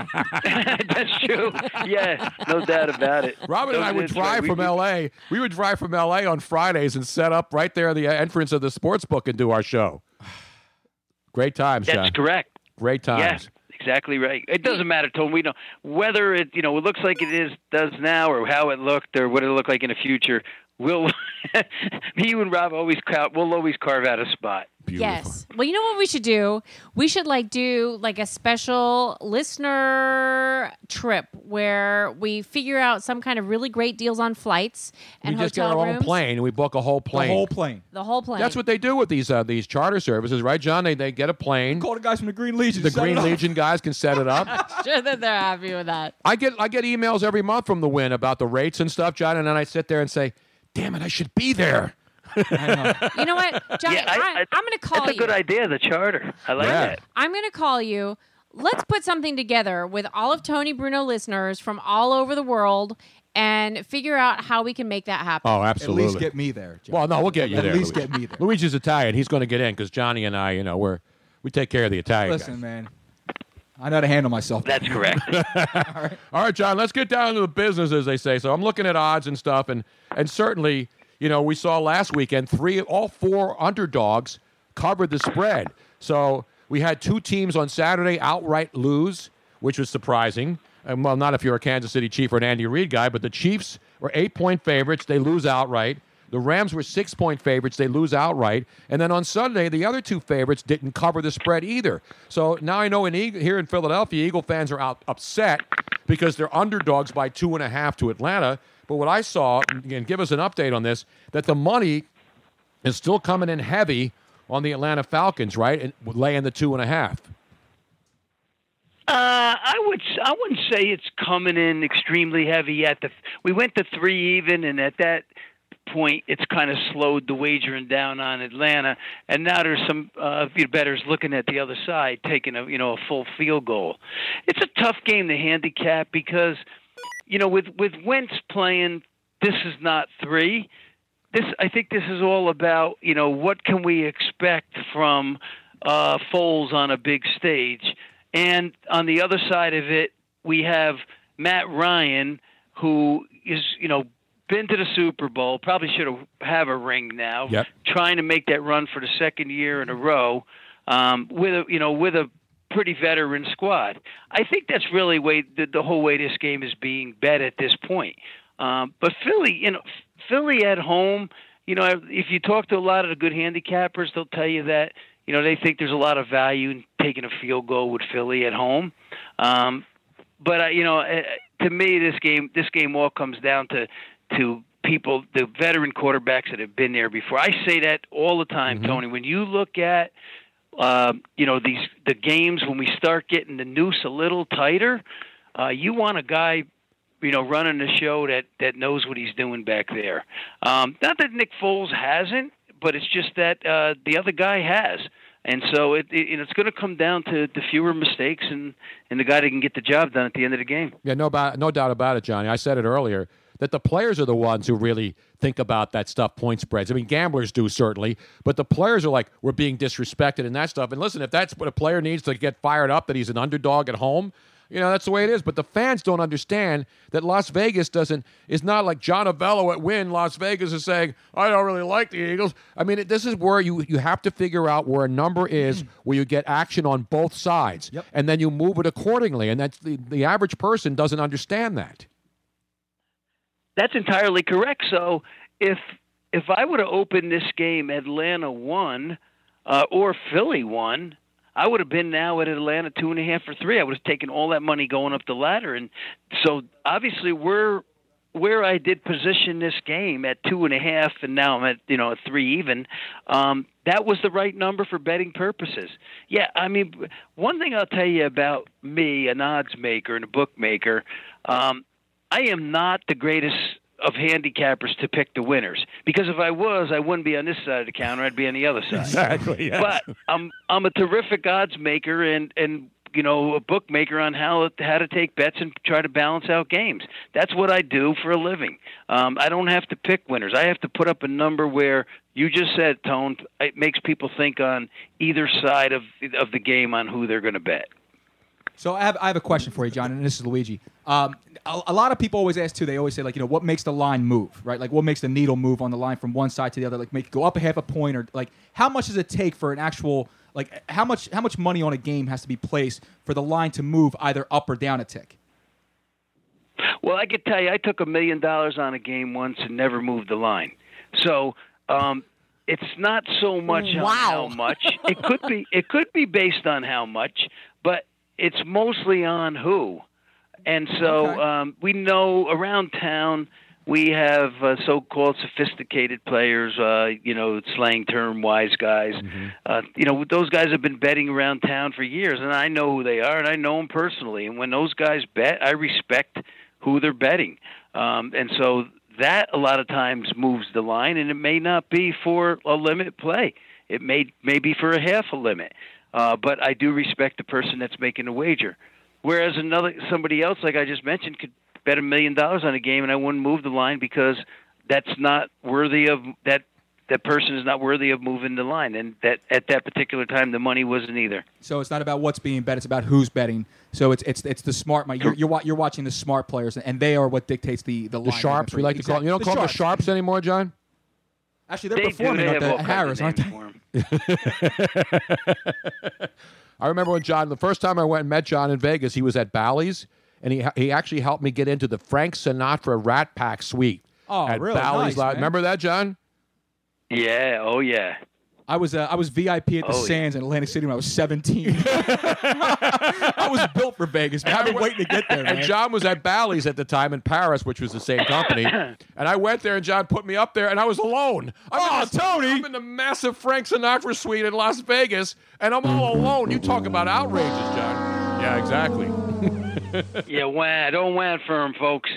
Speaker 17: [laughs] That's true. Yeah, no doubt about it.
Speaker 5: Robin and I would
Speaker 17: That's right.
Speaker 5: drive
Speaker 17: We-
Speaker 5: from L.A. We would drive from L.A. on Fridays and set up right there at the entrance of the sports book and do our show. [sighs] Great times,
Speaker 17: That's
Speaker 5: John.
Speaker 17: correct.
Speaker 5: Great times.
Speaker 17: Yeah, exactly right. It doesn't matter, Tom. We know whether it you know it looks like it is does now, or how it looked, or what it look like in the future. We'll [laughs] you and Rob always cal- we'll always carve out a spot.
Speaker 7: Yes. Well, you know what we should do? We should like do like a special listener trip where we figure out some kind of really great deals on flights and
Speaker 5: we just get
Speaker 7: hotel
Speaker 5: our own
Speaker 7: rooms.
Speaker 5: plane and we book a whole plane.
Speaker 6: whole plane.
Speaker 7: The whole plane. [laughs]
Speaker 5: That's what they do with these uh, these charter services, right, John? They they get a plane.
Speaker 6: Call the guys from the Green Legion.
Speaker 5: The
Speaker 6: set it
Speaker 5: Green
Speaker 6: up.
Speaker 5: Legion guys can set
Speaker 6: [laughs]
Speaker 5: it up.
Speaker 7: sure that they're happy with that.
Speaker 5: I get I get emails every month from the Win about the rates and stuff, John, and then I sit there and say, "Damn it, I should be there."
Speaker 7: You know
Speaker 5: [laughs]
Speaker 7: what, Johnny?
Speaker 17: Yeah,
Speaker 7: I, am going to call
Speaker 17: That's a
Speaker 7: you.
Speaker 17: good idea. The charter. I like
Speaker 5: Yeah.
Speaker 17: that.
Speaker 7: I'm going to call you. Let's put something together with all of Tony Bruno listeners from all over the world and figure out how we can make that happen.
Speaker 5: Oh, absolutely.
Speaker 6: At least get me there. John.
Speaker 5: Well, no, we'll get you
Speaker 6: At
Speaker 5: there.
Speaker 6: least
Speaker 5: Luigi.
Speaker 6: get me there.
Speaker 5: Luigi's Italian. He's going to get in because Johnny and I, you know, we're we take care of the Italian.
Speaker 6: Listen, man. I know how to handle myself.
Speaker 17: That's correct.
Speaker 5: All right, John, let's get down to the business, as they say. So I'm looking at odds and stuff, and and certainly, you know, we saw last weekend three, all four underdogs covered the spread. So we had two teams on Saturday outright lose, which was surprising. And well, not if you're a Kansas City Chief or an Andy Reid guy, but the Chiefs were eight point favorites. They lose outright. The Rams were six point favorites. They lose outright. And then on Sunday, the other two favorites didn't cover the spread either. So now I know in Eagle, here in Philadelphia, Eagle fans are out upset because they're underdogs by two and a half to Atlanta. But what I saw, and give us an update on this, that the money is still coming in heavy on the Atlanta Falcons, right? And laying the two and a half.
Speaker 17: Uh, I would. I wouldn't say it's coming in extremely heavy yet. The, we went to three even, and at that point, it's kind of slowed the wagering down on Atlanta. And now there's some uh, few betters looking at the other side, taking a you know a full field goal. It's a tough game to handicap because you know with with Wentz playing, this is not three. This I think this is all about you know what can we expect from uh, Foles on a big stage. And on the other side of it, we have Matt Ryan, who is, you know, been to the Super Bowl, probably should have have a ring now,
Speaker 5: Yep.
Speaker 17: trying to make that run for the second year in a row, um, with a, you know, with a pretty veteran squad. I think that's really way the, the whole way this game is being bet at this point. Um, but Philly, you know, Philly at home, you know, if you talk to a lot of the good handicappers, they'll tell you that you know they think there's a lot of value in taking a field goal with Philly at home. Um, but uh, you know, uh, to me, this game this game all comes down to to people, the veteran quarterbacks that have been there before. I say that all the time, Tony. When you look at uh, you know these the games when we start getting the noose a little tighter, uh, you want a guy you know running the show that that knows what he's doing back there. Um, not that Nick Foles hasn't, but it's just that uh, the other guy has. And so it, it it's going to come down to the fewer mistakes and, and the guy that can get the job done at the end of the game.
Speaker 5: Yeah, no, about, no doubt about it, Johnny. I said it earlier that the players are the ones who really think about that stuff, point spreads. I mean, gamblers do certainly, but the players are like, we're being disrespected and that stuff. And listen, if that's what a player needs to get fired up that he's an underdog at home, you know, that's the way it is. But the fans don't understand that Las Vegas doesn't, is not like John Avello at Win. Las Vegas is saying, I don't really like the Eagles. I mean, it- this is where you, you have to figure out where a number is where you get action on both sides. And then you move it accordingly. And that's the, the average person doesn't understand that.
Speaker 17: That's entirely correct. So if if I would have opened this game, Atlanta won, uh, or Philly won, I would have been now at Atlanta two and a half or three. I would have taken all that money going up the ladder, and so obviously we're where I did position this game at two and a half, and now I'm at you know at three even. Um, that was the right number for betting purposes. Yeah, I mean, one thing I'll tell you about me, an odds maker and a bookmaker, um, I am not the greatest of handicappers to pick the winners because if I was, I wouldn't be on this side of the counter. I'd be on the other side.
Speaker 5: Exactly, yes.
Speaker 17: But I'm I'm a terrific odds maker and and you know a bookmaker on how how to take bets and try to balance out games. That's what I do for a living. Um, I don't have to pick winners. I have to put up a number where you just said tone. It makes people think on either side of of the game on who they're going to bet.
Speaker 6: [laughs] So I have, I have a question for you, John, and this is Luigi. Um, a, a lot of people always ask too. They always say like, you know, what makes the line move, right? Like, what makes the needle move on the line from one side to the other? Like, make it go up a half a point, or like, how much does it take for an actual like how much how much money on a game has to be placed for the line to move either up or down a tick?
Speaker 17: Well, I could tell you, I took a million dollars on a game once and never moved the line. So um, it's not so much on how much. It could be. It could be based on how much, but it's mostly on who. And so um, we know around town we have uh, so-called sophisticated players. Uh, you know, slang term, wise guys. Uh, you know, those guys have been betting around town for years, and I know who they are, and I know them personally. And when those guys bet, I respect who they're betting. Um, and so that a lot of times moves the line, and it may not be for a limit play. It may, may be for a half a limit. Uh, but I do respect the person that's making the wager. Whereas another somebody else, like I just mentioned, could bet a million dollars on a game, and I wouldn't move the line because that's not worthy of that. That person is not worthy of moving the line, and that at that particular time, the money wasn't either.
Speaker 6: So it's not about what's being bet; it's about who's betting. So it's it's it's the smart. money. You're you're, wa- you're watching the smart players, and they are what dictates the the,
Speaker 5: The
Speaker 6: line.
Speaker 5: sharps, we like to call them. You don't call them the sharps anymore, John?
Speaker 6: Actually, they're
Speaker 5: They do,
Speaker 6: performing
Speaker 5: they
Speaker 6: at
Speaker 5: have
Speaker 6: the
Speaker 5: all kinds of
Speaker 6: Harris, aren't
Speaker 5: names
Speaker 6: they?
Speaker 5: [laughs] I remember when John, the first time I went and met John in Vegas, he was at Bally's, and he he actually helped me get into the Frank Sinatra Rat Pack suite.
Speaker 6: Oh,
Speaker 5: at
Speaker 6: really?
Speaker 5: Bally's
Speaker 6: Nice,
Speaker 5: Lounge.
Speaker 6: man.
Speaker 5: Remember that, John?
Speaker 17: Yeah. Oh, yeah.
Speaker 6: I was uh, I was VIP at the
Speaker 5: Oh, yeah.
Speaker 6: Sands in Atlantic City when I was 17.
Speaker 5: [laughs]
Speaker 6: I was built for Vegas. man. I've been waiting to get there, man.
Speaker 5: And John was at Bally's at the time in Paris, which was the same
Speaker 6: [laughs]
Speaker 5: company. and I went there, and John put me up there, and I was alone. I'm oh, Tony! I'm in the massive Frank Sinatra suite in Las Vegas, and I'm all alone. You talk about outrages, John. Yeah, exactly.
Speaker 17: yeah, wah, don't wah firm, folks.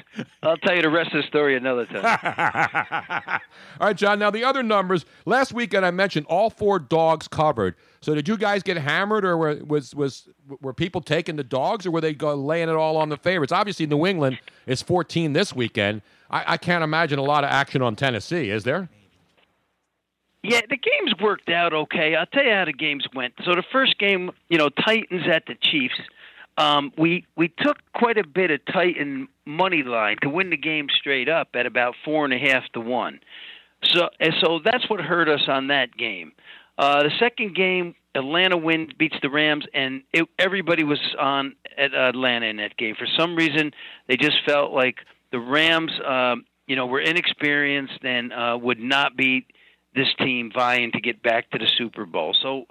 Speaker 17: I'll tell you the rest of the story another time.
Speaker 5: All right, John. Now the other numbers. Last weekend I mentioned all four dogs covered. So did you guys get hammered, or were, was was were people taking the dogs, or were they go, laying it all on the favorites? Obviously, New England is 14 this weekend. I, I can't imagine a lot of action on Tennessee, is there?
Speaker 17: Yeah, the games worked out okay. I'll tell you how the games went. So the first game, you know, Titans at the Chiefs. Um, we we took quite a bit of Titan money line to win the game straight up at about four and a half to one. So and so that's what hurt us on that game. Uh, the second game, Atlanta wins, beats the Rams, and it, everybody was on at Atlanta in that game. For some reason, they just felt like the Rams, um, you know, were inexperienced and uh, would not be this team vying to get back to the Super Bowl. So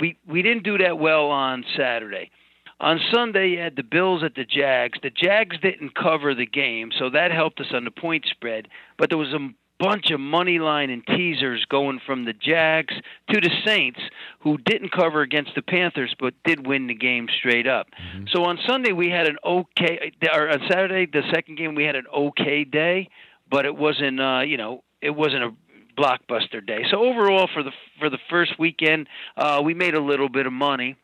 Speaker 17: we we didn't do that well on Saturday. On Sunday, you had the Bills at the Jags. The Jags didn't cover the game, so that helped us on the point spread. But there was a bunch of money line and teasers going from the Jags to the Saints, who didn't cover against the Panthers but did win the game straight up. So on Sunday we had an okay, or on Saturday the second game we had an okay day, but it wasn't uh, you know it wasn't a blockbuster day. So overall for the for the first weekend uh, we made a little bit of money,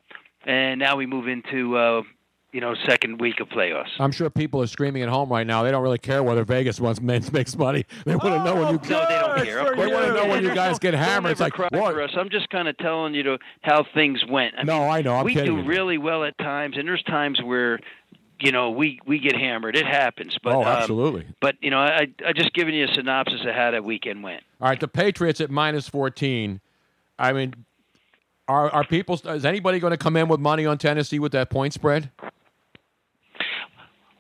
Speaker 17: and now we move into uh, you know second week of playoffs.
Speaker 5: I'm sure people are screaming at home right now. They don't really care whether Vegas wants [laughs] makes, makes money. They want to know when you.
Speaker 17: No, they don't care. Oh, Of course
Speaker 5: They want to
Speaker 17: they
Speaker 5: know
Speaker 17: don't.
Speaker 5: when you guys get
Speaker 17: Don't
Speaker 5: hammered. It's
Speaker 17: ever
Speaker 5: like
Speaker 17: cry for us. I'm just kind of telling you to how things went. I
Speaker 5: No,
Speaker 17: mean,
Speaker 5: I know. I'm
Speaker 17: we
Speaker 5: kidding
Speaker 17: do
Speaker 5: you.
Speaker 17: really well at times, and there's times where, you know, we we get hammered. It happens. But
Speaker 5: oh,
Speaker 17: um,
Speaker 5: absolutely.
Speaker 17: But you know, I I just giving you a synopsis of how that weekend went.
Speaker 5: All right, the Patriots at minus 14. I mean, are are people? Is anybody going to come in with money on Tennessee with that point spread?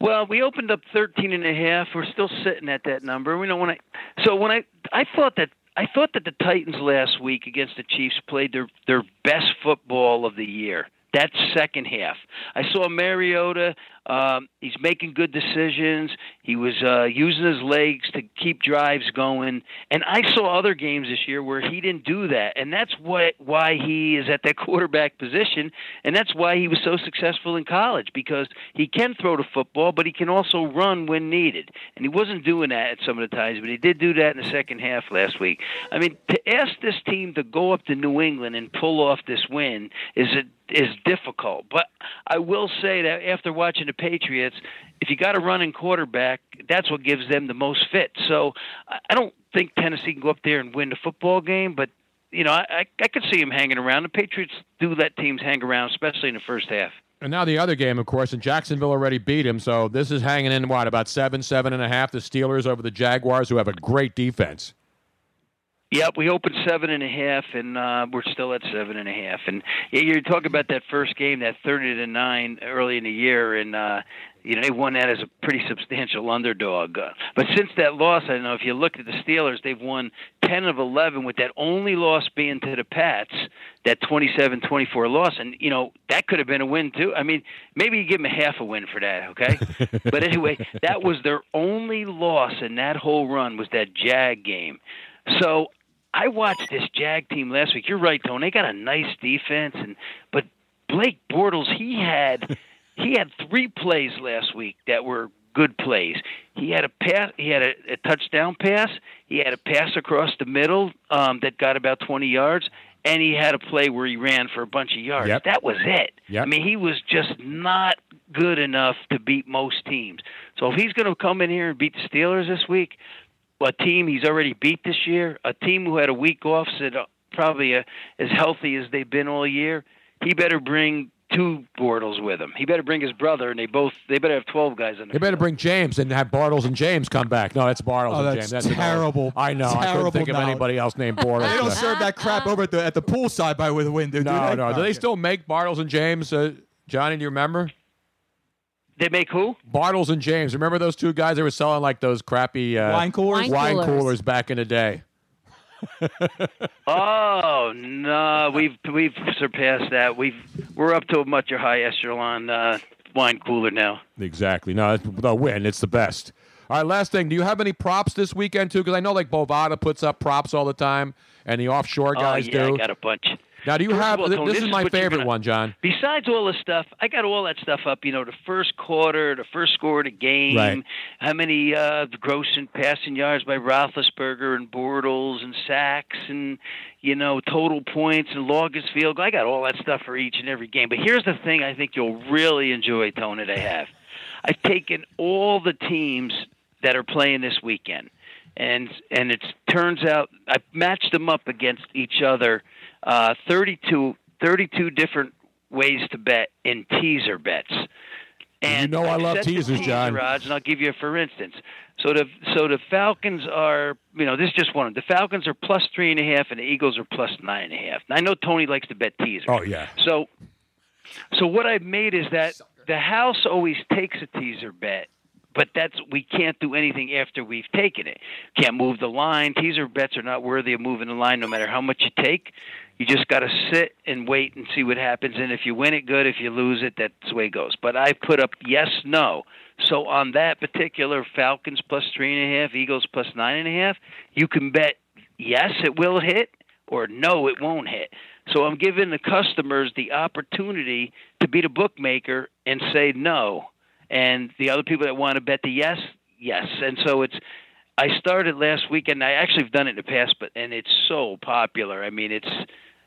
Speaker 17: Well, we opened up 13 and a half. We're still sitting at that number. We don't want to. So when I I thought that I thought that the Titans last week against the Chiefs played their their best football of the year. That second half, I saw Mariota. Um, he's making good decisions. He was uh, using his legs to keep drives going, and I saw other games this year where he didn't do that, and that's what why he is at that [laughs] quarterback position, and that's why he was so successful in college because he can throw the football, but he can also run when needed, and he wasn't doing that at some of the times, but he did do that in the second half last week. I mean, to ask this team to go up to New England and pull off this win is it is difficult, but I will say that after watching the Patriots, if you got a running quarterback, that's what gives them the most fit. So I I don't think Tennessee can go up there and win the football game, but you know I, I, I could see them hanging around. The Patriots do let teams hang around, especially in the first half.
Speaker 5: And now the other game, of course, and Jacksonville already beat him, so this is hanging in what about seven, seven and a half? The Steelers over the Jaguars, who have a great defense.
Speaker 17: Yep, we opened seven and a half, and uh, we're still at seven and a half. And yeah, you're talking about that first game, that thirty to nine early in the year, and uh, you know they won that as a pretty substantial underdog. Uh, but since that loss, I don't know if you looked at the Steelers, they've won ten of eleven, with that only loss being to the Pats, that 27-24 loss. And you know that could have been a win too. I mean, maybe you give them a half a win for that, okay? but anyway, that was their only loss in that whole run was that Jag game. So I watched this Jag team last week. You're right, Tone. They got a nice defense, and but Blake Bortles, he
Speaker 18: [laughs]
Speaker 17: had he had three plays last week that were good plays. He had a pass, he had a, a touchdown pass, he had a pass across the middle um, that got about 20 yards, and he had a play where he ran for a bunch of yards.
Speaker 18: Yep.
Speaker 17: That was it.
Speaker 18: Yep.
Speaker 17: I mean, he was just not good enough to beat most teams. So if he's going to come in here and beat the Steelers this week, a team he's already beat this year, a team who had a week off, said uh, probably uh as healthy as they've been all year. He better bring two Bortles with him. He better bring his brother, and they both they better have twelve guys in
Speaker 5: They better bring James and have Bartles and James come back. No, that's Bartles
Speaker 6: Oh,
Speaker 5: and
Speaker 6: that's
Speaker 5: James. That's Bartles.
Speaker 6: terrible.
Speaker 5: I know. I couldn't
Speaker 6: Terrible
Speaker 5: think of
Speaker 6: knowledge.
Speaker 5: anybody else named Bartles.
Speaker 6: [laughs] They don't
Speaker 5: but-
Speaker 6: serve that crap over at the at the poolside by with the window. do
Speaker 5: no,
Speaker 6: they?
Speaker 5: no. Do they Oh, still make Bartles and James? Uh, Johnny, do you remember?
Speaker 17: They make who?
Speaker 5: Bartles and James. Remember those two guys? They were selling like those crappy uh,
Speaker 6: Wine coolers? Wine
Speaker 5: wine coolers.
Speaker 6: coolers.
Speaker 5: back in the day.
Speaker 17: Oh no, we've we've surpassed that. We've we're up to a much high echelon uh, wine cooler now.
Speaker 5: Exactly. No, it's the win. It's the best. All right, last thing. Do you have any props this weekend too? Because I know like Bovada puts up props all the time, and the offshore guys
Speaker 17: oh yeah,
Speaker 5: do.
Speaker 17: I got a bunch.
Speaker 5: Now, do you
Speaker 17: First of
Speaker 5: have?
Speaker 17: all,
Speaker 5: thi-
Speaker 17: Tony,
Speaker 5: this,
Speaker 17: this
Speaker 5: is
Speaker 17: is
Speaker 5: my
Speaker 17: what you're
Speaker 5: favorite
Speaker 17: gonna-
Speaker 5: one, John.
Speaker 17: Besides all this stuff, I got all that stuff up. You know, the first quarter, the first score of the game,
Speaker 5: Right.
Speaker 17: how many uh, gross and passing yards by Roethlisberger and Bortles and sacks and you know total points and longest field. goal. I got all that stuff for each and every game. But here's the thing: I think you'll really enjoy Tony. That I have. I've taken all the teams that are playing this weekend, and and it turns out I matched them up against each other, uh, 32, 32 different ways to bet in teaser bets. And
Speaker 5: you know I love
Speaker 17: set the
Speaker 5: teasers,
Speaker 17: teaser
Speaker 5: John.
Speaker 17: odds, and I'll give you a for instance. So the so the Falcons are you know this is just one. of them. The Falcons are plus three and a half, and the Eagles are plus nine and a half. And I know Tony likes to bet teasers.
Speaker 5: Oh yeah.
Speaker 17: So, so what I've made is that the house always takes a teaser bet, but that's we can't do anything after we've taken it. Can't move the line. Teaser bets are not worthy of moving the line, no matter how much you take. You just got to sit and wait and see what happens. And if you win it, good. If you lose it, that's the way it goes. But I put up yes, no. So on that particular Falcons plus three and a half, Eagles plus nine and a half, you can bet yes, it will hit, or no, it won't hit. So I'm giving the customers the opportunity to be the bookmaker and say no. And the other people that want to bet the yes, yes. And so it's I started last weekend. I actually have done it in the past, but and it's so popular. I mean, it's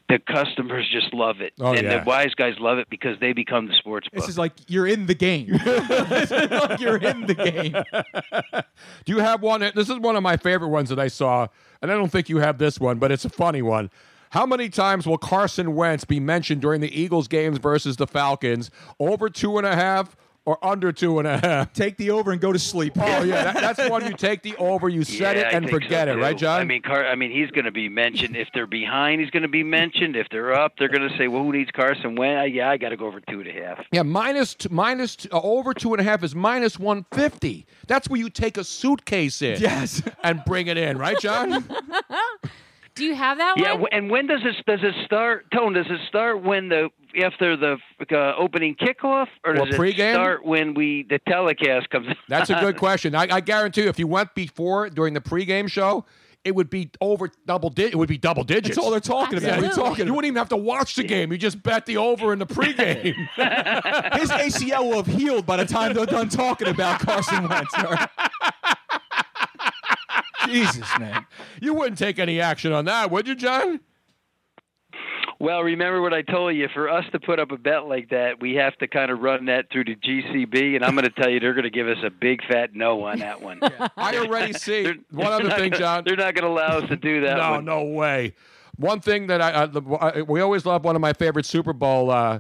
Speaker 17: the customers just love it,
Speaker 6: Oh,
Speaker 17: and
Speaker 6: yeah.
Speaker 17: the wise guys love it because they become the sports book.
Speaker 6: This is like you're in the
Speaker 5: [laughs]
Speaker 6: game. [laughs] This is like you're in the game.
Speaker 5: Do you have one? This is one of my favorite ones that I saw, and I don't think you have this one, but it's a funny one. How many times will Carson Wentz be mentioned during the Eagles games versus the Falcons? Over two and a half or under two and
Speaker 17: [laughs]
Speaker 5: a half?
Speaker 6: Take the over and go to sleep.
Speaker 5: Oh yeah, that, that's one you take the over, you set
Speaker 17: Yeah,
Speaker 5: it
Speaker 17: I
Speaker 5: and
Speaker 17: think
Speaker 5: forget
Speaker 17: so,
Speaker 5: it,
Speaker 17: too.
Speaker 5: right, John?
Speaker 17: I mean, Car- I mean, he's going to be mentioned. If they're behind, he's going to be mentioned. If they're up, they're going to say, "Well, who needs Carson Wentz?" I- Yeah, I got to go over two and a half.
Speaker 5: Yeah, minus t- minus t- uh, over two and a half is minus one fifty. That's where you take a suitcase in,
Speaker 6: yes,
Speaker 5: and bring it in, right,
Speaker 17: [laughs]
Speaker 5: John?
Speaker 7: Do you have that
Speaker 17: Yeah,
Speaker 7: one?
Speaker 17: wh- and when does it does it start? Tone, does it start when the after the uh, opening kickoff, or
Speaker 5: Well,
Speaker 17: does it
Speaker 5: pregame?
Speaker 17: start when we the telecast comes? [laughs]
Speaker 5: That's a good question. I, I guarantee you, if you went before during the pregame show, it would be over double. Di- it would be double digits.
Speaker 6: all they're talking about. Absolutely. They're talking-
Speaker 5: You wouldn't even have to watch the game. You just bet the over in the [laughs] pregame.
Speaker 6: His ACL will have healed by the time they're done talking about Carson Wentz. all
Speaker 5: [laughs]
Speaker 6: right? Jesus, man.
Speaker 5: You wouldn't take any action on that, would you, John?
Speaker 17: Well, remember what I told you. For us to put up a bet like that, we have to kind of run that through the GCB, and I'm going to tell you they're going to give us a big fat no on that
Speaker 5: [laughs]
Speaker 17: one.
Speaker 5: I already see one other
Speaker 17: They're not
Speaker 5: thing,
Speaker 17: gonna-
Speaker 5: John.
Speaker 17: They're not going to allow us to do that.
Speaker 5: No,
Speaker 17: one.
Speaker 5: no way. One thing that I, I, the, I we always love one of my favorite Super Bowl uh,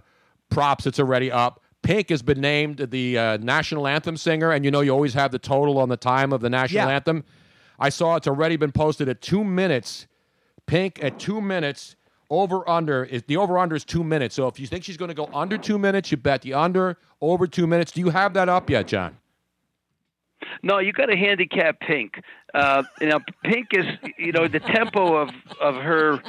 Speaker 5: props. that's already up. Pink has been named the uh, national anthem singer, and you know you always have the total on the time of the national
Speaker 6: Yeah.
Speaker 5: anthem. I saw it's already been posted at two minutes. Pink at two minutes. Over under is the over under is two minutes. So if you think she's going to go under two minutes, you bet the under. Over two minutes. Do you have that up yet, John?
Speaker 17: No, you got to handicap Pink. Uh, you know, Pink is you know the tempo of of her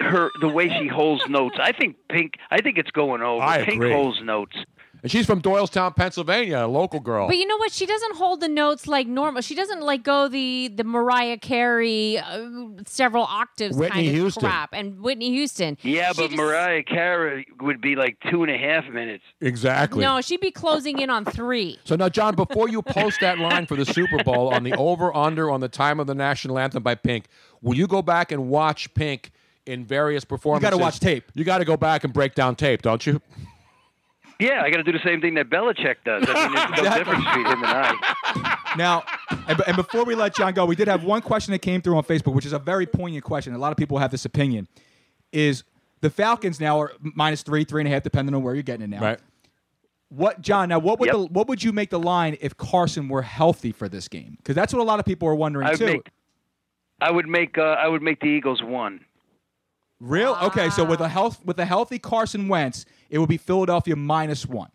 Speaker 17: her the way she holds notes. I think Pink. I think it's going over.
Speaker 5: I
Speaker 17: Pink
Speaker 5: agree.
Speaker 17: holds notes.
Speaker 5: And she's from Doylestown, Pennsylvania, a local girl.
Speaker 7: But you know what? She doesn't hold the notes like normal. She doesn't like go the the Mariah Carey uh, several octaves
Speaker 17: Whitney
Speaker 7: kind of
Speaker 17: Houston.
Speaker 7: crap. And Whitney Houston.
Speaker 17: Yeah,
Speaker 7: She
Speaker 17: but
Speaker 7: just-
Speaker 17: Mariah Carey would be like two and a half minutes.
Speaker 5: exactly.
Speaker 7: No, she'd be closing in on three.
Speaker 5: So now, John, before you post that line for the Super Bowl on the over under on the time of the national anthem by Pink, will you go back and watch Pink in various performances?
Speaker 6: gotta watch tape.
Speaker 5: You got to go back and break down tape, don't you?
Speaker 17: Yeah, I got to do the same thing that Belichick does. I mean,
Speaker 5: [laughs]
Speaker 17: there's no difference between him and I.
Speaker 6: Now, and, and before we let John go, we did have one question that came through on Facebook, which is a very poignant question. A lot of people have this opinion: is the Falcons now are minus three, three and a half, depending on where you're getting it now.
Speaker 5: Right.
Speaker 6: What, John? Now, what would the, what would you make the line if Carson were healthy for this game? Because that's what a lot of people are wondering
Speaker 17: I would
Speaker 6: too.
Speaker 17: make, I would make, uh, I would make the Eagles one.
Speaker 6: Real? Okay, so with a health with a healthy Carson Wentz, it would be Philadelphia
Speaker 17: [laughs]
Speaker 6: minus one.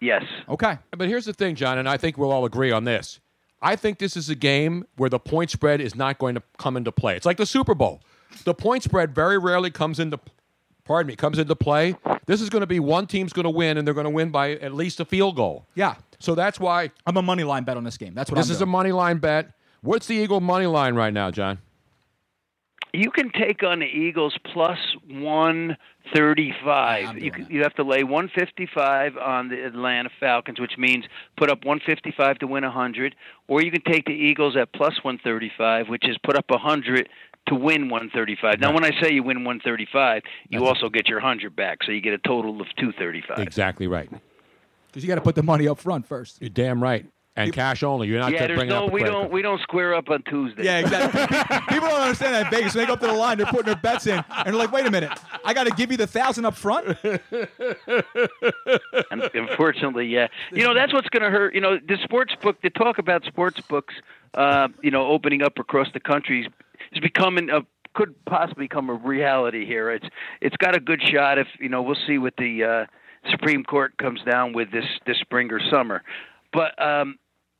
Speaker 17: Yes.
Speaker 6: Okay.
Speaker 5: But here's the thing, John, and I think we'll all agree on this. I think this is a game where the point spread is not going to come into play. It's like the Super Bowl. The point spread very rarely comes into pardon me, comes into play. This is going to be one team's going to win and they're going to win by at least a field goal.
Speaker 6: Yeah.
Speaker 5: So that's why
Speaker 6: I'm a money line bet on this game. That's what
Speaker 5: this
Speaker 6: I'm
Speaker 5: is
Speaker 6: doing.
Speaker 5: a money line bet. What's the Eagle money line right now, John?
Speaker 17: You can take on the Eagles plus one thirty-five. You can, you have to lay one fifty-five on the Atlanta Falcons, which means put up one fifty-five to win a hundred, or you can take the Eagles at plus one thirty-five, which is put up a hundred to win one thirty-five. Now, when I say you win one thirty-five, you also get your hundred back, so you get a total of two thirty-five.
Speaker 5: Exactly right.
Speaker 6: Because you got to put the money up front first.
Speaker 5: You're damn right. And cash only. You're not
Speaker 17: yeah, there's
Speaker 5: bringing
Speaker 17: no
Speaker 5: up
Speaker 17: we
Speaker 5: credit
Speaker 17: don't we don't square up on Tuesday.
Speaker 6: Yeah, exactly. People don't understand that in Vegas. When they go up to the line, they're putting their bets in, and they're like, "Wait a minute, I got to give you the thousand up front."
Speaker 17: [laughs] Un- Unfortunately, yeah. You know, that's what's going to hurt. You know, the sports book, the talk about sports books, uh, you know, opening up across the country is- is becoming a could possibly become a reality here. It's it's got a good shot if you know we'll see what the uh, Supreme Court comes down with this this spring or summer. But um,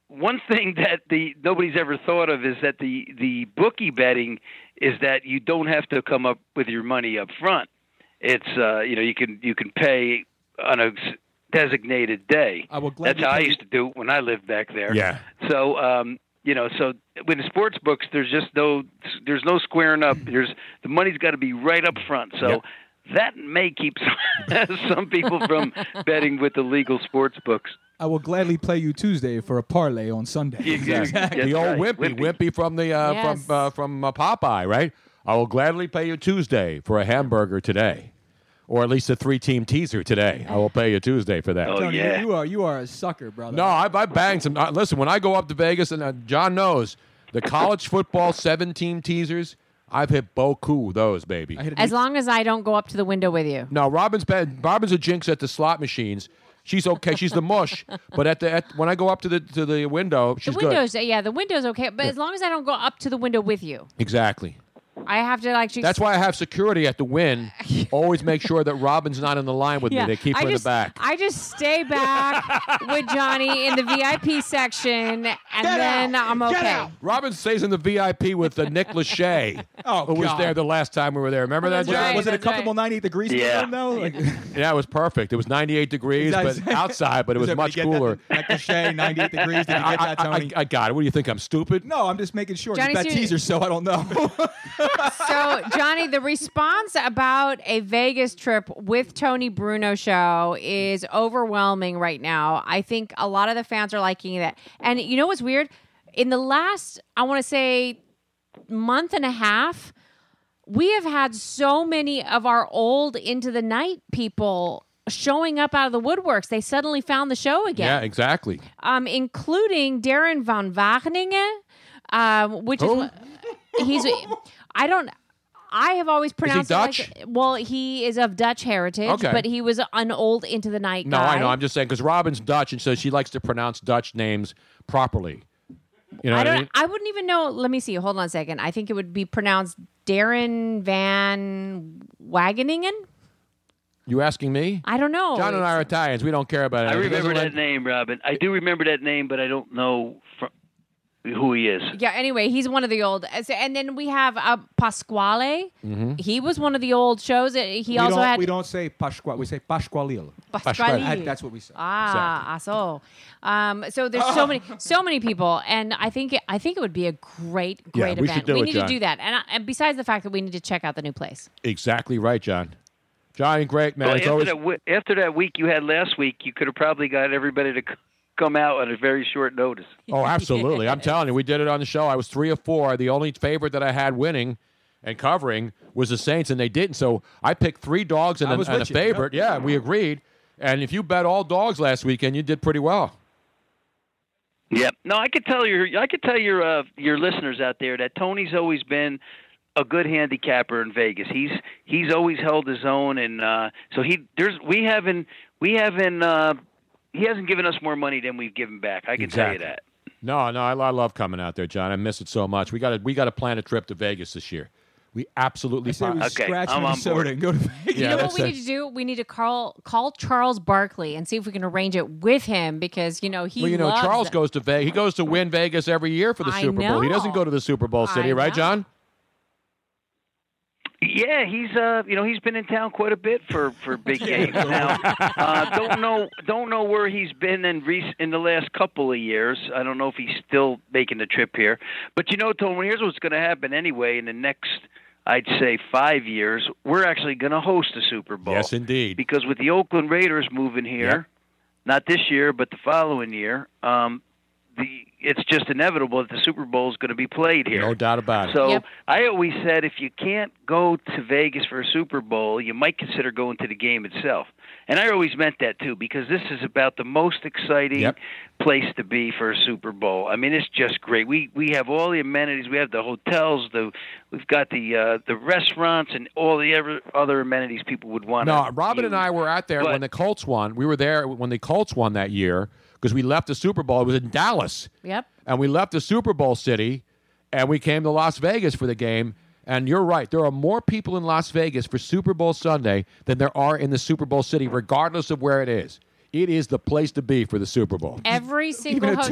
Speaker 17: one thing that the nobody's ever thought of is that the the bookie betting is that you don't have to come up with your money up front. It's uh, you know you can you can pay on a s- designated day.
Speaker 6: I will
Speaker 17: That's how I used to do it when I lived back there.
Speaker 18: Yeah.
Speaker 17: So, um, you know, so with the sports books, there's just no, there's no squaring up. There's the money's got to be right up front. So
Speaker 18: Yep.
Speaker 17: that may keep [laughs] some, some people from betting with the legal sports
Speaker 5: [laughs]
Speaker 17: books.
Speaker 6: I will gladly play you Tuesday for a parlay on Sunday.
Speaker 5: The old Wimpy, Wimpy from the uh,
Speaker 6: Yes.
Speaker 5: from uh, from uh, Popeye, right? I will gladly pay you Tuesday for a hamburger today, or at least a three-team teaser today. I will pay you Tuesday for that.
Speaker 7: Oh,
Speaker 6: Tony, you- you, are you are a sucker, brother.
Speaker 5: No, I, I banged some. Uh, listen, when I go up to Vegas, and uh, John knows the college football seven-team teasers, I've hit boku those baby.
Speaker 7: As long as I don't go up to the window with you.
Speaker 5: No, Robin's bad. Robin's a jinx at the slot machines. She's okay. She's the mush. But at the at, when I go up to the to the window, she's
Speaker 7: the
Speaker 5: good.
Speaker 7: windows, yeah, the window's okay, but as long as I don't go up to the window with you,
Speaker 5: Exactly.
Speaker 7: I have to like.
Speaker 5: That's why I have security at the
Speaker 7: [laughs]
Speaker 5: win. Always make sure that Robin's not in the line with
Speaker 7: Yeah,
Speaker 5: me. They keep her
Speaker 7: I
Speaker 5: in the
Speaker 7: just- [laughs]
Speaker 5: back.
Speaker 7: I just stay
Speaker 5: [laughs]
Speaker 7: back with Johnny in the VIP section, and then I'm okay.
Speaker 5: Robin stays in the VIP with the Nick Lachey,
Speaker 6: [laughs] Oh,
Speaker 5: who was
Speaker 6: God.
Speaker 5: there the last time we were there. Remember
Speaker 6: was,
Speaker 5: that, John?
Speaker 6: it, was it a comfortable 98 degrees in the
Speaker 5: Yeah.
Speaker 6: room, though? Like, [laughs]
Speaker 5: Yeah, it was perfect. It was 98 degrees,
Speaker 6: Does-
Speaker 5: but outside,
Speaker 6: [laughs]
Speaker 5: but it
Speaker 6: Does
Speaker 5: was much cooler.
Speaker 6: Like the Shea, 98 degrees. Did you get
Speaker 5: I,
Speaker 6: that,
Speaker 5: I-
Speaker 6: Tony?
Speaker 5: I, I got it. What do you think? I'm stupid?
Speaker 6: no, I'm just making sure.
Speaker 7: Johnny
Speaker 6: it's that
Speaker 7: Su-
Speaker 6: teaser, so I don't [laughs] know.
Speaker 7: so johnny the response about a vegas trip with tony bruno show is overwhelming right now i think a lot of the fans are liking that and you know what's weird in the last i want to say month and a half we have had so many of our old into the night people showing up out of the woodworks they suddenly found the show again
Speaker 5: Yeah, exactly.
Speaker 7: um, including Darren von Wagningen, um, which
Speaker 5: Who?
Speaker 7: is he's. I don't. I have always pronounced it like-
Speaker 5: Dutch?
Speaker 7: well, he is of Dutch heritage,
Speaker 5: Okay.
Speaker 7: but he was an old into the night
Speaker 5: No,
Speaker 7: guy.
Speaker 5: I know. I'm just saying because Robin's Dutch, and so she likes to pronounce Dutch names properly. You know
Speaker 7: I
Speaker 5: what
Speaker 7: don't.
Speaker 5: I mean?
Speaker 7: I wouldn't even know. Let me see. Hold on a second. I think it would be pronounced Darren van Wageningen.
Speaker 5: You asking me?
Speaker 7: I don't know.
Speaker 5: John and I are Italians. We don't care about it.
Speaker 17: I remember that name, Robin. I do remember that name, but I don't know from, who he is.
Speaker 7: Yeah. Anyway, he's one of the old. And then we have uh, Pasquale.
Speaker 6: Mm-hmm.
Speaker 5: Mm-hmm.
Speaker 7: He was one of the old shows. He
Speaker 6: we
Speaker 7: also
Speaker 6: don't,
Speaker 7: had
Speaker 6: we don't say Pasquale. We say Pasqualillo.
Speaker 7: Pasquale.
Speaker 6: I- That's what we say.
Speaker 7: Ah, ah, so, um, so there's so [laughs] many, so many people, and I think I think it would be a great,
Speaker 5: Yeah,
Speaker 7: great
Speaker 5: we should
Speaker 7: event.
Speaker 5: do
Speaker 7: we
Speaker 5: it,
Speaker 7: need
Speaker 5: John.
Speaker 7: to do that, and, I, and besides the fact that we need to check out the new place,
Speaker 5: Exactly right, John. John, great man.
Speaker 17: Well, uh,
Speaker 5: it's
Speaker 17: after,
Speaker 5: always
Speaker 17: that wi- after that week you had last week, you could have probably got everybody to c- come out on a very short notice.
Speaker 5: [laughs] Oh, absolutely. I'm telling you, we did it on the show. I was three or four. The only favorite that I had winning and covering was the Saints, and they didn't. So I picked three dogs and,
Speaker 6: I
Speaker 5: a,
Speaker 6: was
Speaker 5: and a
Speaker 6: with you. Yep.
Speaker 5: favorite. Yeah, we agreed. And if you bet all dogs last weekend, you did pretty well.
Speaker 17: Yep. No, I could tell your I could tell your uh, your listeners out there that Tony's always been a good handicapper in Vegas. He's he's always held his own, and uh, so he there's we haven't we haven't uh, he hasn't given us more money than we've given back. I can tell
Speaker 5: Exactly.
Speaker 17: you that.
Speaker 5: No, no, I, I love coming out there, John. I miss it so much. We got to we got to plan a trip to Vegas this year. We absolutely.
Speaker 6: say we
Speaker 5: pro-
Speaker 6: scratch Minnesota and go to [laughs]
Speaker 7: [laughs]
Speaker 6: Vegas.
Speaker 7: you know what we need to do? We need to call call Charles Barkley and see if we can arrange it with him because you know he.
Speaker 5: well, you know,
Speaker 7: loves
Speaker 5: Charles
Speaker 7: it.
Speaker 5: goes to Vegas. He goes to win Vegas every year for the
Speaker 7: I
Speaker 5: Super Bowl. He
Speaker 7: know.
Speaker 5: doesn't go to the Super Bowl city,
Speaker 7: I
Speaker 5: right,
Speaker 7: know.
Speaker 5: John?
Speaker 17: Yeah, he's uh, you know, he's been in town quite a bit for for big games now. Uh, don't know, don't know where he's been in rec- in the last couple of years. I don't know if he's still making the trip here. But you know, Tony, here's what's going to happen anyway. In the next, I'd say five years, we're actually going to host the Super Bowl.
Speaker 5: Yes, indeed.
Speaker 17: Because with the Oakland Raiders moving here, not this year, but the following year, um, the it's just inevitable that the Super Bowl is going to be played here.
Speaker 5: No doubt about it.
Speaker 17: So I always said if you can't go to Vegas for a Super Bowl, you might consider going to the game itself. And I always meant that too because this is about the most exciting place to be for a Super Bowl. I mean, it's just great. We we have all the amenities. We have the hotels. The we've got the uh, the restaurants and all the ever, other amenities people would want.
Speaker 5: No, Robin and I were out there when the Colts won. We were there when the Colts won that year because we left the Super Bowl. It was in Dallas,
Speaker 7: Yep.
Speaker 5: and we left the Super Bowl city, and we came to Las Vegas for the game. And you're right. There are more people in Las Vegas for Super Bowl Sunday than there are in the Super Bowl city, regardless of where it is. It is the place to be for the Super Bowl. [laughs]
Speaker 7: Every single
Speaker 5: a
Speaker 7: hotel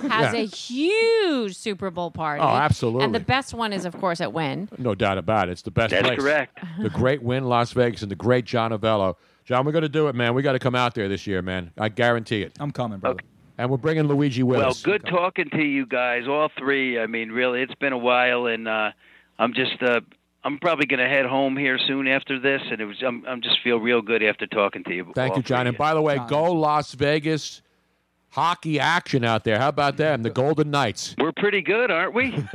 Speaker 5: [laughs] Tuesday.
Speaker 7: has
Speaker 5: Yeah.
Speaker 7: a huge Super Bowl party.
Speaker 5: Oh, absolutely.
Speaker 7: And the best one is, of course, at Wynn.
Speaker 5: No doubt about it. It's the best
Speaker 17: That's
Speaker 5: place.
Speaker 17: correct.
Speaker 5: The great win Las Vegas and the great John Avello. John, we're going to do it, man. We got to come out there this year, man. I guarantee it.
Speaker 6: I'm coming, brother.
Speaker 5: And we're bringing Luigi with
Speaker 17: Well,
Speaker 5: us.
Speaker 17: good talking to you guys, all three. I mean, really, it's been a while, and uh, I'm just, uh, I'm probably going to head home here soon after this, and it was, I'm, I'm just feel real good after talking to you.
Speaker 5: Thank
Speaker 17: all
Speaker 5: you, John. And by the way, go Las Vegas hockey action out there. How about them? The Golden Knights.
Speaker 17: We're pretty good, aren't
Speaker 6: [laughs]
Speaker 17: we?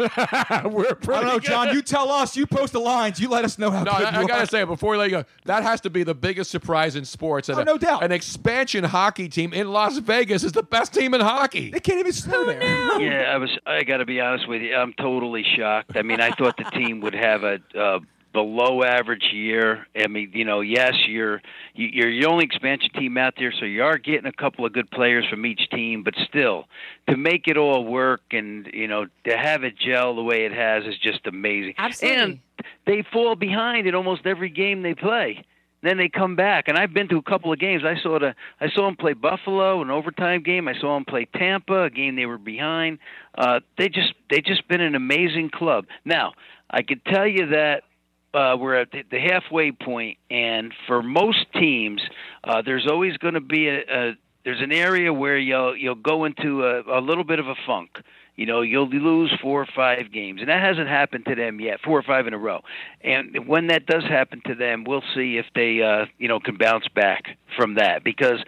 Speaker 5: We're pretty
Speaker 6: I don't know, John. You tell us. You post the lines. You let us know how
Speaker 5: No,
Speaker 6: good
Speaker 5: I, I
Speaker 6: you
Speaker 5: gotta
Speaker 6: are.
Speaker 5: say before we let you go, that has to be the biggest surprise in sports.
Speaker 6: Oh, no doubt.
Speaker 5: An expansion hockey team in Las Vegas is the best team in hockey. They
Speaker 6: can't even snow there.
Speaker 5: [laughs]
Speaker 17: yeah, I was. I got to be honest with you. I'm totally shocked. I mean, I thought the team would have a uh, below average year. I mean, you know, yes, you're you- you're the only expansion team out there, so you are getting a couple of good players from each team. But still, to make it all work and you know to have it gel the way it has is just amazing.
Speaker 7: Absolutely.
Speaker 17: And they fall behind in almost every game they play. Then they come back, and I've been to a couple of games. I saw the I saw them play Buffalo, an overtime game. I saw them play Tampa, a game they were behind. Uh, they just they just been an amazing club. Now I could tell you that uh, we're at the the halfway point, and for most teams, uh, there's always going to be a, a there's an area where you'll you'll go into a, a little bit of a funk. You know, you'll lose four or five games, and that hasn't happened to them yet, four or five in a row. And when that does happen to them, we'll see if they uh, you know can bounce back from that because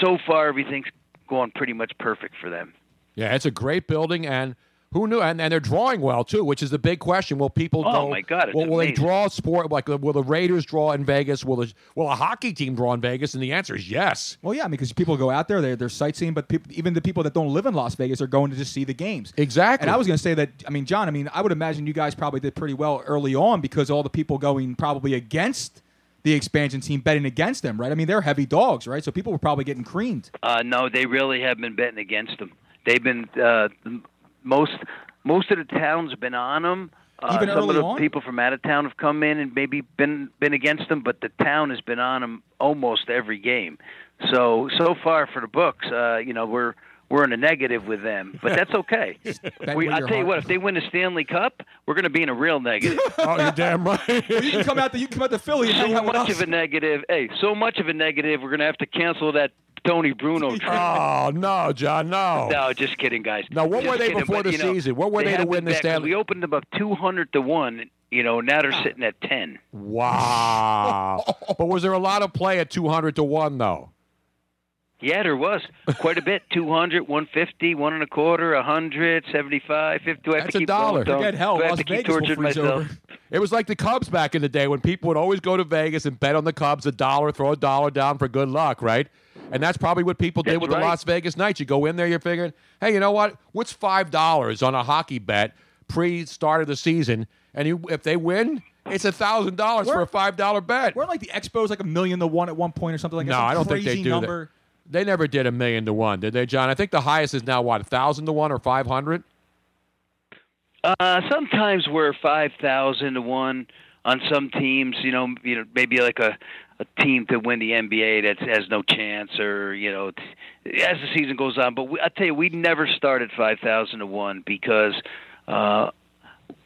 Speaker 17: so far everything's gone pretty much perfect for them.
Speaker 5: Yeah, it's a great building, and who knew? And, and they're drawing well too, which is the big question. Will people?
Speaker 17: Oh,
Speaker 5: go,
Speaker 17: my God, it's
Speaker 5: Will, will they
Speaker 17: amazing.
Speaker 5: draw sport? Like, will the Raiders draw in Vegas? Will the, will a hockey team
Speaker 17: [laughs]
Speaker 5: draw in Vegas? And the answer is yes.
Speaker 6: Well, yeah, because people go out there, they're, they're sightseeing, but peop even the people that don't live in Las Vegas are going to just see the games.
Speaker 5: Exactly.
Speaker 6: And I was going to say that, I mean, John, I mean, I would imagine you guys probably did pretty well early on because all the people going probably against the expansion team betting against them, right? I mean, they're heavy dogs, right? So people were probably getting creamed.
Speaker 17: Uh, no, they really have been betting against them. They've been uh, m- most most of the towns have been on them. Uh,
Speaker 6: Even
Speaker 17: some
Speaker 6: early
Speaker 17: of the
Speaker 6: on?
Speaker 17: people from out of town have come in and maybe been been against them, but the town has been on them almost every game. So so far for the books, uh, you know we're we're in a negative with them, but
Speaker 6: [laughs]
Speaker 17: that's okay.
Speaker 6: bet
Speaker 17: we,
Speaker 6: with
Speaker 17: I'll
Speaker 6: your
Speaker 17: tell you
Speaker 6: heart.
Speaker 17: what, if they win the Stanley Cup, we're going to be in a real negative.
Speaker 5: oh, you're
Speaker 19: [laughs]
Speaker 5: damn right.
Speaker 6: [laughs] you can come out to, you can come out to Philly and hang
Speaker 17: so
Speaker 6: out with
Speaker 17: much
Speaker 6: us.
Speaker 17: of a negative. Hey, so much of a negative. We're going to have to cancel that Tony
Speaker 6: [laughs]
Speaker 17: Bruno trip.
Speaker 5: Oh no, John, no.
Speaker 17: No, just kidding, guys.
Speaker 5: Now, what
Speaker 17: Just
Speaker 5: were they
Speaker 17: kidding,
Speaker 5: before
Speaker 17: but,
Speaker 5: the
Speaker 17: you know,
Speaker 5: season? What were they to
Speaker 17: have
Speaker 5: win
Speaker 17: been
Speaker 5: the
Speaker 17: back, 'cause
Speaker 5: Stanley- Ah.
Speaker 17: We opened them up two hundred to one. You know, now they're sitting at ten.
Speaker 5: Wow.
Speaker 17: [laughs]
Speaker 5: but was there a lot of play at two hundred to one though?
Speaker 17: Yeah, there was quite a
Speaker 5: [laughs]
Speaker 17: bit: 200, 150, one and a quarter, 100, 75, 50. Do I have
Speaker 5: That's
Speaker 17: to
Speaker 5: a
Speaker 17: keep going?
Speaker 5: dollar.
Speaker 17: Do I have to keep torturing myself?
Speaker 5: It was like the Cubs back in the day when people would always go to Vegas and bet on the Cubs a dollar, throw a dollar down for good luck, right? And that's probably what people did
Speaker 17: That's
Speaker 5: with
Speaker 17: right.
Speaker 5: the Las Vegas Knights. You go in there, you're figuring, hey, you know what? What's five dollars on a hockey bet pre-start of the season? And you, if they win, it's a thousand dollars for a five dollar bet.
Speaker 6: Weren't like the Expos like a million to one at one point or something like that?
Speaker 5: no,
Speaker 6: Some
Speaker 5: I don't think they
Speaker 6: crazy
Speaker 5: do
Speaker 6: number.
Speaker 5: that. They never did a million to one, did they, John? I think the highest is now what, a thousand to one or five hundred?
Speaker 17: Uh, sometimes we're five thousand to one on some teams. You know, you know, maybe like a a team to win the NBA that has no chance, or you know, t- as the season goes on. But we, I tell you, we never started five thousand to one because. Uh,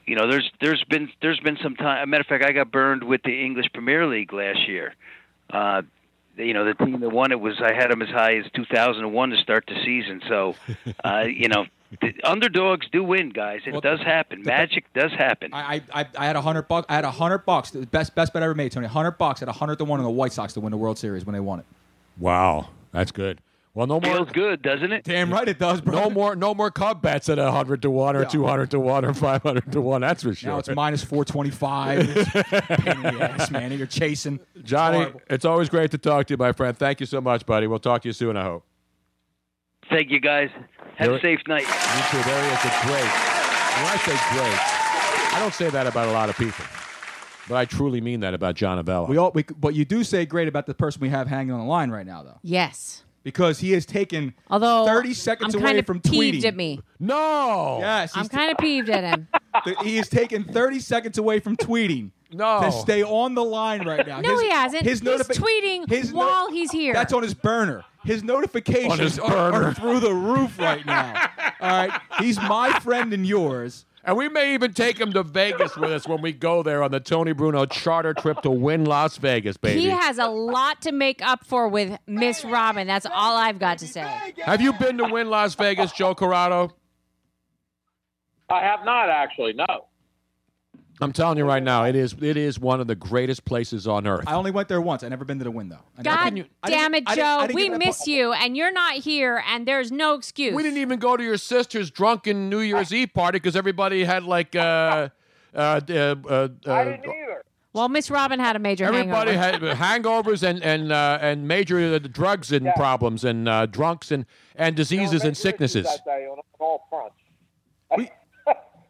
Speaker 17: you know, there's there's been there's been some time. a matter of fact, I got burned with the English Premier League last year. Uh, you know, the team that won it was I had them as high as 2001 to start the season.
Speaker 6: [laughs]
Speaker 17: So, uh, you know, the underdogs do win, guys. It does happen. Magic does happen.
Speaker 6: I, I, I had a hundred bucks. I had a hundred bucks. The best best bet I ever made, Tony. Hundred bucks at a hundred to one on the White Sox to win the World Series when they won it.
Speaker 5: Wow, that's good. Well, no more.
Speaker 17: Feels good, doesn't it?
Speaker 6: Damn right it does, bro.
Speaker 5: No more, no more Cub bets at hundred to one or [laughs] two hundred to one or five hundred to one. That's for sure.
Speaker 6: Now it's minus four twenty five.
Speaker 5: [laughs]
Speaker 6: Pain in the ass, man. and You're chasing
Speaker 5: Johnny,
Speaker 6: horrible.
Speaker 5: it's always great to talk to you, my friend. Thank you so much, buddy. We'll talk to you soon. I hope.
Speaker 17: Thank you, guys. Have
Speaker 5: There-
Speaker 17: a safe night.
Speaker 5: You too. There he is. A great. When I say great, I don't say that about a lot of people, but I truly mean that about
Speaker 6: [laughs]
Speaker 5: John Avella.
Speaker 6: We all, we, but you do say great about the person we have hanging on the line right now, though,
Speaker 7: Yes.
Speaker 6: because he has taken
Speaker 7: Although
Speaker 6: thirty seconds
Speaker 7: I'm
Speaker 6: away
Speaker 7: kind of
Speaker 6: from
Speaker 7: peeved
Speaker 6: tweeting.
Speaker 7: at me.
Speaker 5: No.
Speaker 6: Yes,
Speaker 7: I'm
Speaker 6: he's-
Speaker 7: kind of peeved at him.
Speaker 6: th- he is taken thirty seconds away from tweeting.
Speaker 5: No,
Speaker 6: to stay on the line right now.
Speaker 7: No, he hasn't.
Speaker 6: His
Speaker 7: He's
Speaker 6: notifi-
Speaker 7: tweeting
Speaker 6: his
Speaker 7: while he's here.
Speaker 6: That's on his burner. His notifications
Speaker 5: On his
Speaker 6: are- Are,
Speaker 5: burner.
Speaker 6: through the roof right now. All right, he's my friend and yours.
Speaker 5: And we may even take him to Vegas with us when we go there on the Tony Bruno charter trip to win Las Vegas, baby.
Speaker 7: He has a lot to make up for with Miss Robin. That's all I've got to say.
Speaker 5: Have you been to win Las Vegas, Joe Corrado?
Speaker 18: I have not actually. No.
Speaker 5: I'm telling you right now, it is it is one of the greatest places on earth.
Speaker 6: I only went there once. I never been to the win though. I never-
Speaker 7: God damn it,
Speaker 6: I didn't- I
Speaker 7: Joe.
Speaker 6: didn't
Speaker 7: We
Speaker 6: get that
Speaker 7: miss you, and you're not here, and there's no excuse.
Speaker 5: We didn't even go to your sister's drunken New Year's Eve party because everybody had like uh, uh, uh, uh, uh,
Speaker 7: Well, Miss Robin had a major
Speaker 5: everybody
Speaker 7: hangover.
Speaker 5: had hangovers and and uh, and major uh, drugs and problems and uh, drunks and and diseases and sicknesses.
Speaker 19: that day on all fronts. [laughs]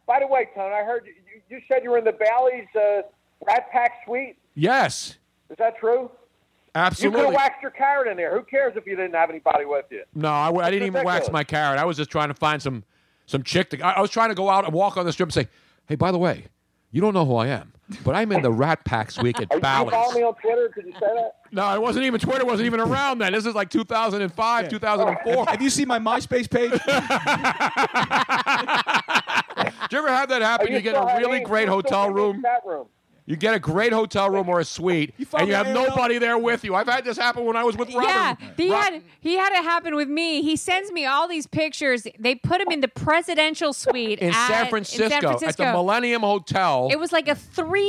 Speaker 19: By the way, Tony, I heard you, you said you were in the Bally's uh, Rat Pack Suite.
Speaker 5: Yes,
Speaker 19: Is that true? You could
Speaker 5: absolutely.
Speaker 19: have waxed your carrot in there. Who cares if you didn't have anybody with you?
Speaker 5: No, I, w- I didn't even wax
Speaker 19: ridiculous.
Speaker 5: my carrot. I was just trying to find some some chick. To, I, I was trying to go out and walk on the strip and say, "Hey, by the way, you don't know who I am, but I'm in the Rat Pack's week
Speaker 19: [laughs]
Speaker 5: at
Speaker 19: Are you- you
Speaker 5: Bally's."
Speaker 19: follow me on Twitter? Could you say that?
Speaker 5: No, it wasn't even Twitter wasn't even around then. This is like 2005, [laughs] 2004.
Speaker 6: Have you seen my MySpace page?
Speaker 5: Do you ever have [laughs] that happen? You, get a really great hotel room. You get a great hotel room or a suite, and you have
Speaker 7: me, Ariel?
Speaker 5: nobody there with you. I've had this happen when I was with Robin.
Speaker 7: Yeah, he had he had it happen with me. He sends me all these pictures. They put him in the presidential suite
Speaker 5: in,
Speaker 7: at-
Speaker 5: San Francisco,
Speaker 7: in San
Speaker 5: at
Speaker 7: Francisco.
Speaker 5: the Millennium Hotel.
Speaker 7: It was like a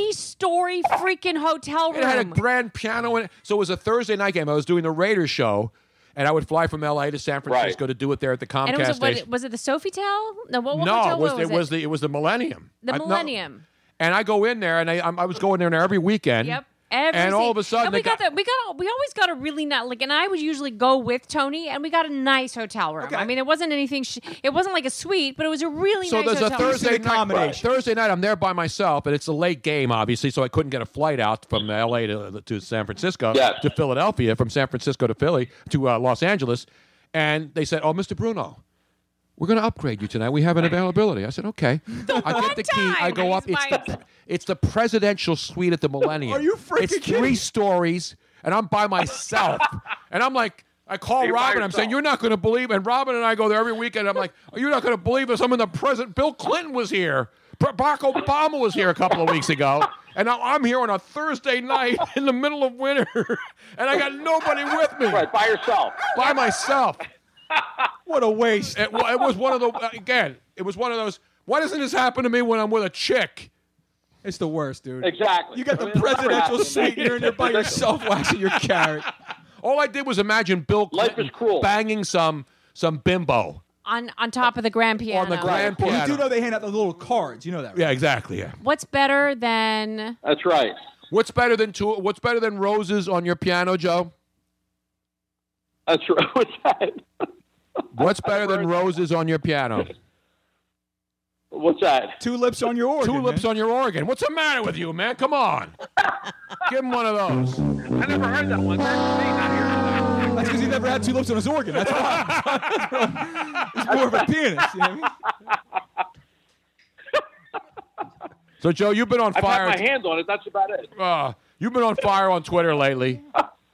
Speaker 7: three-story freaking hotel room.
Speaker 5: It had a grand piano in it. So it was a Thursday night game. I was doing the Raiders show, and I would fly from LA to San Francisco to do it there at the Comcast
Speaker 7: and it was, a,
Speaker 5: station.
Speaker 7: what, was it the Sofitel? No, what, what
Speaker 5: no,
Speaker 7: hotel
Speaker 5: it was,
Speaker 7: was
Speaker 5: it was the it was the Millennium.
Speaker 7: The
Speaker 5: I- no.
Speaker 7: Millennium.
Speaker 5: and I go in there, and I I'm, I was going in there every weekend.
Speaker 7: Yep. Every
Speaker 5: and all of
Speaker 7: sing-
Speaker 5: a sudden,
Speaker 7: and
Speaker 5: the
Speaker 7: we got
Speaker 5: guy-
Speaker 7: the, we got a- we always got a really not like, and I would usually go with Tony, and we got a nice hotel room. I mean, it wasn't anything. Sh- it wasn't like a suite, but it was a really
Speaker 5: so
Speaker 7: nice
Speaker 5: there's
Speaker 7: hotel.
Speaker 5: a
Speaker 7: room.
Speaker 5: Thursday night. right, Thursday night, I'm there by myself, and it's a late game, obviously, so I couldn't get a flight out from L.A. to, to San Francisco to Philadelphia, from San Francisco to Philly to uh, Los Angeles, and they said, "Oh, Mr. Bruno, we're going to upgrade you tonight. We have an availability." I said,
Speaker 7: [laughs]
Speaker 5: "Okay." I get the key. I go up. It's the it's the presidential suite
Speaker 6: [laughs]
Speaker 5: at the Millennium.
Speaker 6: Are you freaking
Speaker 5: It's
Speaker 6: kidding
Speaker 5: three stories, and I'm by myself, and I'm like. I call
Speaker 6: You're by
Speaker 5: Robin. I'm saying
Speaker 6: yourself.
Speaker 5: you're not going to believe. And Robin and I go there every weekend. I'm like, "Oh, you're not going to believe this. I'm in the president. Bill Clinton was here. Br- Barack Obama was here a couple of weeks ago. And now I'm here on a Thursday night [laughs] in the middle of winter, [laughs] and I got nobody with me. Right,
Speaker 18: by yourself.
Speaker 5: By myself. What a waste. It, wa- it was one of the again. It was one of those. Why doesn't this happen to me when I'm with a chick?
Speaker 6: It's the worst, dude.
Speaker 18: Exactly.
Speaker 6: You got the
Speaker 5: I mean, it's
Speaker 6: presidential
Speaker 5: crap.
Speaker 6: suite. You're in there by yourself
Speaker 5: [laughs]
Speaker 6: waxing your carrot.
Speaker 5: All I did was imagine Bill Clinton banging some some bimbo.
Speaker 7: on on top of the grand piano.
Speaker 5: the grand piano.
Speaker 6: You do know they hand out those little cards. You know that.
Speaker 5: Yeah, exactly. Yeah.
Speaker 7: What's better than
Speaker 5: That's right. What's better than two, What's better than roses on your piano, Joe?
Speaker 18: That's [laughs] right. What's that?
Speaker 5: What's better than roses on your piano?
Speaker 18: What's that?
Speaker 6: Two lips on your organ.
Speaker 5: Two lips on your organ. What's the matter with you, man? Come on. Give him one of those.
Speaker 19: [laughs]
Speaker 5: I never heard that one.
Speaker 6: That's because he never had two lips on his organ. That's why. He's more of a pianist. You know what I mean?
Speaker 5: [laughs] So, Joe, you've been on
Speaker 18: I've
Speaker 5: fire.
Speaker 18: had my hand on it. That's about it.
Speaker 5: Uh, you've been on fire on Twitter
Speaker 18: [laughs]
Speaker 5: lately.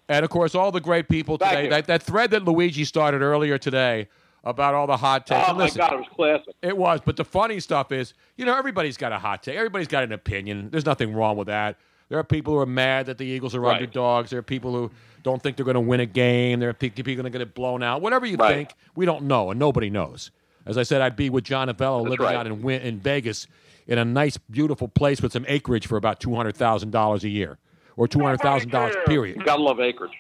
Speaker 5: And of course, all the great people
Speaker 18: Thank
Speaker 5: today.
Speaker 18: you.
Speaker 5: That, that thread that Luigi started earlier today about all the hot takes.
Speaker 18: Oh
Speaker 5: And
Speaker 18: my
Speaker 5: listen,
Speaker 18: God, it was classic.
Speaker 5: It was, but the funny stuff is, you know, everybody's got a hot take. Everybody's got an opinion. There's nothing wrong with that. There are people who are mad that the Eagles are
Speaker 18: Right.
Speaker 5: underdogs. There are people who don't think they're going to win a game. There are pe- people going to get it blown out. Whatever you
Speaker 18: Right.
Speaker 5: think, we don't know, and nobody knows. As I said, I'd be with John Avello living
Speaker 18: right.
Speaker 5: out in Win- in Vegas in a nice, beautiful place with some acreage for about two hundred thousand dollars a year, or two hundred thousand dollars period.
Speaker 18: You gotta love acreage.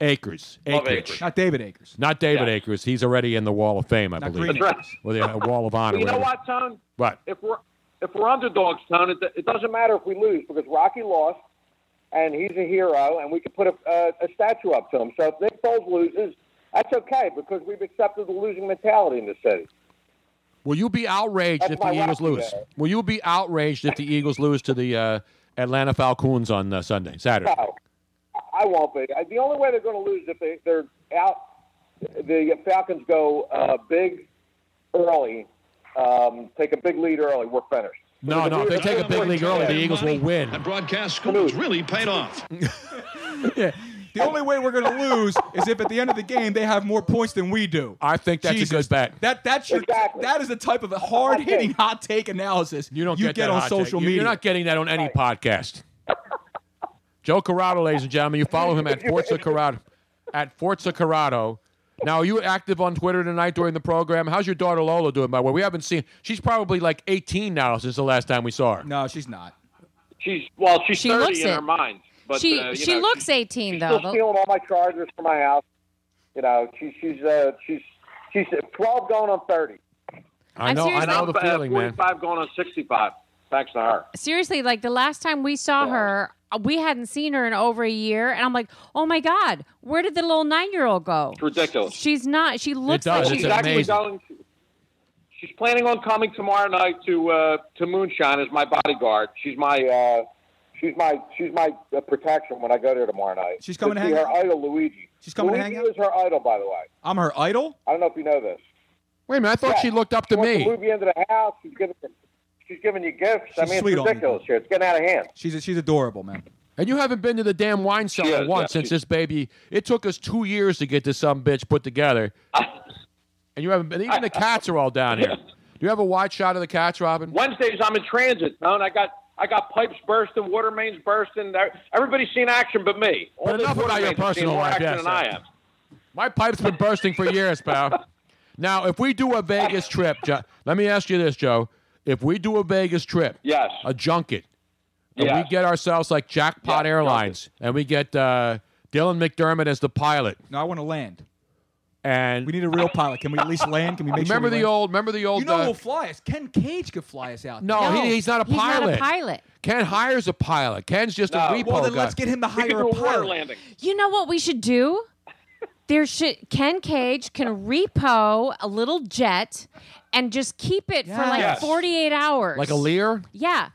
Speaker 5: Acres,
Speaker 18: Love
Speaker 5: acreage.
Speaker 18: acreage.
Speaker 6: Not David
Speaker 5: [laughs]
Speaker 6: Akers.
Speaker 5: Not David Akers. He's already in the Wall of Fame, I believe.
Speaker 18: Green Acres.
Speaker 5: Or the uh,
Speaker 18: [laughs]
Speaker 5: Wall of Honor.
Speaker 19: you know
Speaker 5: whatever.
Speaker 19: what, Tone?
Speaker 5: What?
Speaker 19: If we're if we're underdogs, Tone, it, it doesn't matter if we lose because Rocky lost, and he's a hero, and we can put a, a, a statue up to him. So if Nick Foles loses, that's okay because we've accepted the losing mentality in this city.
Speaker 5: Will you be outraged
Speaker 19: That's
Speaker 5: if the
Speaker 19: my
Speaker 5: Eagles
Speaker 19: Rocky
Speaker 5: lose?
Speaker 19: guy.
Speaker 5: Will you be outraged if the Eagles lose to the uh, Atlanta Falcons on uh, Sunday, Saturday?
Speaker 19: No, I won't be. The only way they're going to lose is if they, they're out. The Falcons go uh, big early, um, take a big lead early. We're finished.
Speaker 5: No, no. If they take a big league early, the Eagles will win.
Speaker 20: That broadcast school has really paid off.
Speaker 6: The only way we're going to lose is if at the end of the game they have more points than we do.
Speaker 5: I think [laughs] that's a
Speaker 6: Jesus.
Speaker 5: good bet.
Speaker 6: That that's your, that is the type of hard hitting hot take analysis you
Speaker 5: don't
Speaker 6: you
Speaker 5: get,
Speaker 6: get,
Speaker 5: that
Speaker 6: on
Speaker 5: hot take.
Speaker 6: social
Speaker 5: You-
Speaker 6: media.
Speaker 5: You're not getting that on any podcast. Joe Corrado, ladies and gentlemen, you follow him at Forza Corrado. At Forza Corrado. Now, are you active on Twitter tonight during the program? How's your daughter Lola doing? By the way, we haven't seen. She's probably like 18 now since the last time we saw her.
Speaker 6: No, she's not.
Speaker 18: She's well, she's
Speaker 7: She looks
Speaker 18: thirty in
Speaker 7: it.
Speaker 18: her mind, but
Speaker 7: she
Speaker 18: uh, you
Speaker 7: she
Speaker 18: know,
Speaker 7: looks 18
Speaker 18: she's
Speaker 7: though.
Speaker 18: still
Speaker 7: The-
Speaker 18: feeling-
Speaker 19: stealing all my chargers from my house. You know, she's she's uh, she's she's twelve going on thirty.
Speaker 5: I know, I know the
Speaker 18: Uh,
Speaker 5: feeling, man.
Speaker 18: 45 going on 65, thanks to her.
Speaker 7: seriously, like the last time we saw her, uh, we hadn't seen her in over a year, and I'm like, oh my god, where did the little nine year old go?
Speaker 18: It's ridiculous.
Speaker 7: She's not. She looks
Speaker 18: Well,
Speaker 7: like
Speaker 18: she's
Speaker 7: she's
Speaker 18: actually going. She's planning on coming tomorrow night to uh, to Moonshine as my bodyguard. She's my uh, she's my she's my uh, protection when I go there tomorrow night.
Speaker 6: She's coming to
Speaker 18: see
Speaker 6: hang
Speaker 18: her idol Luigi.
Speaker 6: She's coming to
Speaker 18: Luigi
Speaker 6: hang out?
Speaker 18: is her idol, by the way.
Speaker 6: I'm her idol.
Speaker 18: I don't know if you know this.
Speaker 5: Wait a minute, I thought she looked up to
Speaker 18: She wants
Speaker 5: me.
Speaker 18: to move you into the house. She's giving she's giving you gifts. I mean,
Speaker 6: She's
Speaker 18: it's
Speaker 6: sweet on me.
Speaker 18: ridiculous here. It's getting out of hand.
Speaker 6: She's she's adorable, man.
Speaker 5: And you haven't been to the damn wine cellar
Speaker 18: is,
Speaker 5: once
Speaker 18: yeah.
Speaker 5: since this baby. It took us two years to get this some bitch put together. and you haven't been. Even the cats are all down here. Do you have a wide shot of the cats, Robin?
Speaker 18: Wednesdays I'm in transit, son. I got I got pipes bursting, water mains bursting. Everybody's seen action but me. All
Speaker 5: But
Speaker 18: these
Speaker 5: enough
Speaker 18: water
Speaker 5: about your
Speaker 18: mains have seen
Speaker 5: personal
Speaker 18: more
Speaker 5: life,
Speaker 18: action
Speaker 5: yes,
Speaker 18: than
Speaker 5: sir.
Speaker 18: I am.
Speaker 5: My pipe's been bursting for years, pal. Now, if we do a Vegas trip, jo- let me ask you this, Joe. If we do a Vegas trip,
Speaker 18: yes,
Speaker 5: a junket, and
Speaker 18: Yes.
Speaker 5: we get ourselves like Jackpot Airlines, and we get uh, Dylan McDermott as the pilot,
Speaker 6: No, I want to land.
Speaker 5: and
Speaker 6: We need a real pilot. Can we at least land? Can we make
Speaker 5: remember
Speaker 6: sure we
Speaker 5: the
Speaker 6: land?
Speaker 5: old, remember the old.
Speaker 6: You know
Speaker 5: uh,
Speaker 6: who'll fly us? Ken Cage could fly us out.
Speaker 5: no,
Speaker 6: there.
Speaker 5: he- he's not a pilot. Ken hires a pilot. Ken's just a repo
Speaker 6: Well, then
Speaker 5: guy.
Speaker 6: let's get him to hire a pilot.
Speaker 7: You know what we should do? There should Ken Cage can repo a little jet and just keep it for like
Speaker 5: Yes.
Speaker 7: 48 hours.
Speaker 5: Like a Lear.
Speaker 7: Yeah.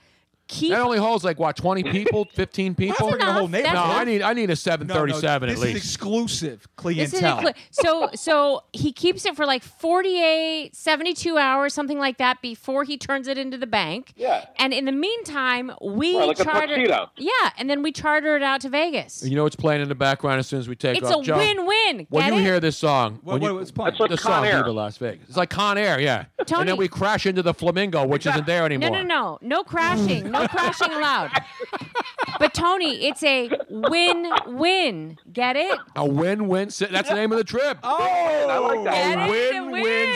Speaker 7: Keep
Speaker 5: that only holds like what, twenty people, fifteen people?
Speaker 7: That's enough. That's
Speaker 5: no, I
Speaker 7: enough.
Speaker 5: need I need a seven thirty seven at
Speaker 6: this is
Speaker 5: least.
Speaker 6: exclusive
Speaker 7: This is
Speaker 6: clientele.
Speaker 7: inclu- so so he keeps it for like 48 72 hours something like that before he turns it into the bank.
Speaker 18: Yeah.
Speaker 7: And in the meantime, we
Speaker 5: Right, like a
Speaker 7: charter
Speaker 5: tuxedo.
Speaker 7: Yeah, and then we charter it out to Vegas.
Speaker 5: You know what's playing in the background as soon as we take
Speaker 7: It's a
Speaker 5: off. Joe,
Speaker 7: win-win.
Speaker 5: When
Speaker 7: Get
Speaker 5: you
Speaker 7: it?
Speaker 5: hear this song,
Speaker 6: What-
Speaker 5: when you-
Speaker 6: what- what's playing? That's
Speaker 5: the
Speaker 6: like
Speaker 5: song
Speaker 6: Con Air.
Speaker 5: Viva Las Vegas. It's like Con Air, yeah. And
Speaker 7: Tony-
Speaker 5: then we crash into the flamingo, which isn't there anymore.
Speaker 7: No, no, no. No crashing. No crashing allowed. But Tony, it's a win-win. Get it?
Speaker 5: A win-win. Si- that's the name of the trip.
Speaker 6: Oh, I like
Speaker 5: A win-win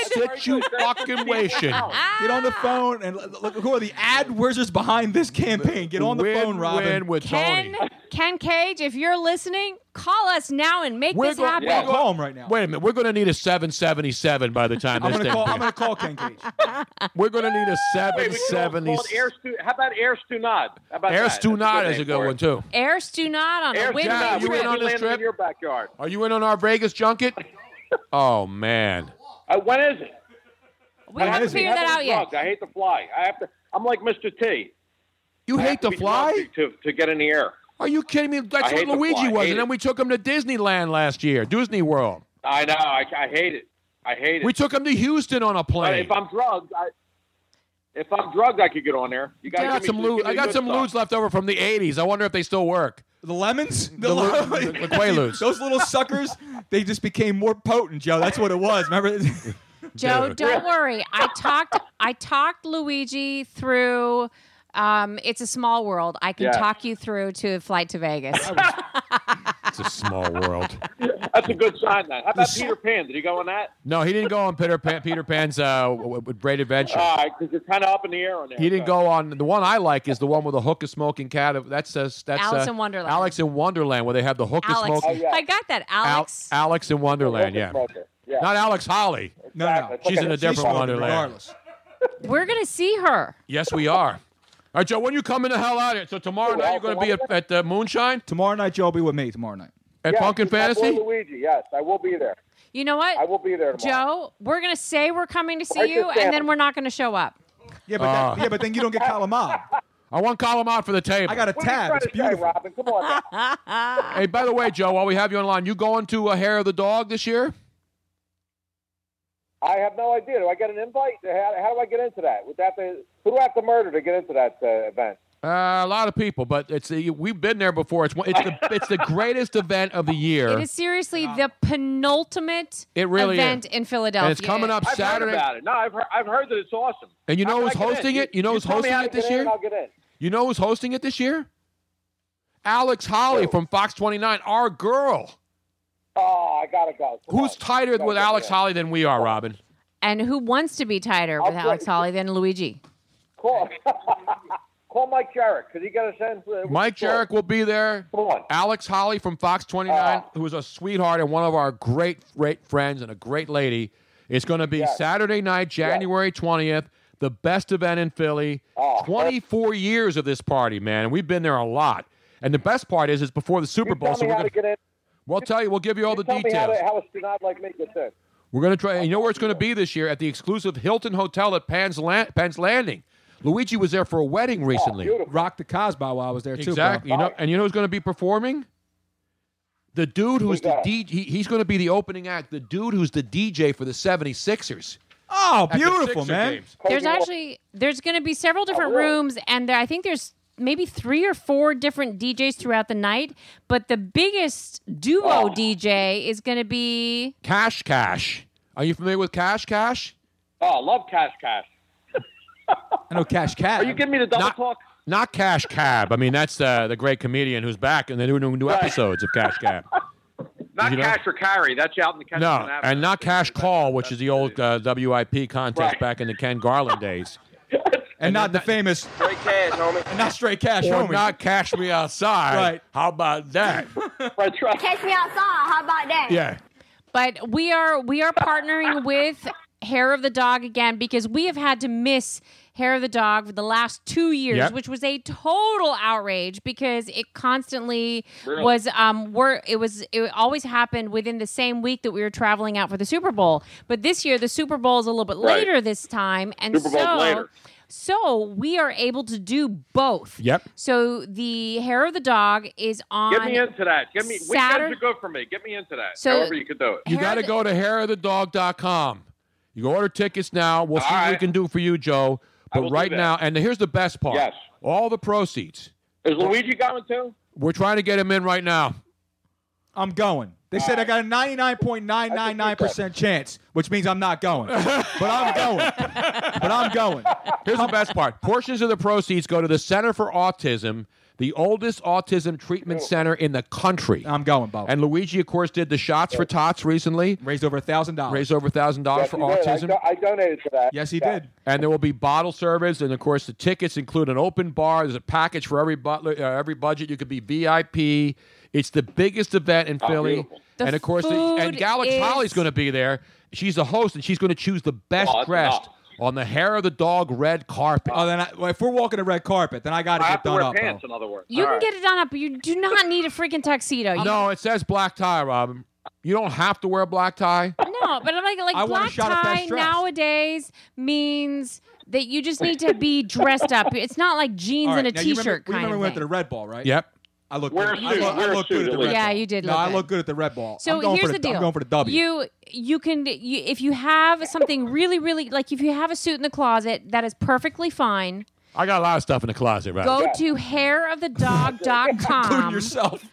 Speaker 5: situation.
Speaker 6: Get on the phone and l- look who are the ad wizards behind this campaign. Get on the phone, Robin.
Speaker 5: win with
Speaker 7: Ken, Ken Cage, if you're listening, call us now and make this
Speaker 5: go-
Speaker 7: happen.
Speaker 5: we're go-
Speaker 6: right now.
Speaker 5: Wait a minute. We're going to need a 777 by the time
Speaker 6: I'm
Speaker 5: this
Speaker 6: gonna
Speaker 5: thing.
Speaker 6: call. I'm
Speaker 5: picks.
Speaker 6: gonna call Ken Cage.
Speaker 5: We're going to need a
Speaker 18: Wait, we could all
Speaker 5: 770.
Speaker 18: call it Air Stu- How about Air Stunad? How about
Speaker 5: Air
Speaker 18: that? That's
Speaker 5: Stunad is a
Speaker 18: name
Speaker 5: good
Speaker 18: for it.
Speaker 5: one too.
Speaker 7: Airs do not on
Speaker 18: Air
Speaker 7: a win-win
Speaker 18: Stunad. You
Speaker 7: trip.
Speaker 18: went on this trip in your backyard.
Speaker 5: Are you in on our Vegas junket? Oh man.
Speaker 18: Uh, when is it?
Speaker 7: We
Speaker 18: I
Speaker 7: haven't
Speaker 18: to be
Speaker 7: figured that
Speaker 18: heavily
Speaker 7: out yet.
Speaker 18: drugged. I hate to fly. I have to. I'm like Mr. T.
Speaker 5: You
Speaker 18: I
Speaker 5: hate
Speaker 18: have
Speaker 5: to
Speaker 18: be
Speaker 5: fly?
Speaker 18: drugged To, to get in the air.
Speaker 5: Are you kidding me? That's
Speaker 18: I
Speaker 5: what
Speaker 18: hate to
Speaker 5: Luigi
Speaker 18: fly. I
Speaker 5: was,
Speaker 18: hate
Speaker 5: and then
Speaker 18: it.
Speaker 5: we took him to Disneyland last year, Disney World.
Speaker 18: I know. I, I hate it. I hate it.
Speaker 5: We took him to Houston on a
Speaker 18: But
Speaker 5: plane.
Speaker 18: if I'm drugged, I, if I'm drugged, I could get on there. You
Speaker 5: I
Speaker 18: gotta
Speaker 5: got
Speaker 18: give
Speaker 5: some
Speaker 18: me, give
Speaker 5: loo-
Speaker 18: me
Speaker 5: I got
Speaker 18: good
Speaker 5: some
Speaker 18: stuff.
Speaker 5: ludes left over from the '80s. I wonder if they still work.
Speaker 6: The lemons,
Speaker 5: The lo- the
Speaker 6: [laughs]
Speaker 5: Quaaludes.
Speaker 6: Those little suckers, they just became more potent, Joe. That's what it was. Remember?
Speaker 7: [laughs] Joe, don't worry. I talked. I talked Luigi through. Um, it's a small world. I can
Speaker 5: Yeah.
Speaker 7: talk you through to a flight to Vegas.
Speaker 5: It's a
Speaker 17: [laughs]
Speaker 5: small world.
Speaker 18: That's a good sign. That. How about Peter Pan? Did he go on that?
Speaker 5: [laughs] No, he didn't go on Peter Pan, Peter Pan's uh, w- w- Great Adventure.
Speaker 18: All right, because it's kind of up in the air on there.
Speaker 5: He didn't go on. The one I like is the one with the hookah smoking cat. of- That's uh, that's
Speaker 7: Alice
Speaker 5: uh,
Speaker 7: in Wonderland.
Speaker 5: Alex in Wonderland, where they have the hookah
Speaker 7: Alex,
Speaker 18: Oh,
Speaker 5: smoking.
Speaker 7: I got that.
Speaker 5: Al-
Speaker 7: Alex,
Speaker 5: Alex in Wonderland.
Speaker 18: Hookah
Speaker 5: Yeah.
Speaker 18: smoker, yeah.
Speaker 5: Not Alex Holly.
Speaker 6: No, no.
Speaker 5: She's in a different Wonderland.
Speaker 7: we're gonna see her.
Speaker 5: Yes, we are. All right, Joe. When you coming the hell out here? So tomorrow night you're going to be at, at uh, Moonshine
Speaker 6: Tomorrow night, Joe will be with me. Tomorrow night.
Speaker 5: at Pumpkin Fantasy.
Speaker 18: Luigi. Yes, I will be there.
Speaker 7: You know what?
Speaker 18: I will be there tomorrow.
Speaker 7: Joe, we're gonna say we're coming to see
Speaker 18: Where's
Speaker 7: you,
Speaker 18: your
Speaker 7: and then
Speaker 18: family?
Speaker 7: we're not gonna show up.
Speaker 6: Yeah,
Speaker 5: but that- Ah. yeah,
Speaker 6: but then you don't get Colin
Speaker 5: I want Colin out for the table.
Speaker 6: I got a
Speaker 18: What are you
Speaker 6: tab.
Speaker 18: trying
Speaker 6: It's
Speaker 18: to say,
Speaker 6: beautiful.
Speaker 18: Robin? Come on. now.
Speaker 5: Hey, by the way, Joe, while we have you online, you going to a Hair of the Dog this year?
Speaker 18: I have no idea. Do I get an invite? How, how do I get into that? Would that be, who do I have to murder to get into that uh, event?
Speaker 5: Uh, a lot of people, but it's uh, we've been there before. It's one- it's the it's the greatest event of the year.
Speaker 7: It is seriously the penultimate
Speaker 5: It really is.
Speaker 7: event in Philadelphia.
Speaker 5: And it's coming up
Speaker 7: I've heard
Speaker 5: Saturday.
Speaker 7: about
Speaker 18: about it. No, I've heard, I've heard that it's awesome.
Speaker 5: And you know
Speaker 18: How
Speaker 5: who's
Speaker 18: can I get
Speaker 5: hosting
Speaker 18: in?
Speaker 5: it? You know who's
Speaker 18: tell me
Speaker 5: hosting
Speaker 18: how to
Speaker 5: it this
Speaker 18: get in,
Speaker 5: year?
Speaker 18: I'll get in.
Speaker 5: You know who's hosting it this year? Alex Holly from Fox 29, our girl.
Speaker 18: Oh, I gotta go.
Speaker 5: Who's tighter with Alex Holly than we are, Robin?
Speaker 7: And who wants to be tighter with Alex Holly than Luigi?
Speaker 18: Call, call Mike Jarrett. Could he get us in? Uh,
Speaker 5: Mike
Speaker 18: sure.
Speaker 5: Jarek will be there. Alex Holly from Fox
Speaker 18: Uh,
Speaker 5: 29, who is a sweetheart and one of our great, great friends and a great lady. It's going to be Saturday night, January 20th, the best event in Philly.
Speaker 18: Oh,
Speaker 5: 24 years of this party, man. And we've been there a lot. And the best part is, it's before the Super Bowl.
Speaker 18: Tell
Speaker 5: So
Speaker 18: me
Speaker 5: we're
Speaker 18: how to
Speaker 5: gonna,
Speaker 18: get in.
Speaker 5: we'll tell you, we'll give you all the
Speaker 18: Tell me
Speaker 5: details.
Speaker 18: how, to, how a snob like me gets in.
Speaker 5: We're going to try. You know where it's going to be this year? At the exclusive Hilton Hotel at Penn's, Land, Penn's Landing. Luigi was there for a
Speaker 18: Oh,
Speaker 5: wedding recently.
Speaker 6: Rock the Cosby while I was there too.
Speaker 5: exactly. You know, and you know who's going to be performing? The dude who's the D, he, he's going to be the opening act. The dude who's the DJ for the 76ers.
Speaker 6: Oh,
Speaker 5: At the
Speaker 6: beautiful,
Speaker 5: Sixer
Speaker 6: man.
Speaker 5: games.
Speaker 7: There's actually there's going to be several different rooms, and there, I think there's maybe three or four different DJs throughout the night. But the biggest duo
Speaker 18: Oh.
Speaker 7: DJ is going to be
Speaker 5: Cash Cash. Are you familiar with Cash Cash?
Speaker 18: Oh, love Cash Cash.
Speaker 6: I know Cash Cash.
Speaker 18: Are you giving me the double talk?
Speaker 5: Not Cash Cab. I mean, that's uh, the great comedian who's back, and they're doing new episodes of Cash Cab.
Speaker 18: [laughs] Not
Speaker 5: You know-
Speaker 18: Cash or Carry. That's out in the Kensington
Speaker 5: No,
Speaker 18: Avenue.
Speaker 5: and not Cash Call, which is the old uh, WIP contest back in the Ken
Speaker 18: [laughs]
Speaker 5: Garland days.
Speaker 6: And not the famous
Speaker 18: Straight cash, homie.
Speaker 6: and not straight cash,
Speaker 5: or
Speaker 6: homie.
Speaker 5: not Cash Me Outside.
Speaker 6: Right.
Speaker 5: How about that?
Speaker 18: That's right.
Speaker 7: Catch me outside. How about that?
Speaker 5: Yeah.
Speaker 7: But we are we are partnering with Hair of the Dog again because we have had to miss Hair of the Dog for the last two years,
Speaker 20: Yep.
Speaker 7: which was a total outrage because it constantly
Speaker 20: Really?
Speaker 7: was um were it was it always happened within the same week that we were traveling out for the Super Bowl. But this year the Super Bowl is a little bit
Speaker 20: Right.
Speaker 7: later this time, and
Speaker 20: Super Bowl's
Speaker 7: so
Speaker 20: later.
Speaker 7: so we are able to do both.
Speaker 5: Yep.
Speaker 7: So the Hair of the Dog is on.
Speaker 18: Get me into that. Get me.
Speaker 7: Saturday-
Speaker 18: Weekends are good for me. Get me into that.
Speaker 7: So-
Speaker 18: However you could do it.
Speaker 5: You got to go to hairofthedog.com. You can order tickets now. We'll see what we can do for you, Joe. But right
Speaker 18: that.
Speaker 5: now, and here's the best part.
Speaker 18: Yes.
Speaker 5: All the proceeds.
Speaker 18: Is Luigi going too?
Speaker 5: We're trying to get him
Speaker 18: [laughs]
Speaker 5: in right now.
Speaker 6: I'm going. They said I got a 99.999% chance, which means I'm not going. but I'm
Speaker 5: [laughs]
Speaker 6: going. But I'm going.
Speaker 5: Here's the best part. Portions of the proceeds go to the Center for Autism, the oldest autism treatment center in the country.
Speaker 6: I'm going, Bob.
Speaker 5: And Luigi, of course, did the shots for tots recently.
Speaker 6: Raised over a thousand dollars.
Speaker 5: Raised over a thousand dollars
Speaker 18: Yes,
Speaker 5: for
Speaker 18: he did. I
Speaker 5: autism.
Speaker 18: do- I, donated to that.
Speaker 6: Yes, he did.
Speaker 5: And there will be bottle service, and of course, the tickets include an open bar. There's a package for every butler, uh, every budget. You could be VIP. It's the biggest event
Speaker 6: Ah,
Speaker 5: in Philly,
Speaker 20: beautiful.
Speaker 7: The
Speaker 5: and of course, the- and
Speaker 7: food
Speaker 5: Galax
Speaker 7: is-
Speaker 5: Holly's going to be there. She's the host, and she's going to choose the best
Speaker 6: Oh, it's
Speaker 5: dressed
Speaker 6: not.
Speaker 5: on the hair of the dog red carpet.
Speaker 6: Oh, then I, well, if we're walking a red carpet, then I got to get done up. bro.
Speaker 18: in other words.
Speaker 7: You can get it done up, but you do not need a freaking tuxedo. You-
Speaker 5: no, it says black tie, Robin. You don't have to wear a black tie.
Speaker 7: no, but I'm like, like
Speaker 5: I want a
Speaker 7: black
Speaker 5: shot of
Speaker 7: tie
Speaker 5: best dressed.
Speaker 7: nowadays means that you just need to be dressed up. It's not like jeans
Speaker 6: All right,
Speaker 7: and a
Speaker 6: now you remember-
Speaker 7: t-shirt
Speaker 6: we
Speaker 7: kind
Speaker 6: remember
Speaker 7: of
Speaker 6: we went
Speaker 7: thing.
Speaker 6: to the Red Ball, right?
Speaker 5: Yep.
Speaker 6: I look
Speaker 7: Wear a
Speaker 6: good. I
Speaker 7: suit,
Speaker 6: look, I
Speaker 7: wear a
Speaker 6: look good
Speaker 7: suit
Speaker 6: at
Speaker 7: at
Speaker 6: the Red
Speaker 7: least. Yeah,
Speaker 6: Ball.
Speaker 7: you did
Speaker 6: No,
Speaker 7: look
Speaker 6: I
Speaker 7: good.
Speaker 6: look good at the Red Ball.
Speaker 7: So
Speaker 6: I'm going
Speaker 7: here's
Speaker 6: for the,
Speaker 7: the deal.
Speaker 6: I'm going for the W.
Speaker 7: You you can you, if you have something really really like if you have a suit in the closet that is perfectly fine.
Speaker 5: I got a lot of stuff in the closet, Robin.
Speaker 7: Go to hairofthedog.com.
Speaker 5: yourself.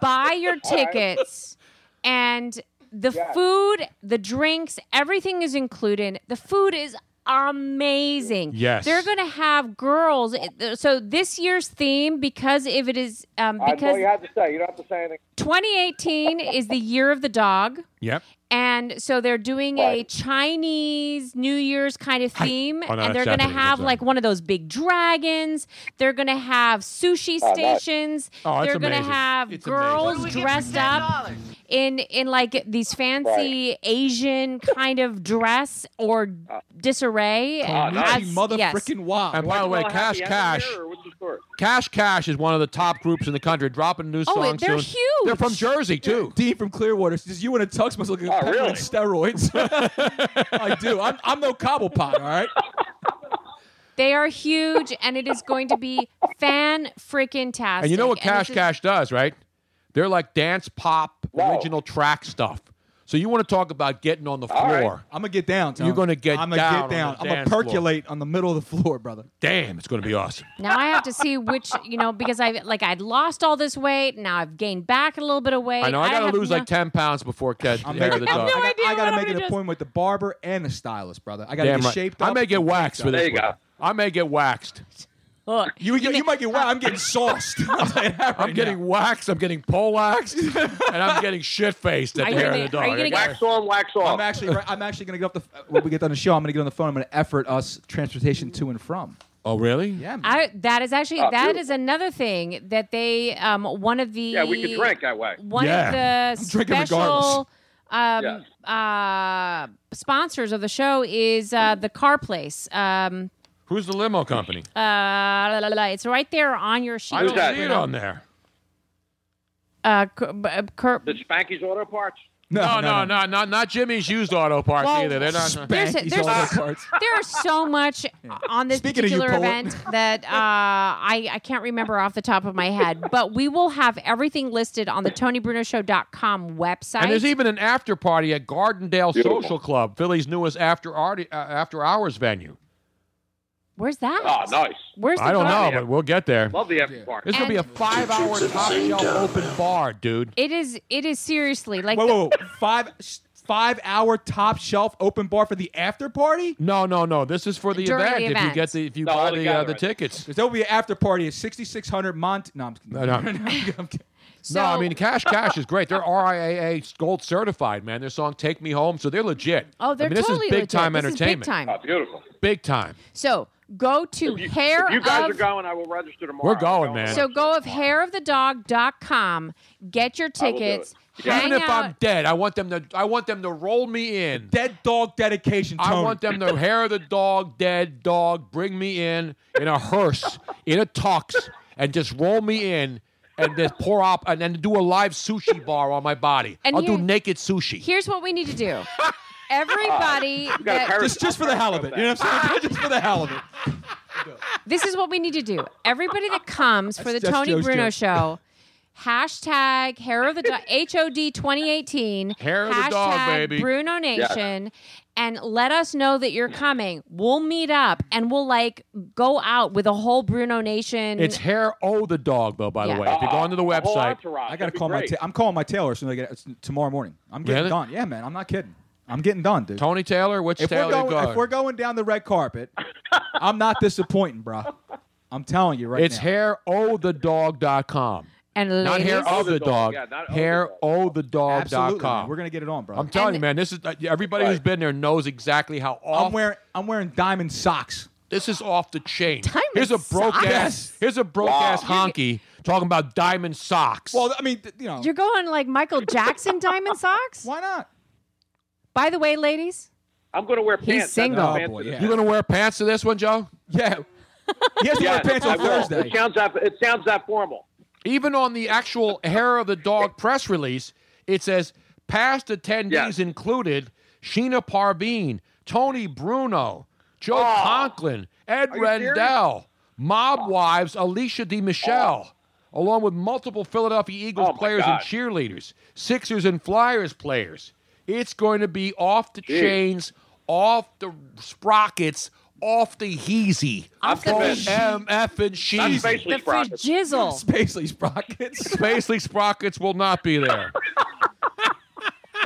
Speaker 7: buy your
Speaker 5: [laughs] All right.
Speaker 7: tickets and the
Speaker 20: Yeah.
Speaker 7: food, the drinks, everything is included. The food is amazing.
Speaker 20: Yes.
Speaker 7: They're going to have girls. So this year's theme because if it is um
Speaker 18: All right, that's all you
Speaker 7: because
Speaker 18: have to say. You don't have to say anything.
Speaker 7: 2018 is the year of the dog.
Speaker 5: Yep.
Speaker 7: And so they're doing a Chinese New Year's kind of theme.
Speaker 20: Oh, no,
Speaker 7: and
Speaker 20: that's
Speaker 7: they're going to
Speaker 20: Japanese,
Speaker 7: have
Speaker 20: that's
Speaker 7: like one of those big dragons. They're going to have sushi
Speaker 20: Oh, nice.
Speaker 7: stations.
Speaker 20: Oh, it's
Speaker 7: they're going to
Speaker 20: amazing.
Speaker 7: have
Speaker 20: It's amazing. What do
Speaker 7: girls
Speaker 20: we get for
Speaker 7: dressed up in, in like these fancy Asian kind of dress or
Speaker 20: Uh.
Speaker 7: disarray. and as-
Speaker 6: mother
Speaker 7: yes.
Speaker 6: frickin' wild.
Speaker 5: Oh, And by the way, Cash Cash. Cash Cash is one of the top groups in the country, dropping a new
Speaker 6: Oh,
Speaker 5: song
Speaker 6: they're
Speaker 5: soon. They're from
Speaker 6: huge.
Speaker 5: Jersey too.
Speaker 6: Dean from Clearwater says you and a tux must look like
Speaker 5: Oh,
Speaker 6: pepper
Speaker 5: really?
Speaker 18: [laughs]
Speaker 6: and steroids. I do. I'm, I'm no cobblepot. All right.
Speaker 7: They are huge and it is going to
Speaker 5: [laughs]
Speaker 7: be fan freaking tastic.
Speaker 5: And you know what
Speaker 7: this
Speaker 5: Cash
Speaker 7: is-
Speaker 5: Cash does, right? They're like dance pop original track stuff. So you want to talk about getting on the floor?
Speaker 6: I'm gonna get down. Tom.
Speaker 5: You're gonna get
Speaker 6: I'm
Speaker 5: down
Speaker 6: gonna
Speaker 5: on
Speaker 6: get down.
Speaker 5: the
Speaker 6: I'm gonna
Speaker 5: dance floor.
Speaker 6: percolate on the middle of the floor, brother.
Speaker 5: Damn, it's gonna be awesome.
Speaker 7: Now I have to see which you know because I like I'd lost all this weight. Now I've gained back a little bit of weight.
Speaker 5: I know I gotta
Speaker 7: have
Speaker 5: lose
Speaker 7: no-
Speaker 5: like ten pounds before catch
Speaker 6: I'm
Speaker 5: hair of the
Speaker 6: I,
Speaker 5: dog.
Speaker 6: got- I
Speaker 7: what
Speaker 6: gotta
Speaker 7: I'm
Speaker 6: make an
Speaker 7: gonna do.
Speaker 6: appointment with the barber and the stylist, brother. I gotta
Speaker 5: Damn
Speaker 6: get
Speaker 5: right.
Speaker 6: shaped up.
Speaker 5: I may get waxed for this.
Speaker 6: There you
Speaker 5: one. I may get waxed.
Speaker 7: Look,
Speaker 6: [laughs] you, you, you might get waxed. I'm getting sauced.
Speaker 7: [laughs]
Speaker 6: [laughs]
Speaker 5: I'm getting waxed. I'm getting poleaxed, and I'm getting shit faced
Speaker 6: [laughs]
Speaker 5: at
Speaker 6: Are
Speaker 5: the
Speaker 6: you
Speaker 5: hair
Speaker 6: gonna-
Speaker 5: of the
Speaker 6: are you
Speaker 5: dog.
Speaker 6: gonna
Speaker 5: I
Speaker 6: get-
Speaker 5: got-
Speaker 6: Wax
Speaker 19: on, wax off.
Speaker 6: I'm actually, right- I'm actually gonna get off the when we get done the show. I'm gonna get on the phone. I'm gonna effort us transportation to and from.
Speaker 5: Oh really?
Speaker 6: Yeah.
Speaker 7: I, that is actually
Speaker 6: Oh,
Speaker 7: that is
Speaker 6: beautiful.
Speaker 7: another thing that they um one of the
Speaker 6: Yeah, we could drink that way.
Speaker 7: One
Speaker 6: Yeah.
Speaker 5: [laughs]
Speaker 7: of the
Speaker 6: I'm drinking
Speaker 7: special um, uh, sponsors of the show is uh, the car place. Um,
Speaker 5: Who's the limo company?
Speaker 7: uh, la, la, la, la. it's right there on your sheet.
Speaker 5: I don't see it on there.
Speaker 7: Uh, Cur- b- uh, Cur-
Speaker 19: The Spanky's Auto Parts.
Speaker 5: No, no, no, no, not not Jimmy's used auto parts
Speaker 7: Well,
Speaker 5: either. They're not.
Speaker 7: there's, there's, [laughs] there's so
Speaker 5: [laughs]
Speaker 7: much on this
Speaker 5: Speaking of you,
Speaker 7: particular
Speaker 5: poet.
Speaker 7: event that uh, I, I can't remember off the top of my
Speaker 5: [laughs]
Speaker 7: head, but we will have everything listed on the TonyBrunoShow.com website.
Speaker 5: And there's even an after party at Gardendale Social Club, Philly's newest after arti- uh, after hours venue.
Speaker 7: Where's that?
Speaker 5: Oh,
Speaker 19: Ah, nice.
Speaker 7: Where's the
Speaker 5: I don't know,
Speaker 7: garden?
Speaker 5: but we'll get there.
Speaker 19: Love the after party.
Speaker 5: It's gonna be a
Speaker 7: And-
Speaker 5: five-hour top shelf open bar, dude.
Speaker 7: It is. It is seriously like.
Speaker 6: Whoa,
Speaker 7: the-
Speaker 6: whoa,
Speaker 5: Oh.
Speaker 6: whoa. five five hour top shelf open bar for the after party?
Speaker 5: No, no, no. This is for the
Speaker 6: During
Speaker 5: event.
Speaker 6: the
Speaker 5: if you
Speaker 6: event.
Speaker 5: get the if you
Speaker 6: No,
Speaker 5: buy
Speaker 6: all
Speaker 5: the uh,
Speaker 6: together,
Speaker 5: the
Speaker 6: I
Speaker 5: tickets.
Speaker 6: There will be an after party at 6600 Mont. [laughs] No, I'm kidding.
Speaker 5: No, no. no, I mean Cash Cash is great. They're RIAA Gold certified, man. Their song "Take Me Home," so they're legit.
Speaker 7: Oh, they're
Speaker 5: I mean,
Speaker 7: totally
Speaker 5: this is big
Speaker 7: legit.
Speaker 5: time
Speaker 7: This is big
Speaker 5: entertainment.
Speaker 7: time. Oh,
Speaker 19: beautiful.
Speaker 5: Big time.
Speaker 7: So go to hair.
Speaker 19: If you guys
Speaker 7: of,
Speaker 19: are going, I will register tomorrow.
Speaker 5: We're going, man.
Speaker 7: So go of hairofthedog.com. Get your
Speaker 5: I will do it.
Speaker 7: tickets.
Speaker 5: Even
Speaker 7: Hang
Speaker 5: if
Speaker 7: out.
Speaker 5: I'm dead, I want them to. I want them to roll me in.
Speaker 6: Dead dog dedication.
Speaker 5: I want
Speaker 6: [laughs]
Speaker 5: them to hair the dog, dead dog. Bring me in in a hearse, in a tux, and just roll me in, and just pour up, and then do a live sushi bar on my body.
Speaker 7: And
Speaker 5: I'll do
Speaker 7: here-
Speaker 5: naked sushi.
Speaker 7: Here's what we need to
Speaker 5: [laughs]
Speaker 7: do. Everybody, that-
Speaker 6: just, just for the hell of it. You know what I'm saying? [laughs] just for the hell of it.
Speaker 7: this is what we need to do. Everybody that comes for the
Speaker 6: that's
Speaker 7: Tony
Speaker 6: Joe's
Speaker 7: Bruno
Speaker 6: joke.
Speaker 7: show, hashtag hair of the
Speaker 5: [laughs]
Speaker 7: dog, HOD 2018,
Speaker 5: Hair of
Speaker 7: hashtag
Speaker 5: the dog, baby.
Speaker 7: Bruno Nation, and let us know that you're coming. We'll meet up and we'll like go out with a whole Bruno Nation.
Speaker 5: It's hair o the dog though. By
Speaker 7: Yeah.
Speaker 5: the way, if you go onto the website,
Speaker 6: I gotta call my. Ta- I'm calling my tailor as soon as I get it's tomorrow morning. I'm getting
Speaker 5: Really?
Speaker 6: done. Yeah, man. I'm not kidding. I'm getting done, dude.
Speaker 5: Tony Taylor, which
Speaker 6: If we're,
Speaker 5: Taylor
Speaker 6: going,
Speaker 5: go?
Speaker 6: if we're going down the red [laughs] carpet, I'm not disappointing, bro. I'm telling you right
Speaker 5: it's
Speaker 6: now.
Speaker 5: hair o the dog.com.
Speaker 7: And
Speaker 5: Not hair
Speaker 6: ladies?
Speaker 5: of the dog.
Speaker 6: Yeah, not of the
Speaker 5: hair o the
Speaker 6: Absolutely, man.
Speaker 5: dog.com.
Speaker 6: We're gonna get it on, bro.
Speaker 5: I'm telling you, man. This is uh, everybody who's been there knows exactly how off.
Speaker 6: I'm wearing I'm wearing diamond socks.
Speaker 5: This is off the chain. here's a broke
Speaker 6: socks?
Speaker 5: ass. Here's a broke ass honky talking about diamond socks.
Speaker 6: Well, I mean, th- you know,
Speaker 7: You're going like Michael Jackson diamond socks?
Speaker 6: [laughs] Why not?
Speaker 7: By the way, ladies,
Speaker 19: I'm going to wear pants. That's
Speaker 6: single.
Speaker 19: the pants
Speaker 6: Oh, boy,
Speaker 19: that-
Speaker 5: You gonna wear pants to this one, Joe?
Speaker 6: Yeah. He has to wear
Speaker 19: Yes,
Speaker 6: pants on
Speaker 19: I will.
Speaker 6: Thursday.
Speaker 19: It sounds that it sounds that formal.
Speaker 5: Even on the actual hair of the dog press release, it says past attendees included Sheena Parveen, Tony Bruno, Joe Conklin, Ed
Speaker 6: Oh. Are you serious? Oh.
Speaker 5: Rendell, Mob Wives, Alicia D. Michelle, along with multiple Philadelphia Eagles players and
Speaker 6: Oh, God.
Speaker 5: cheerleaders, Sixers and Flyers players. It's going to be off the chains, off the sprockets, off the heezy,
Speaker 7: Off the
Speaker 5: off
Speaker 7: fish.
Speaker 5: MF and sheezy.
Speaker 7: The Sprockets. frijizzle.
Speaker 6: Spacely sprockets.
Speaker 5: Spacely sprockets will not be there.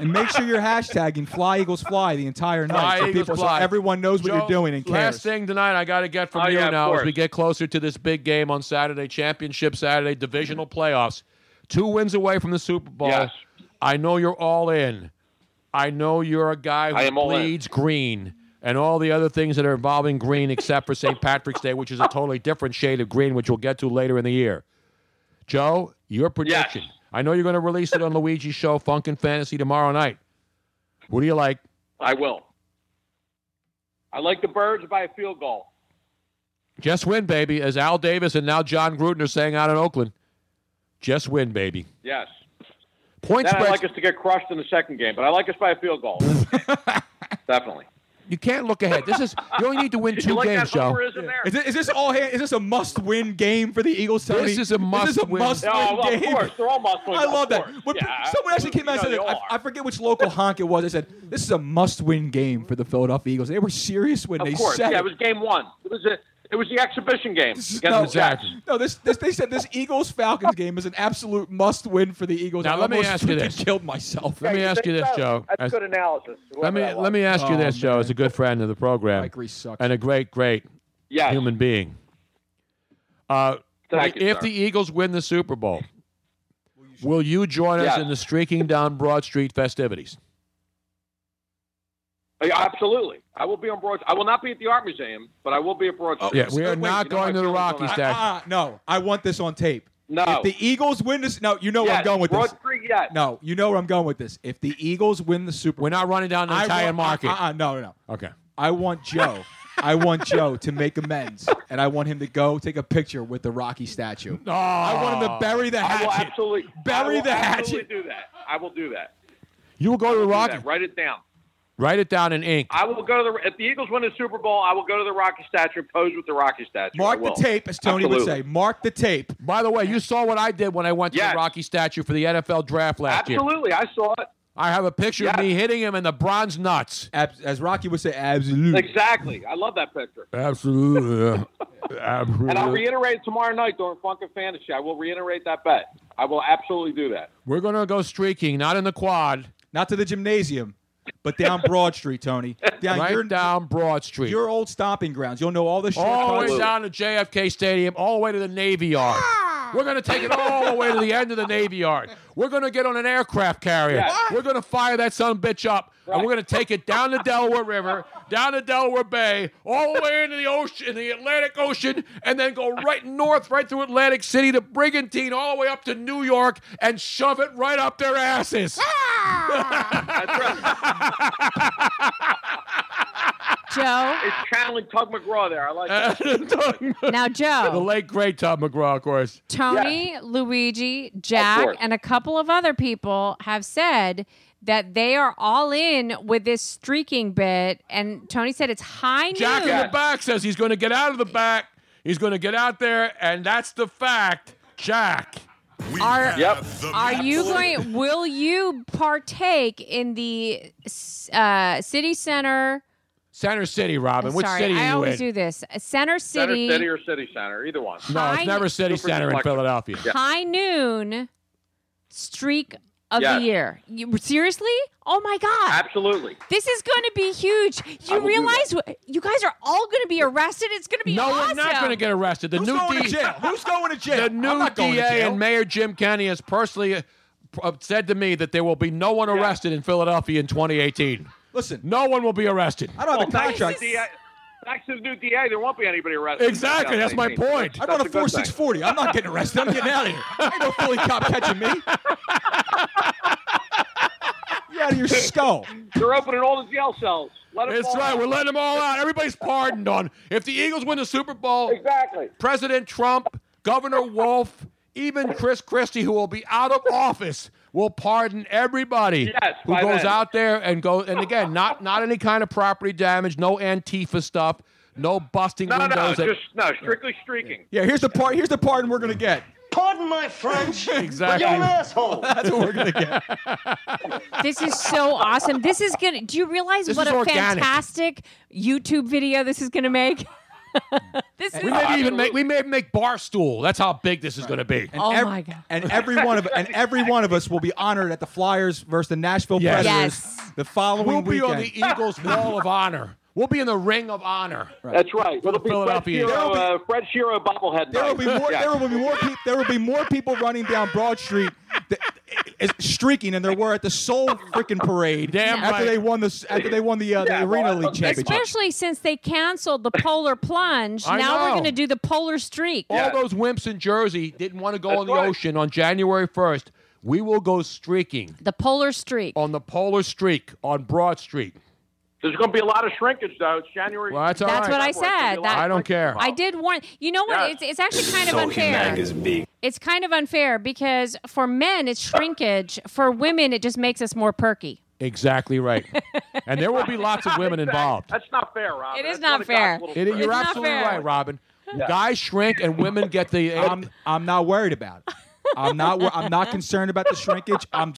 Speaker 6: and make sure you're hashtagging Fly Eagles Fly the entire night
Speaker 5: Fly
Speaker 6: so,
Speaker 5: Eagles
Speaker 6: people, so
Speaker 5: fly.
Speaker 6: everyone knows what
Speaker 5: Joe,
Speaker 6: you're doing and cares.
Speaker 5: Last thing tonight, I got to get from
Speaker 6: Oh,
Speaker 5: you
Speaker 6: yeah, of
Speaker 5: now as
Speaker 6: course.
Speaker 5: we get closer to this big game on Saturday, championship Saturday, divisional playoffs. Two wins away from the Super Bowl. I know you're all in. I know you're a guy
Speaker 19: I
Speaker 5: who
Speaker 19: am all in.
Speaker 5: bleeds green and all the other things that are involving green, except for St. Patrick's Day, which is a totally different shade of green, which we'll get to later in the year. Joe, your prediction. I know you're going to release it on Luigi's show, Funk and Fantasy, tomorrow night. What do you like?
Speaker 19: I will. I like the birds by a field goal.
Speaker 5: Just win, baby, as Al Davis and now John Gruden are saying out in Oakland. Just win, baby.
Speaker 19: Yes.
Speaker 5: Point
Speaker 19: then I
Speaker 6: [laughs]
Speaker 5: spreads.
Speaker 19: like us to get crushed in the second game, but I like us by a field goal. Definitely.
Speaker 5: You can't look ahead. This is you only need to win
Speaker 6: You
Speaker 5: two
Speaker 6: like that
Speaker 5: games, Joe.
Speaker 6: homerism there? Is thi- is this all hand- is this a must-win game for the Eagles? Tony?
Speaker 5: This is
Speaker 6: This is a
Speaker 5: a must-win.
Speaker 6: must-win
Speaker 5: Oh, well, of
Speaker 6: game.
Speaker 5: course.
Speaker 18: They're all must-win,
Speaker 6: I
Speaker 18: of
Speaker 6: love that.
Speaker 18: course.
Speaker 6: When-
Speaker 18: Yeah,
Speaker 6: [laughs] someone actually came out and said,
Speaker 18: absolutely.
Speaker 6: that. I, I forget which local honk it was. I said, "This is a must-win game for the Philadelphia Eagles." They were serious when
Speaker 18: Of
Speaker 6: they
Speaker 18: course,
Speaker 6: said
Speaker 18: yeah, it was game one. It was a, it was the exhibition game against
Speaker 6: no,
Speaker 18: the Jets.
Speaker 6: no, this, this they said this Eagles Falcons game is an absolute must win for the Eagles.
Speaker 5: Now,
Speaker 6: I
Speaker 5: let me
Speaker 6: almost
Speaker 5: ask you
Speaker 6: freaking
Speaker 5: this.
Speaker 6: Killed myself.
Speaker 5: Let me
Speaker 6: Yeah,
Speaker 5: ask you this,
Speaker 6: that's-
Speaker 5: Joe.
Speaker 6: that's
Speaker 5: As-
Speaker 6: good
Speaker 18: analysis.
Speaker 5: Let me let me ask you
Speaker 6: Oh,
Speaker 5: this, Joe, as a good friend of the program
Speaker 6: Mike Reese sucks.
Speaker 5: and a great, great
Speaker 6: Yes.
Speaker 5: human being. Uh,
Speaker 6: Thank you,
Speaker 5: if
Speaker 6: sir.
Speaker 5: the Eagles win the Super Bowl, will you join us
Speaker 18: Yes.
Speaker 5: in the streaking down Broad Street festivities?
Speaker 18: Uh, yeah, Absolutely, I will be on Broad. I will not be at the Art Museum, but I will be at Broad. Street.
Speaker 5: Oh. yeah, we are
Speaker 18: Wait,
Speaker 5: not
Speaker 18: you know
Speaker 5: going
Speaker 18: my
Speaker 5: to the
Speaker 18: feelings on
Speaker 5: Rockies,
Speaker 18: that.
Speaker 5: Dad.
Speaker 6: Uh, no, I want this on tape.
Speaker 18: No.
Speaker 6: If the Eagles win this, no, you know where I'm
Speaker 18: Yes,
Speaker 6: going with
Speaker 18: Broad
Speaker 6: this.
Speaker 18: Street, yes.
Speaker 6: No, you know where I'm going with this. If the Eagles win the Super, we're
Speaker 5: not running down
Speaker 18: the Italian market.
Speaker 6: Uh, uh, no, no, no.
Speaker 5: Okay.
Speaker 6: I want Joe. I want Joe to make amends, and I want him to go take a picture with the Rocky
Speaker 5: [laughs]
Speaker 6: statue.
Speaker 5: Uh, Oh.
Speaker 6: I want him to bury the
Speaker 18: Oh. I will
Speaker 6: hatchet.
Speaker 18: absolutely
Speaker 6: Bury
Speaker 18: I will
Speaker 6: the
Speaker 18: absolutely Do that. I will do that.
Speaker 5: You will go to the
Speaker 18: Do
Speaker 5: Rockies.
Speaker 18: that. Write it down.
Speaker 5: Write it down in ink.
Speaker 18: I will go to the if the Eagles win the Super Bowl. I will go to the Rocky statue, pose with the Rocky statue. I
Speaker 5: Mark the
Speaker 18: will.
Speaker 5: tape, as Tony would
Speaker 18: Absolutely.
Speaker 5: say.
Speaker 6: Mark the tape.
Speaker 5: By the way, you saw what I did when I went to
Speaker 18: Yes.
Speaker 5: the Rocky statue for the NFL draft last year.
Speaker 18: Absolutely, I saw it.
Speaker 5: I have a picture
Speaker 18: Yes.
Speaker 5: of me hitting him in the bronze nuts.
Speaker 6: as Rocky would say, absolutely.
Speaker 18: Exactly, I love that picture. [laughs]
Speaker 5: Absolutely.
Speaker 18: And I'll reiterate tomorrow night during Funk and Fantasy. I will reiterate that bet. I will absolutely do that.
Speaker 5: We're going to go streaking, not in the quad.
Speaker 6: Not to the gymnasium, but down Broad Street, Tony. Down
Speaker 5: Right
Speaker 6: your,
Speaker 5: down Broad Street.
Speaker 6: Your old stomping grounds. You'll know all the
Speaker 5: all the
Speaker 6: shortcuts.
Speaker 5: way down to JFK Stadium, all the way to the Navy Yard. We're going to take it all the way to the end of the Navy Yard. We're going to get on an aircraft carrier.
Speaker 6: Yeah.
Speaker 5: We're going to fire that son of a bitch up, and we're going to take it down the Delaware River, down the Delaware Bay, all the way into the ocean, the Atlantic Ocean, and then go right north, right through Atlantic City to Brigantine, all the way up to New York, and shove it right up their asses. [laughs]
Speaker 7: Joe.
Speaker 18: It's channeling Tug McGraw there. I like
Speaker 5: [laughs]
Speaker 18: that.
Speaker 7: Now, Joe.
Speaker 5: the late great Tom McGraw, of course.
Speaker 7: Tony, Luigi,
Speaker 5: Of
Speaker 7: Jack,
Speaker 5: course.
Speaker 7: and a couple of other people have said that they are all in with this streaking bit. And Tony said it's high
Speaker 5: Jack
Speaker 7: noon.
Speaker 5: in the back says he's going to get out of the back. He's going to get out there, and that's the fact. Jack.
Speaker 7: Are, are you going? Will you partake in the uh, city center?
Speaker 5: Center City, Robin. Which
Speaker 7: sorry,
Speaker 5: city
Speaker 7: I
Speaker 5: are you
Speaker 7: always
Speaker 5: in?
Speaker 7: do this. Center City,
Speaker 18: Center City or City Center, either one.
Speaker 5: No, it's never City
Speaker 18: Super
Speaker 5: Center in
Speaker 18: selection.
Speaker 5: Philadelphia.
Speaker 7: high noon streak of
Speaker 18: Yes.
Speaker 7: the year. You, seriously? Oh my God!
Speaker 18: Absolutely.
Speaker 7: This is going to be huge.
Speaker 18: I
Speaker 7: You
Speaker 18: will do
Speaker 7: realize what- you guys are all going to be arrested. It's going to be
Speaker 5: No,
Speaker 7: awesome.
Speaker 5: we're not going to get arrested. The new
Speaker 6: going to jail? Who's going to jail?
Speaker 5: The new
Speaker 6: I'm not going to
Speaker 5: DA
Speaker 6: jail.
Speaker 5: and Mayor Jim Kenney has personally uh, p- uh, said to me that there will be no one arrested in Philadelphia in 2018.
Speaker 6: Listen,
Speaker 5: no one will be arrested.
Speaker 18: Well, thanks to the DA Thanks to the new DA, there won't be anybody arrested.
Speaker 5: Exactly, that's my point.
Speaker 6: I'm on a four six forty. I'm not getting arrested. I'm getting out of here. [laughs] Ain't no Philly cop catching me. [laughs] You're out of your skull.
Speaker 18: They're opening all the jail
Speaker 6: [laughs]
Speaker 18: cells. Let them
Speaker 5: That's
Speaker 18: all
Speaker 5: right.
Speaker 18: out.
Speaker 5: We're letting them all out. Everybody's pardoned on. If the Eagles win the Super Bowl,
Speaker 18: exactly.
Speaker 5: President Trump,
Speaker 18: [laughs]
Speaker 5: Governor Wolf, even Chris Christie, who will be out of office, will pardon everybody
Speaker 18: Yes,
Speaker 5: who
Speaker 18: by
Speaker 5: goes
Speaker 18: then.
Speaker 5: out there and go. And again, not not any kind of property damage, no Antifa stuff, no busting
Speaker 18: No,
Speaker 5: windows.
Speaker 18: no,
Speaker 5: at-
Speaker 18: just no. Strictly streaking.
Speaker 6: Yeah, here's the part. Here's the pardon we're gonna get.
Speaker 15: Pardon my French.
Speaker 5: [laughs] Exactly.
Speaker 15: But you're an asshole.
Speaker 6: That's what we're gonna get.
Speaker 7: [laughs] This is so awesome. This is going to. Do you realize
Speaker 5: This
Speaker 7: what
Speaker 5: is
Speaker 7: a
Speaker 5: organic.
Speaker 7: fantastic YouTube video this is going to
Speaker 5: [laughs]
Speaker 7: make? this is
Speaker 5: we may even make we may even make bar stool. That's how big this is going to be.
Speaker 6: And
Speaker 7: Oh
Speaker 6: ev-
Speaker 7: my God.
Speaker 6: And every one of and every one of us will be honored at the Flyers versus the Nashville
Speaker 5: Yes.
Speaker 6: Predators the following
Speaker 5: We'll be
Speaker 6: weekend.
Speaker 5: on
Speaker 6: [laughs]
Speaker 5: the Eagles' Wall of Honor. We'll be in the Ring of Honor.
Speaker 18: That's right.
Speaker 5: For
Speaker 18: It'll
Speaker 5: the
Speaker 18: be Fred
Speaker 5: Philadelphia.
Speaker 18: Shiro, uh, Fred Shiro bobblehead.
Speaker 6: There will
Speaker 18: night.
Speaker 6: be more.
Speaker 18: [laughs] Yeah.
Speaker 6: There will be more. Pe- there will be more people running down Broad Street, that, is streaking, than there were at the Soul freaking parade.
Speaker 5: Damn
Speaker 6: after
Speaker 5: right.
Speaker 6: they won the after they won the, uh,
Speaker 5: Yeah,
Speaker 6: the Arena
Speaker 5: well,
Speaker 6: League championship.
Speaker 7: Especially since they canceled the polar plunge.
Speaker 5: I
Speaker 7: now we're
Speaker 5: know.
Speaker 7: going to do the polar streak.
Speaker 5: All those wimps in Jersey didn't want to go
Speaker 7: That's
Speaker 5: on the
Speaker 7: right.
Speaker 5: ocean on January 1st. We will go streaking
Speaker 7: the polar streak
Speaker 5: on the polar streak on Broad Street.
Speaker 18: There's going to be a lot of shrinkage though. It's January.
Speaker 5: Well, that's all
Speaker 7: That's
Speaker 5: right.
Speaker 7: what I said. That-
Speaker 5: I don't care.
Speaker 7: I did warn. You know what? It's, it's actually kind of unfair.
Speaker 5: big.
Speaker 7: It's kind of unfair because for men, it's shrinkage. For women, it just makes us more perky.
Speaker 5: Exactly
Speaker 7: [laughs]
Speaker 5: right. and there will be lots of women involved.
Speaker 18: That's not fair, Rob.
Speaker 7: It is not fair.
Speaker 5: It- you're absolutely right, Robin.
Speaker 6: Yeah.
Speaker 5: Guys shrink
Speaker 18: [laughs]
Speaker 5: and women get the. um,
Speaker 6: I'm, I'm not worried about it. I'm not. wor- I'm not concerned about the shrinkage. I'm